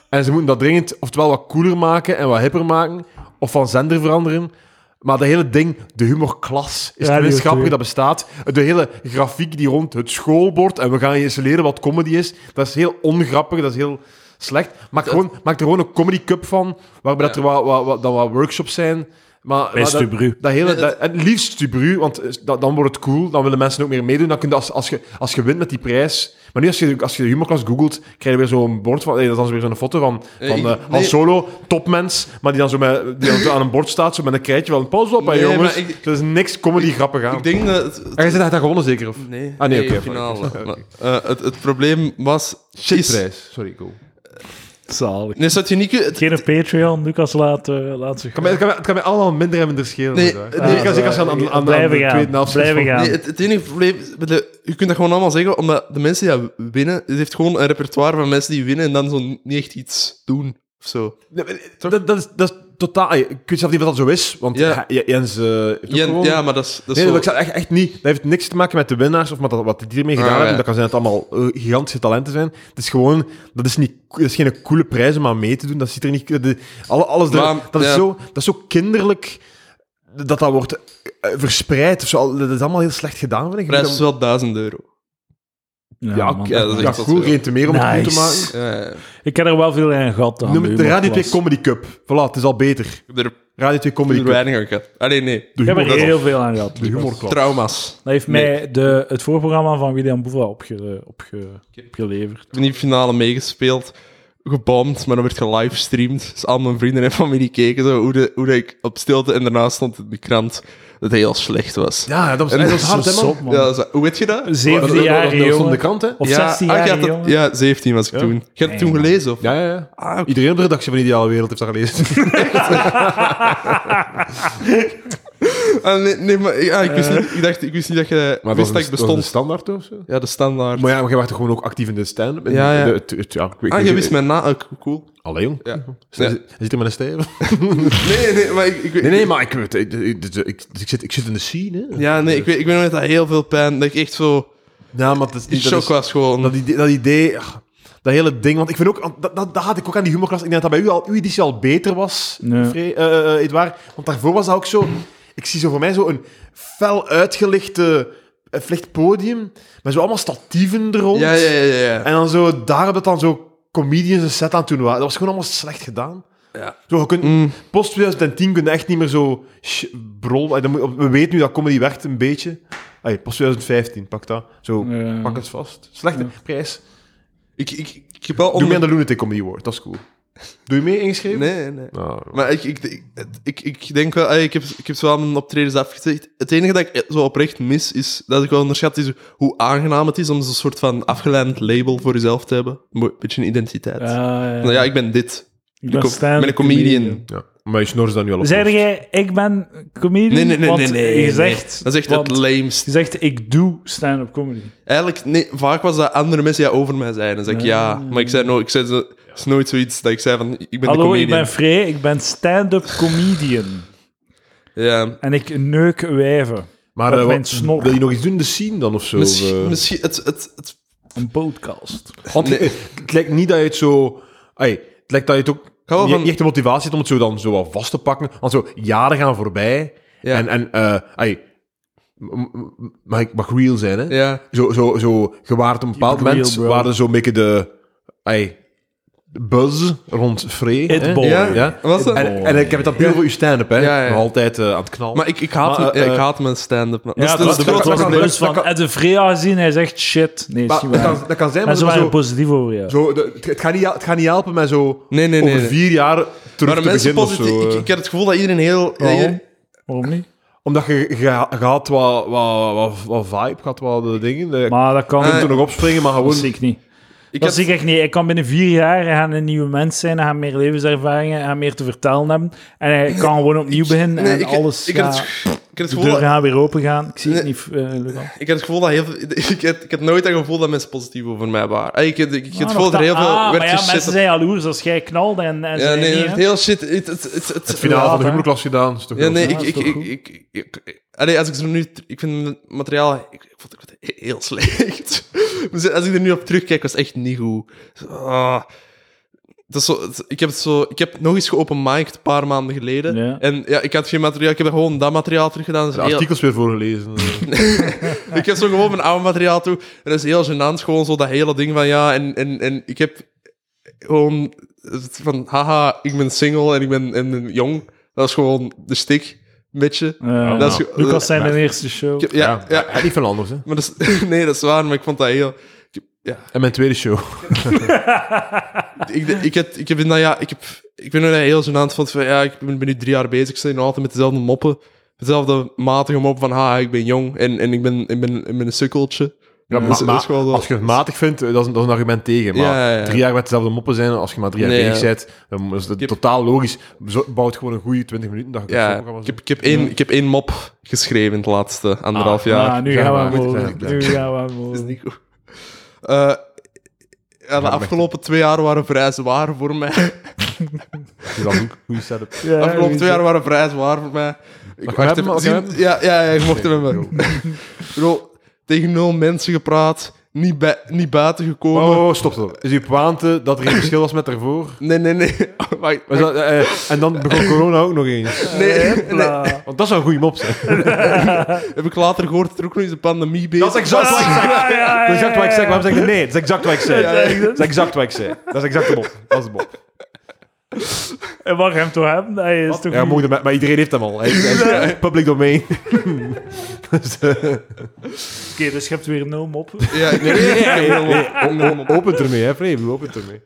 C: En ze moeten dat dringend oftewel wat cooler maken en wat hipper maken. Of van zender veranderen. Maar dat hele ding, de humorklas, is het
A: Radio
C: minst grappige
A: twee.
C: dat bestaat. De hele grafiek die rond het schoolbord en we gaan je eens leren wat comedy is. Dat is heel ongrappig, dat is heel slecht. Maak, gewoon, maak er gewoon een comedy cup van, waarbij dat er wat, wat, wat, dan wat workshops zijn. Maar,
A: Bij
C: maar dat-
A: Stubru.
C: dat hele,
B: Nee, dat-
C: dat, het liefst Stubru, want eh, dat- dan wordt het cool. Dan willen mensen ook meer meedoen. Dan kun je als, als, je, als je wint met die prijs... Maar nu, als je, als je de humorklas googelt, krijg je weer zo'n bord van... eh, dat is dan weer zo'n foto van, van
B: Nee, ik-
C: eh, Han
B: nee.
C: Solo, topmens. Maar die dan, zo met, die dan zo aan een bord staat, zo met een krijtje van... Pas op, hè,
B: Nee, maar
C: jongens.
B: ik-
C: Er is niks comedy grappig aan.
A: Ah,
B: Ik denk dat... het-
C: en je zit daar gewonnen, zeker? Of?
B: Nee,
C: Ah, nee, oké,
B: in
C: oké.
B: finale. Maar, eh, het, het probleem was... is-
C: Prijs. Sorry, cool.
A: Zalig.
B: Nee, zou het je niet kunnen- het-
A: Geen op Patreon, Lucas laat, eh, laat zich...
C: Het kan mij- het kan mij- het kan mij allemaal minder en minder schelen.
B: Nee,
C: vandaag.
B: nee,
C: Ja, zeker als ik als je aan, aan, aan, aan de
A: Blijven gaan,
C: tweede helft zit
A: blijven
C: van-
A: gaan.
B: Nee, het, het enige probleem... is met de- Je kunt dat gewoon allemaal zeggen, omdat de mensen die dat winnen... Het heeft gewoon een repertoire van mensen die winnen en dan zo niet echt iets doen. Of zo.
C: Nee, maar, eh, dat, dat, is, dat is totaal... Ik weet zelf niet wat dat zo is, want
B: Ja.
C: ja. Jens eh, heeft ook
B: Ja,
C: gewonnen.
B: ja, maar dat is... Dat is
C: Nee,
B: zo-
C: dat, ik zeg echt, echt niet. dat heeft niks te maken met de winnaars of met dat, wat die ermee gedaan
B: Ah, ja.
C: hebben. Dat kan zijn dat het allemaal eh, gigantische talenten zijn. Het is gewoon, dat is, niet, dat is geen coole prijs om aan mee te doen. Dat ziet er niet. De, alle- alles er-
B: Maar,
C: dat, is
B: ja.
C: zo, dat is zo kinderlijk dat dat wordt eh, verspreid. Of zo. Al- Dat is allemaal heel slecht gedaan, vind ik.
B: De prijs is wel 1000 euro.
C: ja,
A: man.
C: oké,
B: Ja, dat is
C: ja,
B: echt wat
C: cool,
B: veel.
C: geen te meer om het goed te
A: Nice.
C: maken.
B: Ja, ja.
A: Ik heb er wel veel in gehad aan.
C: Noem het de Radio 2
A: humorklas.
C: Comedy Cup. Voilà, het is al beter.
B: Ik heb er
C: Radio 2 Comedy
B: er
C: Cup.
B: weinig aan gehad. Allee, nee.
C: De
A: Ik heb er
C: humorklas.
A: heel veel aan gehad.
C: De humorklas.
B: Trauma's.
A: Dat heeft
B: Nee.
A: mij de, het voorprogramma van William Boeva opge, opge, opgeleverd.
B: Ik heb in die finale meegespeeld. Gebomd, maar dan werd gelivestreamd. Dus al mijn vrienden en familie keken zo hoe, de, hoe dat ik op stilte en daarna stond in de krant dat het heel slecht was.
C: Ja, dat was,
B: En
C: dat
B: dat
C: was
B: is
C: hard,
A: zo
C: hè, man.
A: zot, man.
B: Ja, dat is- hoe weet je dat?
C: Dat- dat-
A: 17
C: dat-
A: jaar,
C: dat stond in de
A: jongen.
C: krant, hè?
A: Of
B: ja,
A: 16
B: ah, je
A: jaar,
B: had dat-
A: jongen.
B: Ja, 17 was ik toen. Je hebt het toen gelezen, of?
C: Ja, ja, ja.
B: Ah, oké.
C: Iedereen op de redactie van Ideale Wereld heeft dat
B: (laughs)
C: gelezen.
B: Ah, nee, nee, maar ja, ik, wist niet, ik, dacht, ik wist niet dat je
C: Maar
B: wist
C: was
B: dat ik
C: een- was een
B: bestond.
C: standaard of zo?
B: Ja, de standaard.
C: Maar ja, maar jij werd toch gewoon ook actief in de stand-up? In
B: Ja, ja.
C: de- het- het- ja, ik weet
B: ah,
C: niet-
B: je wist mijn naam. cool.
C: Allee, jong.
B: Ja.
C: Hij
B: Ja.
C: zit- hij zit er met een stijf.
B: Nee, nee, maar ik... ik weet-
C: Nee, nee, maar (laughs) ik, weet- ik, ik, ik, ik zit, ik zit in de scene, hè.
B: Ja, nee, ik weet, ik weet nog dat dat heel veel pijn... Dat ik echt zo
C: Ja, maar dat is
B: in
C: niet...
B: shock
C: Dat, is-
B: was gewoon.
C: dat idee... Dat, idee ach, dat hele ding, want ik vind ook, dat, dat, dat had ik ook aan die humorklas. Ik denk dat dat bij u al, uw editie al beter was,
A: Nee.
C: Fre- eh, eh, Edouard. Want daarvoor was dat ook zo... Ik zie zo voor mij zo een fel uitgelichte, een vlecht podium, met zo allemaal statieven er rond.
B: Ja, ja, ja, ja.
C: En dan zo, daar hebben dan zo comedians een set aan toen waren. Dat was gewoon allemaal slecht gedaan.
B: Ja.
C: Zo, je kunt,
B: Mm.
C: Post 2010 kun je echt niet meer zo sh- brol. eh, dan moet- We weten nu dat comedy werkt een beetje. Ay, post 2015, pak dat. Zo,
A: Ja.
C: pak het vast. Slechte prijs.
B: Ik, ik, ik heb wel
C: Doe mee
B: onder...
C: aan de Lunatic Comedy Award, dat is cool. Doe je mee ingeschreven?
B: Nee, nee.
C: Nou,
B: Maar ik, ik, ik, ik, ik denk wel... ey, Ik heb, ik heb zo aan mijn optredens afgezegd. Het enige dat ik zo oprecht mis, is dat ik wel onderschat is hoe aangenaam het is om zo'n soort van afgeleid label voor jezelf te hebben. Een bo- beetje een identiteit.
A: Ah, ja.
B: Nou ja, ik ben dit.
A: ik
B: Ik
A: ben stand-up
B: ben een comedian.
C: ja. Maar je snor is dan nu al op.
A: Zeg jij, ik ben comedian?
B: Nee, nee, nee,
A: Want
B: nee, nee.
A: Je
B: nee.
A: zegt,
B: Dat is echt
A: want
B: het lamest.
A: je zegt, ik doe stand-up comedy.
B: Eigenlijk, nee, vaak was dat andere mensen die over mij zeiden. Dan zei ik ja, maar ik zei, no, ik zei zo, het is nooit zoiets dat ik zei van, ik ben de
A: Mm. Hallo, ik
B: comedian.
A: ben Frey, ik ben stand-up comedian.
B: Ja.
A: En ik neuk wijven.
C: Maar
A: Op
C: eh,
A: mijn
C: wat-
A: snor.
C: wil je nog iets doen in de scene dan of zo? Of, eh?
B: Misschien, misschien het, het, het
A: Een podcast.
C: Want
B: Nee.
C: het lijkt niet dat je het zo... Ay, het lijkt dat je het ook
B: Ga wel
C: niet,
B: van-
C: niet echt de motivatie hebt om het zo dan zo wat vast te pakken. Want zo, jaren gaan voorbij.
B: Ja.
C: En, en eh ay, m- m- m- mag ik mag real zijn, hè?
B: ja.
C: Zo, zo, zo, je waart op een bepaald
A: real,
C: moment,
A: bro.
C: waren zo een beetje de... Ay, buzz rond Free.
A: It
C: hè?
A: boy.
C: Ja, Oh, ja.
B: Was dat?
C: En, en ik heb het dat beeld voor uw stand-up, hè?
B: Ja, ja.
C: Nog altijd eh, aan het knallen.
B: Maar ik, ik, haat,
C: Maar, eh,
B: ik haat mijn stand-up. man.
A: Ja,
B: Dus-
A: dat
B: dus-
A: was,
B: dat
A: dat
B: kan-
A: was een
B: dat kan-
A: bus van...
B: dat kan-
A: Heb je Freya gezien? Hij zegt shit. Nee, is
C: Maar
A: niet
C: dat,
A: waar.
C: kan, dat kan zijn,
A: En
C: maar
A: ze
C: zo,
A: waren
C: zo,
A: positief over jou.
C: de- het, het gaat niet, het gaat niet helpen met zo
B: Nee, nee, nee.
C: over
B: nee.
C: vier jaar terug
B: Maar
C: te
B: mensen
C: beginnen of zo.
B: positief. Ik,
C: eh.
B: ik heb het gevoel dat iedereen heel. dat
A: Waarom?
B: iedereen-
A: Waarom niet?
C: Omdat je, je, je had wat, wat, wat, wat vibe, gaat wat de dingen. De,
A: Maar dat kan...
C: je kunt
A: dat
C: er nog opspringen, maar gewoon...
A: zie ik niet.
B: Eh, Ik
A: dat
B: heb-
A: zie ik echt niet. Ik kan binnen vier jaar hij gaan een nieuwe mens zijn. Hij gaat meer levenservaringen. Hij gaat meer te vertellen hebben. En hij kan gewoon opnieuw beginnen.
B: nee,
A: en
B: ik-
A: alles
B: Ik heb
A: gaat...
B: het ik heb
A: De
B: het gevoel
A: deuren
B: dat-
A: gaan weer open gaan. Ik zie het
B: Nee.
A: niet, eh Lucas.
B: ik heb het gevoel dat heel veel. (laughs) Ik heb, ik heb nooit dat gevoel dat mensen positief over mij waren. Ey, Ik heb ik heb het
A: Ah,
B: gevoel
A: nog
B: dat er heel
A: dat-
B: veel
A: ah,
B: werd
A: maar ja, mensen
B: geshit.
A: zijn jaloers als jij knalde en, en
B: Ja,
A: zij
B: nee,
A: niet,
B: het
A: hè.
B: heel shit. Het, het, het, het,
C: Het finale van de
A: Ja,
C: humorklas gedaan. Is toch
B: Ja,
C: wel-
B: nee,
A: Ja,
B: ik...
A: is
B: ik,
A: toch
B: ik,
A: goed?
B: ik, ik, ik- allee, als ik er nu... Ik vind het materiaal... Ik, ik vond het heel (laughs) slecht. Dus als ik er nu op terugkijk, was het echt niet goed. Ah. Dat is zo, het- ik, heb het zo, ik heb nog eens geopen mic'd een paar maanden geleden.
A: Ja.
B: En ja, ik had geen materiaal. Ik heb gewoon dat materiaal teruggedaan. Dat is
C: De
B: heel-
C: artikels weer voorgelezen. eh.
B: ik heb zo gewoon mijn oude materiaal toe. En dat is heel gênant, gewoon zo dat hele ding van ja. En, en, en ik heb gewoon het van haha, ik ben single en ik ben, en ben jong. Dat is gewoon de stick, een beetje.
A: Ja.
B: dat is ge- eh,
A: Lucas zijn de eerste show.
B: Ik heb- ja, ja,
C: En niet veel anders, hè.
B: Maar dat is, (laughs) nee, dat is waar, maar ik vond dat heel.
C: En mijn tweede show.
B: Ik, ik, heb, ik heb in dat jaar. Ik, heb, ik ben nog heel gênant vond van ja, ik ben, ben nu drie jaar bezig. Ik zit nog altijd met dezelfde moppen. Dezelfde matige mop van ha, ik ben jong en, en ik, ben, ik, ben, ik ben een sukkeltje.
C: Ja,
B: Dat
C: maar,
B: is- dat
C: maar
B: is gewoon zo.
C: als je het matig vindt, eh, dat is, een- dat is een argument tegen. Maar
B: Ja, ja, ja.
C: drie jaar met dezelfde moppen zijn, als je maar drie jaar
B: Nee,
C: bezig
B: ja.
C: bent, dan is dat
B: Ik heb-
C: totaal logisch. Zo, bouwt gewoon een goede 20 minuten. Dat je
B: Ja,
C: dat
B: ik heb, ik, heb één, ik heb één mop geschreven in het laatste anderhalf
A: Ah,
B: jaar.
A: nu
C: Ja,
A: gaan we
C: maar
A: aan
C: goed,
A: boven.
C: ja, ja.
A: Nu gaan we aan boven.
B: Dat is niet goed. Eh, ja, de
C: maar
B: afgelopen twee jaar waren vrij zwaar voor (laughs) mij.
C: is dat ook een goede setup.
A: Ja,
B: De afgelopen twee
A: ja.
B: jaar waren vrij zwaar voor mij. Ik
C: Mag ik hem hebben? Mag ik hem
B: zien- Ja, ja, ja, ik mocht hem hebben. Bro, tegen nul mensen gepraat, niet, bij, niet buiten gekomen.
C: Oh, oh, stop, stop. Is uw pointe dat er geen verschil was met daarvoor?
B: Nee, nee, (laughs) nee. Wacht,
C: Was dat, eh, en dan begon corona ook nog eens.
B: nee, nee.
A: Hopla.
C: Want dat zou een goede mop zijn.
B: Heb ik later gehoord dat er ook nog eens een pandemie bezig
C: Dat is exact wat ik zeg.
A: Ja, ja,
C: Dat is exact wat ik zeg.
A: ja,
C: Waarom zeg je nee? Dat is exact wat ik zeg.
A: Ja, ja.
C: Dat is exact wat ik zeg. Dat is exact de mop. Dat is de mop.
A: ja. En mag hem toch hebben? Hij is toch
C: Ja,
A: niet-
C: mooi, maar maar iedereen heeft hem al. Hij is, hij is
A: (laughs)
C: public domein. (laughs) Dus, eh,
A: Oké, dus je hebt weer nul moppen.
B: Ja, nee, nee, nee, nee, nee, nee, nee, nee.
C: Opent ermee, hè, Vreemd. Opent ermee.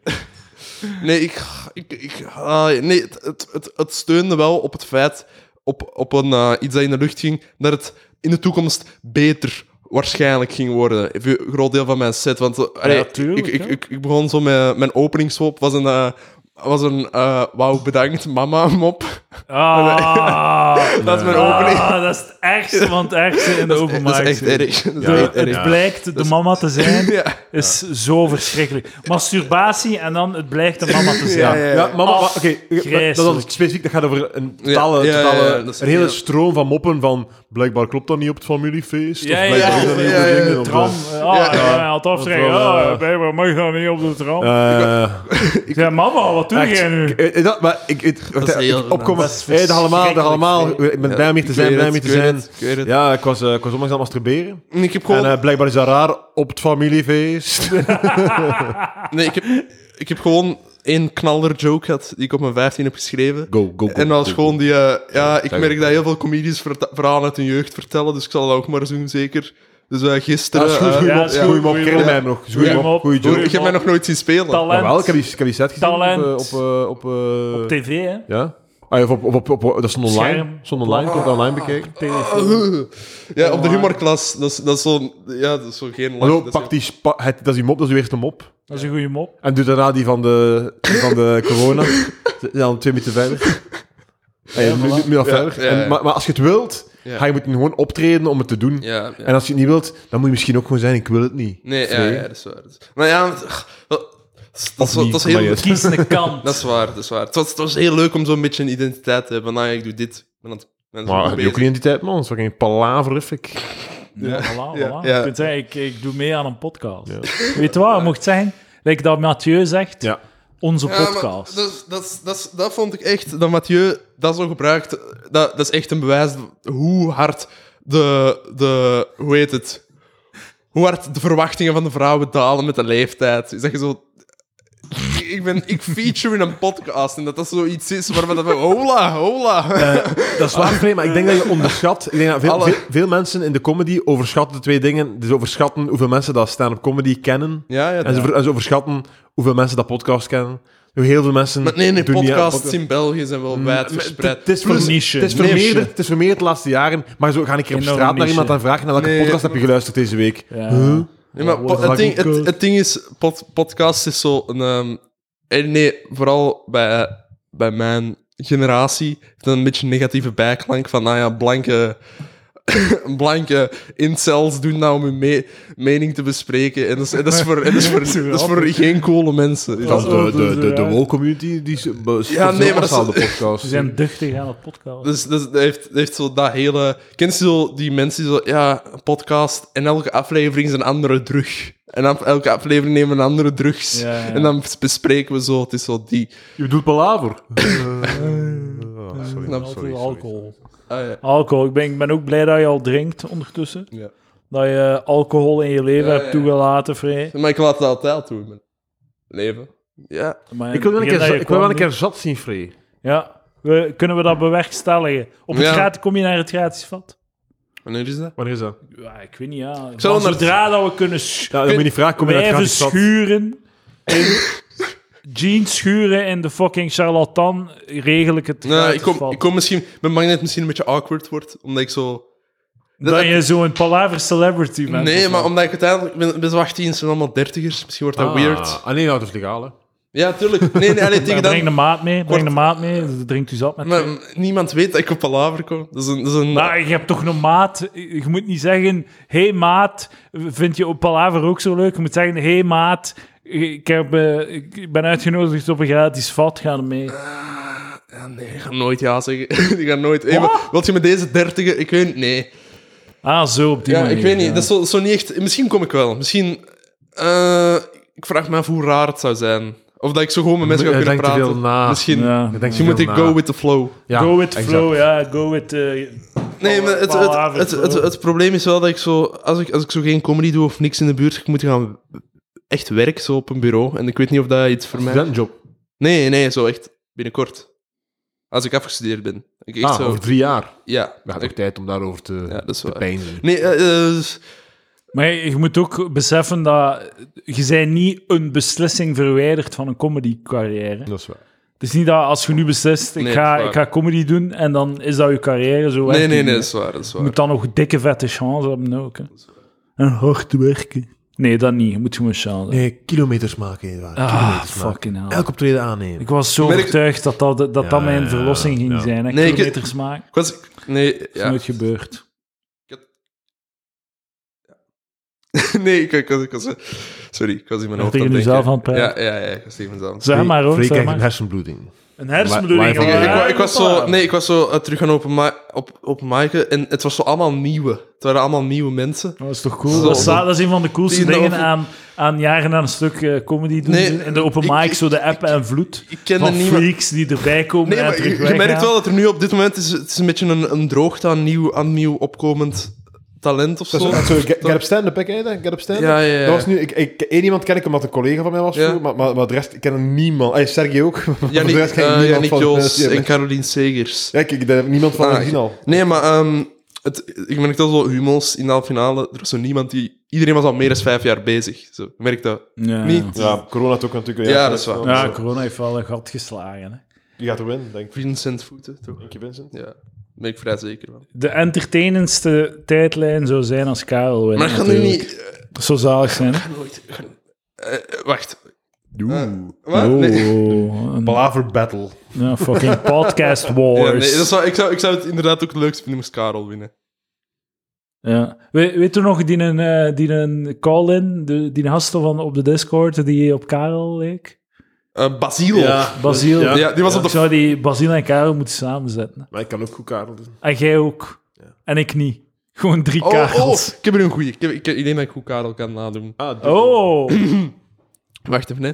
B: Nee, ik, ik, ik, ah, nee het, het, het, het steunde wel op het feit, op, op een, eh, iets dat in de lucht ging, dat het in de toekomst beter waarschijnlijk ging worden. Even Een groot deel van mijn set. Want eh, allee,
A: tuurlijk,
B: ik, ik,
A: ja.
B: ik, ik begon zo met mijn openingswop, was een, eh, was een eh, wauw, bedankt mama mop.
A: Ah,
B: Dat is mijn opening.
A: ah, dat is het ergste van het ergste in de
B: Dat is,
A: openmarkt.
B: dat is echt erg. Dat is
A: De-
B: echt
A: het
B: erg.
A: blijkt de mama te zijn,
B: (laughs) Ja.
A: is zo verschrikkelijk. Masturbatie en dan het blijkt de mama te
B: Ja,
A: zijn.
B: ja, ja.
C: Ja, mama,
A: Af-
C: maar- oké.
A: grijselijk.
C: dat is specifiek. Dat gaat over een totale,
B: Ja, ja, ja,
C: totale-
B: ja, dat is
C: een hele
B: heel-
C: stroom van moppen van blijkbaar klopt dat niet op het familiefeest.
A: Ja,
C: of
A: ja,
C: blijkbaar is dat
B: ja,
C: niet op
B: ja,
C: de
B: ja,
C: dingen,
B: ja,
C: of
A: Tram.
C: dat-
A: Ah, ja, ja, het afschrikken.
C: Dat is wel,
A: Ah,
C: eh,
A: baby, mag je niet op de tram?
C: Eh,
A: Ik zei, mama, wat doe
C: Echt.
A: jij nu?
C: Eh, eh, Dat, maar ik, het, dat
B: is heel-
C: opkomen.
A: dat is
C: Hey, dat allemaal, dat
A: verschrikkelijk,
C: allemaal.
A: hè.
C: Ik ben blij om hier te
B: Ik
C: zijn,
B: weet
C: blij om
B: het,
C: hier te
B: ik weet
C: zijn.
B: het, ik weet het.
C: Ja, ik was, eh, ik was onlangs aan het masturberen.
B: En ik heb
C: En
B: gewoon...
C: eh, blijkbaar is dat raar op het familiefeest.
B: (laughs)
A: eh,
B: Nee, ik heb, ik heb gewoon één knaller joke gehad die ik op mijn 15 heb geschreven.
C: Go, go, go.
B: En dat is
C: go,
B: gewoon
C: go.
B: die... eh, ja, ik
C: Zeg
B: merk
C: het.
B: dat heel veel comedians verta- verhalen uit hun jeugd vertellen, dus ik zal dat ook maar eens doen, zeker. Dus eh,
C: Dat
B: gisteren...
C: is goed,
B: eh,
C: goeie
A: ja,
C: mop,
A: is goed,
C: goeie mop.
A: goeie
C: Ken
A: mop.
C: hem nog. Goeie
A: Goeie
C: mop,
A: mop.
C: goeie
A: Goeie
C: joke.
B: ik heb mij nog nooit zien spelen.
A: Talent.
C: Jawel, ik heb die, ik heb die set gezien op, eh,
A: Talent.
C: op, eh, op, eh, op,
A: TV, hè?
C: ja? Ah, ja, of op, op, op, op- dat stond online.
A: Scherm.
C: Stond online, ik heb dat online bekeken.
B: Ah, Oh. Ja, op de humorklas. Dat is, dat is zo'n... Ja, dat is zo geen...
C: Hallo,
B: dat is-
C: pak die, spa- het, dat is die mop, dat is uw eerste mop.
A: Dat is een goede
C: (laughs)
A: mop.
C: En doe daarna die van de, die van
B: (laughs)
C: de corona. Dan twee minuten verder. En nu- nu- nu al verder.
B: ja, ja.
C: En, maar, maar als je het wilt,
B: Ja.
C: ga je moeten gewoon optreden om het te doen.
B: Ja, ja.
C: En als je het niet wilt, dan moet je misschien ook gewoon zijn, ik wil het niet.
B: Nee, ja,
C: Vrij.
B: ja, dat is waar. Dat is- Maar ja, want, ach, dat is, dat is,
C: niet,
B: dat is
C: maar
B: heel...
C: juist.
A: Kies een kant.
B: Dat is waar, dat is waar. Het was, het was heel leuk om zo'n beetje een identiteit te hebben. Nou, ja, ik doe dit. Ik ben aan het- ik ben zo
C: Maar heb je
B: bezig.
C: ook een identiteit, man? Dat is fucking palaverific.
A: Ja, voilà,
B: Ja,
A: voilà.
B: ja.
A: Je kunt zeggen, ik, ik doe mee aan een podcast. Weet je wat, je mocht zeggen, like dat Mathieu zegt,
C: Ja.
A: onze
B: Ja, maar
A: podcast.
B: dat, is- dat, is- dat, is- dat vond ik echt, dat Mathieu dat zo gebruikt, dat, dat is echt een bewijs hoe hard de, de, hoe heet het, hoe hard de verwachtingen van de vrouwen dalen met de leeftijd. Is dat je zo... ik, ben, ik feature in een podcast en dat dat zoiets is waarvan dat we... Hola, hola.
C: Dat is waar, Frey, maar ik denk dat je onderschat. Ik denk dat veel,
B: Alle-
C: veel, veel mensen in de comedy overschatten de twee dingen. Dus overschatten hoeveel mensen dat stand-up comedy kennen.
B: Ja, ja.
C: En ze, ver- en ze overschatten hoeveel mensen dat podcast kennen. Hoe heel veel mensen.
B: Maar nee, nee,
C: doen niet aan
B: podcasts
C: podcast-
B: in België zijn wel wijd
C: Maar het-
B: verspreid.
C: Het is,
A: Plus
C: ver-
A: niche.
C: het is
A: Niche.
C: vermeerderd, het is vermeerderd de laatste jaren. Maar zo ga ik keer op
A: Enorm
C: straat naar
A: niche.
C: iemand en vragen naar welke
B: Nee.
C: podcast heb je geluisterd deze week.
A: Ja.
C: Huh?
B: Nee, maar
A: Ja,
B: po-
A: wordt
B: het,
A: vaak
B: ding,
A: ook,
B: het,
A: eh,
B: het ding is, pod, podcast is zo een... ehm, eh, nee, vooral bij, bij mijn generatie heeft dat een beetje een negatieve bijklank van, nou ja, blanke... (laughs) blanke incels doen nou om hun me- mening te bespreken. En dat is, en dat is, voor, en dat is, voor, dat is voor geen coole mensen.
A: Ja.
C: Van de, de, de, de
A: Ja.
C: woke community, die is
B: Ja, nee, maar dat is-
C: de podcast.
A: Ze zijn duchtig aan het podcast.
B: Dus, dus dat heeft, dat heeft zo dat hele... Ken je zo die mensen die zo... Ja, een podcast. En elke aflevering is een andere drug. En dan elke aflevering nemen we een andere drugs.
A: Ja, ja.
B: En dan bespreken we zo. Het is zo die...
C: Je
A: (laughs)
C: bedoelt palaver. Oh, sorry,
B: Altijd
C: sorry, sorry.
A: alcohol.
B: Ah, ja.
A: Alcohol. Ik ben, ik ben ook blij dat je al drinkt ondertussen.
B: Ja.
A: Dat je alcohol in je leven
B: Ja,
A: hebt
B: ja.
A: toegelaten, vrij.
B: Maar ik laat dat altijd toe in mijn leven. Ja.
A: Maar
C: Ik wil wel een
A: begin
C: keer,
A: dat
C: za-
A: je
C: ik wil wel een
A: kwam-
C: keer zat zien, Frey.
A: Ja, we, kunnen we dat bewerkstelligen? Op het
B: Ja.
A: gratis, kom je naar het gratis vat?
B: Wanneer is dat?
C: Wanneer is dat?
A: Ja, ik weet niet, ja. Ik
B: zou naar-
A: zodra dat we kunnen sch-
C: Ja, dan moet je niet vragen, kom je naar het
A: blijven
C: gratis zat?
A: schuren in... Jeans schuren in de fucking charlatan, regel ik het
B: Nou,
A: gratis
B: ik kom,
A: vat.
B: ik kom misschien... Mijn magnet misschien een beetje awkward wordt. Omdat ik zo...
A: Dat, je zo'n palaver celebrity bent.
B: Nee,
A: of
B: maar
A: wat.
B: omdat ik uiteindelijk... ben- Ben zo 18, ze zijn allemaal dertigers. Misschien wordt dat weird.
C: Ah, nee, nou, dat is legaal, hè.
B: Ja, tuurlijk. Nee,
A: (laughs)
B: nee, nee
A: Maar Breng
B: tegen dan...
A: de maat mee, breng de
B: Kort-
A: maat mee. Drinkt u zat met
B: Maar
A: twee.
B: niemand weet dat ik op Palaver kom. Dat is een... Dat is een
A: Maar je hebt toch een maat. Je moet niet zeggen: Hé hey, maat, vind je op Palaver ook zo leuk? Je moet zeggen: Hé hey, maat, ik, heb, eh, ik ben uitgenodigd op een gratis vat, ga er mee.
B: Ja, nee, ik ga nooit ja zeggen. (laughs) Die gaan nooit... Hey, maar wilt je met deze dertiger... Ik weet Nee.
A: Ah, zo op die
B: Ja,
A: manier.
B: ik weet niet. Dat is zo, zo niet echt... Misschien kom ik wel. Misschien... eh, ik vraag me af hoe raar het zou zijn. Of dat ik zo gewoon met mensen ga
C: Jij
B: kunnen
C: denkt te
B: praten.
C: veel na.
B: Misschien,
A: Ja.
C: Ik denk
B: misschien
C: te
B: moet ik
C: veel na.
B: go with the flow.
C: eh, Ja,
A: go with
C: exact.
A: flow, ja, go with. eh,
B: Nee, maar het, het,
A: Palaver
B: het, het,
A: flow.
B: het probleem is wel dat ik zo... Als ik, als ik zo geen comedy doe of niks in de buurt, ik moet gaan... Echt werk, zo op een bureau. En ik weet niet of dat iets voor mij...
C: Studentenjob.
B: Nee, nee, zo echt. Binnenkort. Als ik afgestudeerd ben. Ik echt
C: Ah,
B: zo...
C: over drie jaar.
B: Ja.
C: We hadden
B: Ik-
C: ook tijd om daarover te,
B: Ja, dat is
C: te
B: waar.
C: peinzen.
B: Nee, eh, eh,
A: Maar je moet ook beseffen dat je bent niet een beslissing verwijderd van een comedycarrière.
C: Dat is waar.
A: Het is niet dat als je nu beslist: ik,
B: Nee,
A: ga,
B: dat is
A: ik
B: waar.
A: ga comedy doen en dan is dat je carrière zo. werkt
B: nee,
A: het
B: nee,
A: niet,
B: nee,
A: hè.
B: dat is waar. Dat is
A: Je
B: waar.
A: moet dan nog dikke vette chance hebben ook. Hè. En hard werken. Nee, dat niet. Je moet gewoon chance hebben.
C: Nee, kilometers maken, inderdaad.
A: ah,
C: kilometers maken.
A: fucking hell.
C: Elk optreden aannemen.
A: Ik was zo
B: Merk-
A: overtuigd dat dat, dat, dat
C: Ja,
A: mijn
C: ja,
A: verlossing ging
C: ja.
A: zijn. Hè.
B: Nee, ik-
A: Kilometers maken.
B: Ik was... Nee,
A: Dat is
B: ja.
A: nooit gebeurd.
B: (laughs) nee ik, ik was... Ik was eh, sorry, ik was in mijn
A: Nog
B: hoofd aan
A: tegen
B: het
A: jezelf
B: denken.
A: aan het praten.
B: Ja, ja, ja, ik was tegen mezelf.
A: Zeg maar hoor,
C: Freek
A: zeg
C: krijgt een
A: maar.
C: hersenbloeding.
A: Een hersenbloeding.
C: Wa- wa-
B: Ik,
A: ja,
B: ik,
A: ja,
B: ik was
A: ja.
B: zo, nee, ik was zo eh, terug aan open, mi- op, open micen en het was zo allemaal nieuwe. Het waren allemaal nieuwe mensen.
A: Dat is toch cool?
B: Zo.
A: Dat, is, dat is een van de coolste
B: Die
A: dingen
B: nou-
A: aan, aan jaren aan een stuk eh, comedy doen.
B: Nee,
A: doen. In de open
B: ik-
A: mic,
B: ik-
A: zo de app en vloed.
B: Ik kende
A: Van
B: niemand...
A: freaks die erbij komen
B: Nee,
A: en
B: maar
A: terug
B: je, je merkt
A: weggaan.
B: wel dat er nu op dit moment is, het is een beetje een, een droogte aan nieuw, aan nieuw opkomend talent of zo.
C: Sorry, get, get up stand-up, hè, ken je dat? Get up stand-up?
B: Ja, ja, ja.
C: Dat was nu, ik, ik, één iemand ken ik omdat een collega van mij was,
B: Ja.
C: vroeger, maar, maar, maar de rest, ik ken niemand. Hey, Sergio ook. (laughs) maar voor de
B: Janik,
C: rest ken ik
B: eh,
C: niemand
B: Janik
C: van de
B: Joos
C: mensen die-
B: en Caroline Segers.
C: Ja, kijk, daar heb ik niemand van
B: Ah,
C: gezien al.
B: Nee, maar ehm, het, ik merk dat zo humos in de halve finale. Er was zo niemand die... Iedereen was al meer dan vijf jaar bezig. Zo, ik merk dat
A: Ja.
B: niet.
C: Ja, corona toch natuurlijk.
B: Ja, dat is waar.
A: Ja, corona heeft wel een gat geslagen. Hè.
C: Die gaat er winnen, denk ik.
B: Vincent Voeten, toch?
C: Dank je, Vincent.
B: Ja, daar ben ik vrij zeker van.
A: de entertainendste tijdlijn zou zijn als Karel wint.
B: Maar ik ga nu
A: natuurlijk.
B: niet...
A: Dat zou zalig zijn.
B: eh, nooit- eh, wacht.
C: Doe.
B: Eh, Wat?
A: Oh,
B: Nee.
A: een-
C: Palaver Battle.
A: ja, fucking podcast
B: Ja,
A: wars.
B: nee, dat zou, ik, zou, ik zou het inderdaad ook het leukst vinden moest Karel winnen.
A: Ja. We- weet je nog die een, eh, die een call-in, de- die een gasten van op de Discord die op Karel leek?
B: Eh Basilo.
A: Basiel.
C: Ja.
B: Ja, die was op
A: Ik
B: de...
A: zou die Basiel en Karel moeten samenzetten.
C: Maar ik kan ook goed Karel doen.
A: En jij ook. En ik niet. Gewoon drie
B: Oh, oh,
A: Karels.
B: ik heb er een goeie. Ik, heb, ik, ik denk dat ik goed Karel kan nadoen.
C: Ah,
A: Oh,
C: (laughs)
B: (laughs) Wacht even, hè.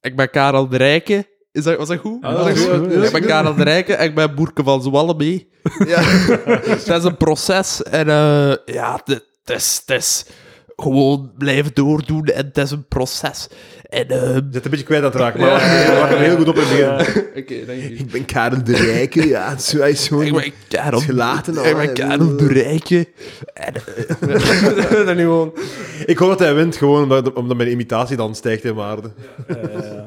B: Ik ben Karel de Rijke. Is dat, was dat goed?
C: Ah, dat is goed. Ja,
B: ik ben Karel de Rijke, ik ben Boerke van Zwalbe. (laughs) Ja. dat is een proces en eh, ja, het het is, het is
D: gewoon blijven doordoen en het is een proces. En ehm,
C: Je zit een beetje kwijt aan het raken, maar we waren er heel goed op in het begin.
B: Oké, dank je.
E: Ik ben Karel de Rijke, ja. het is- Hij is
D: ik
E: zo'n
D: ben Karel,
E: gelaten al.
D: ik ben Karel de Rijke. En,
B: dan gewoon
C: Ik hoop dat hij wint, gewoon omdat, omdat mijn imitatie dan stijgt in waarde.
A: Ja,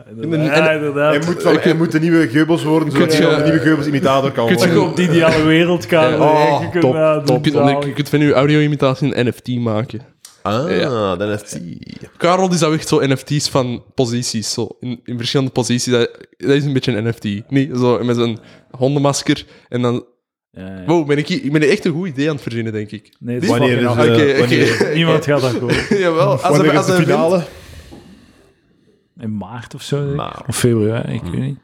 A: inderdaad. Ja, inderdaad.
C: Hij moet, van, hij moet de nieuwe Geubels worden, zodat
B: Kun
C: hij
B: je-
C: dan de nieuwe Geubels-imitator kan
B: Kun je-
C: worden.
A: Ook op die ideale wereld kan.
C: Oh,
A: Kijk, ik
C: top,
A: hem, eh,
B: je kunt,
A: totaal.
B: je kunt van je audio-imitatie een NFT maken.
C: Ah,
B: Ja.
C: dan heeft hij...
B: Karel die zou echt zo NFT's van posities, zo in, in verschillende posities. Dat, dat is een beetje een NFT. Nee, zo met zo'n hondenmasker en dan...
A: Ja, ja.
B: Wow, ben ik, hier- ik ben hier echt een goed idee aan het verzinnen, denk ik.
A: Nee, het is
C: Wanneer is
A: fucking
C: de-
A: af-
B: Oké, oké.
C: Eh,
B: (laughs)
C: wanneer-
A: Niemand
C: (laughs)
A: gaat dat kopen.
B: Jawel, als
C: wanneer
B: hij,
C: is
B: als
C: de
B: hij wint-
C: finale?
A: In maart of zo. denk ik.
C: Maar-
A: Of februari, ik
B: Mm.
A: weet niet.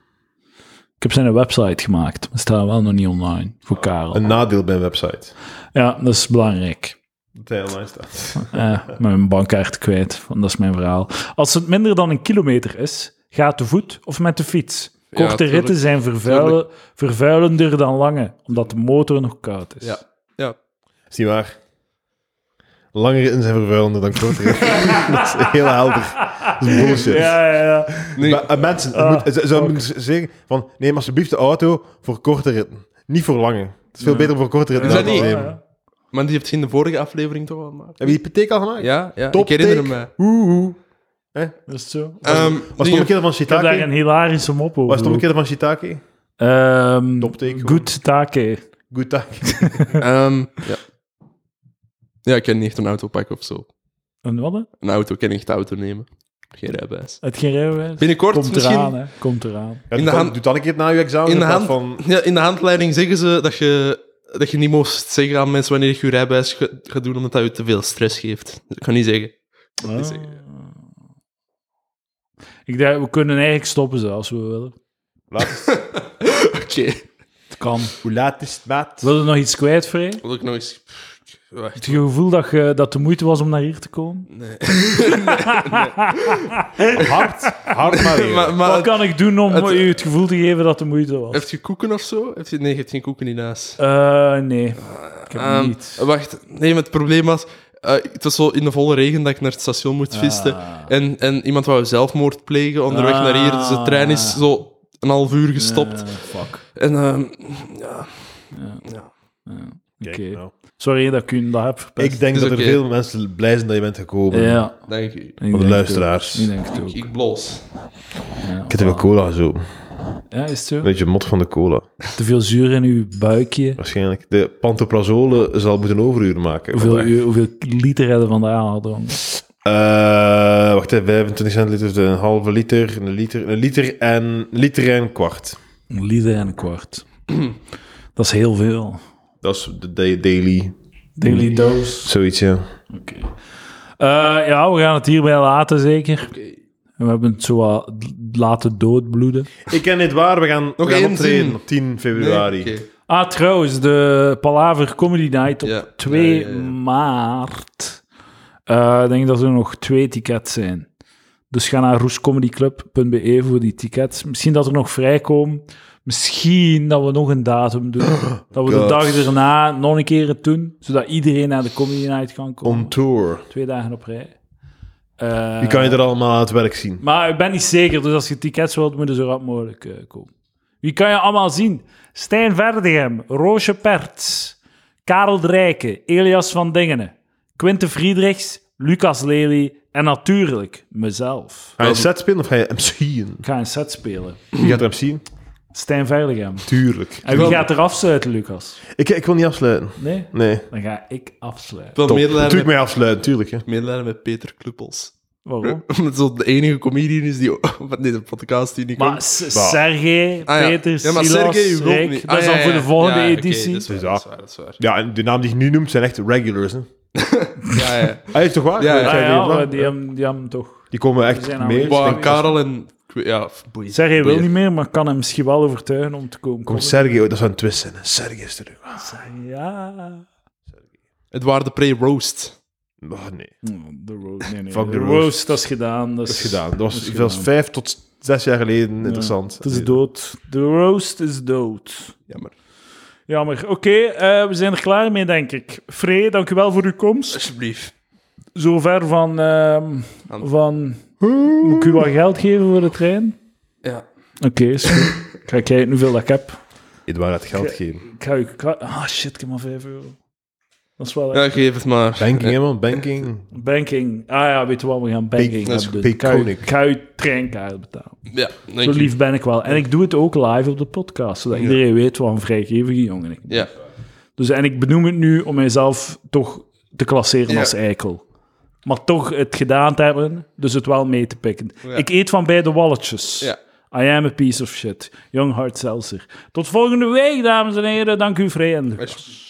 A: Ik heb zijn website gemaakt. maar staat wel nog niet online.
B: Oh.
A: Voor Karel.
C: Een nadeel bij een website.
A: Ja, dat is
B: (laughs)
A: belangrijk.
C: Dat hij online staat.
A: Eh, mijn bankkaart kwijt. want Dat is mijn verhaal. Als het minder dan een kilometer is, ga te voet of met de fiets.
B: Ja,
A: Korte
B: tuurlijk.
A: ritten zijn vervuilen, vervuilender dan lange, omdat de motor nog koud is.
B: Ja. Ja.
C: Is niet waar? Lange ritten zijn vervuilender dan korte ritten. dat is heel helder. Dat is bullshit.
A: Ja, ja, ja.
B: Nee.
C: Maar, eh, mensen, het
B: Ah,
C: moet- ze, ze moeten zeggen van neem alsjeblieft de auto voor korte ritten. Niet voor lange. Het is veel beter om voor korte ritten
B: Is
C: de
B: dat
C: auto te
B: niet?
C: nemen.
A: Ja,
B: Maar die heeft geen de vorige aflevering toch al gemaakt?
C: Heb je die hypotheek al gemaakt?
B: Ja, ja.
C: Top
B: ik herinner
C: take.
B: me.
A: Dat is het zo. Ik
B: Ehm
C: Was het
B: dingen-
C: omgekeerde van
A: heb daar een
C: Shitake?
A: hilarische mop over.
C: Was het omgekeerde van Shitake?
A: Ehm,
C: Toptake gewoon.
A: Goed take.
C: Good take.
B: ehm, ja. ja, ik kan niet echt een auto pakken of zo.
A: Een wat? hè?
B: Een auto kan niet de auto nemen. Geen rijbewijs.
A: Het geen rijbewijs.
B: Binnenkort
A: Komt
B: misschien...
A: eraan, hè. Komt eraan.
C: Ja,
B: In
C: doe,
B: de
C: dan,
B: hand-
C: doe dan een keer na je examen.
B: In de,
C: plaats
B: hand,
C: van,
B: ja, in de handleiding zeggen ze dat je, dat je niet moest zeggen aan mensen wanneer je je rijbewijs ga- gaat doen, omdat dat je te veel stress geeft. Dat kan niet zeggen.
A: Ah.
B: zeggen,
A: Ik denk, we kunnen eigenlijk stoppen zo, als we willen.
B: (laughs)
C: laat-
B: Oké.
A: Het kan.
C: hoe laat is het, maat?
A: Wil je nog iets kwijt, Frey?
B: Wil ik nog eens... Pff, Wacht.
A: Het gevoel dat, je, dat de moeite was om naar hier te komen?
C: Hard. Hard maar weer.
B: (laughs) Maar,
A: Wat
B: maar
A: kan ik doen om
B: het-
A: u het gevoel te geven dat de moeite was?
B: heeft je koeken of zo? Heeft je, nee, je hebt geen koeken in huis.
A: Eh, nee, ik heb
B: Ehm,
A: niet.
B: Wacht, nee, maar het probleem was... eh, het was zo in de volle regen dat ik naar het station moest visten. En, en iemand wou zelfmoord plegen onderweg
A: Ah.
B: naar hier. Dus de trein is zo een half uur gestopt.
A: Eh, fuck.
B: En ehm, ja,
A: Oké.
C: Kijk, nou.
A: Sorry dat ik u dat heb verpest.
C: Ik denk
B: Is
C: dat
B: oké.
C: er veel mensen blij zijn dat je bent gekomen.
A: Ja,
B: dank u.
A: ik
C: Van
A: denk
C: de
A: het
C: luisteraars.
A: ook. Ik denk het ook.
B: Ik bloos.
A: Ja,
C: Ik heb
B: Ah.
C: wel cola zo.
A: ja, is het zo?
C: Weet je, mot van de cola.
A: Te veel zuur in uw buikje.
C: Waarschijnlijk. De pantoprazole zal moeten overuur maken.
A: Hoeveel,
C: vandaag.
A: uur, hoeveel liter hebben we vandaag al gedronken?
C: Eh, wacht even, 25 centiliter, een halve liter, een liter, een liter en een liter en een kwart.
A: Een liter en een kwart. dat is heel veel.
C: Dat is de da- daily,
A: Daily dose.
C: zoiets, ja.
A: Mm. Oké. Eh, ja, we gaan het hierbij laten, zeker. En we hebben het zo wat d- laten doodbloeden.
C: Ik ken dit waar, we gaan, we gaan
B: één
C: optreden
B: zin.
C: op 10
B: Nee,
C: februari.
B: oké.
A: Ah, trouwens, de Palaver Comedy Night op
B: Ja.
A: 2
B: Ja, ja, ja.
A: maart. Eh, Ik denk dat er nog twee tickets zijn. Dus ga naar roescomedyclub.be E voor die tickets. Misschien dat er nog vrijkomen. Misschien dat we nog een datum
B: (gasps)
A: doen. dat we de
C: God.
A: dag erna nog een keer het doen. Zodat iedereen naar de Comedy Night kan komen.
C: On tour.
A: Twee dagen op rij. Eh,
C: Die kan
B: Ah.
C: je er allemaal aan het werk zien.
A: Maar ik ben niet zeker, dus als je tickets wilt, moeten ze zo rap mogelijk eh, komen. Wie kan je allemaal zien? Stijn Verdegem, Roosje Perts, Karel Drijken, Elias van Dingenen, Quinte Friedrichs, Lucas Lely en natuurlijk mezelf.
C: Ga je een set spelen of ga je MC'en?
A: Ik ga een set spelen.
C: Wie gaat er MC'en?
A: Stijn Verdegem.
C: Tuurlijk.
A: En wie gaat er afsluiten, Lucas?
C: Ik, ik wil niet afsluiten.
A: Nee?
C: Nee.
A: Dan ga ik afsluiten.
B: Ik wil
C: Top.
B: medelijden
C: Natuurlijk
B: met,
C: mee afsluiten, tuurlijk. Hè.
B: medelijden met Peter Kluppels. (laughs)
A: Waarom?
B: Omdat zo de enige comedian is die (laughs) van deze podcast die niet
A: Maar
B: komt.
A: S-
C: Bah.
A: Sergej,
B: Ah, ja.
A: Peter,
B: Ja, maar
A: Silas,
B: Sergej, je wilt
A: Rick,
B: niet.
A: dat
B: Ah,
A: is
B: ja,
A: dan voor
B: ja,
A: de volgende
B: ja, oké,
A: editie.
B: dat is waar,
C: Dus
B: dat is
C: dat.
B: waar, dat is waar.
C: Ja, en de naam die je nu noemt zijn echt regulars. Hè.
B: Ja,
A: (laughs)
B: ja.
C: Hij heeft toch waar?
B: Ja, ja.
C: Ik
A: Ah,
C: zei
A: ja,
C: het even.
A: maar die hebben die hebben toch...
C: Die komen echt
A: Die zijn aan
C: meer.
A: het-
B: Maar Karel en... ik weet- Ja, boeien.
A: Sergej wil
B: Boeien.
A: niet meer, maar kan hem misschien wel overtuigen om te komen.
C: Komt Sergio, dat zou een twist zijn. hè. Sergio is er nu.
A: Ja.
B: Het waren de pre-roast.
C: Oh, nee.
A: De roast. Nee, nee.
C: Fuck
A: de
C: de
A: roast.
C: roast,
A: dat is gedaan. Dat is,
C: Dat is gedaan. Dat was
A: is
C: zelfs
A: gedaan.
C: vijf tot zes jaar geleden interessant.
A: Het is dood. De roast is dood.
B: Jammer.
A: Jammer. Oké, eh, we zijn er klaar mee, denk ik. Free, dank u wel voor uw komst.
B: Alsjeblieft.
A: zo ver van, ehm, van... Moet ik u wat geld geven voor de trein?
B: Ja.
A: Oké, is goed. Ik ga kijken hoeveel dat ik heb.
C: Edouard het geld geven.
A: Ik ga u... ik ga- Ah, shit, ik heb maar 5 euro. Dat is wel...
B: Ja, geef het maar.
C: Banking, hè, man. Banking.
A: Banking. Ah ja, weet je wat, we gaan banking
B: dat is
A: hebben.
C: goed.
A: Ik ga, u-
C: Peconic.
A: ik ga uw treinkaart betalen.
B: Ja,
A: Zo
B: denk ik.
A: lief ben ik wel. En ik doe het ook live op de podcast, zodat iedereen weet wat een vrijgevige jongen ik ben.
B: Ja.
A: Dus, en ik benoem het nu om mijzelf toch te klasseren
B: Ja.
A: als eikel. Maar toch het gedaan te hebben, dus het wel mee te pikken.
B: Ja.
A: Ik eet van beide walletjes.
B: Ja.
A: I am a piece of shit. Young Hard Seltzer. Tot volgende week, dames en heren. Dank u, vriendelijk.
B: Alsjeblieft.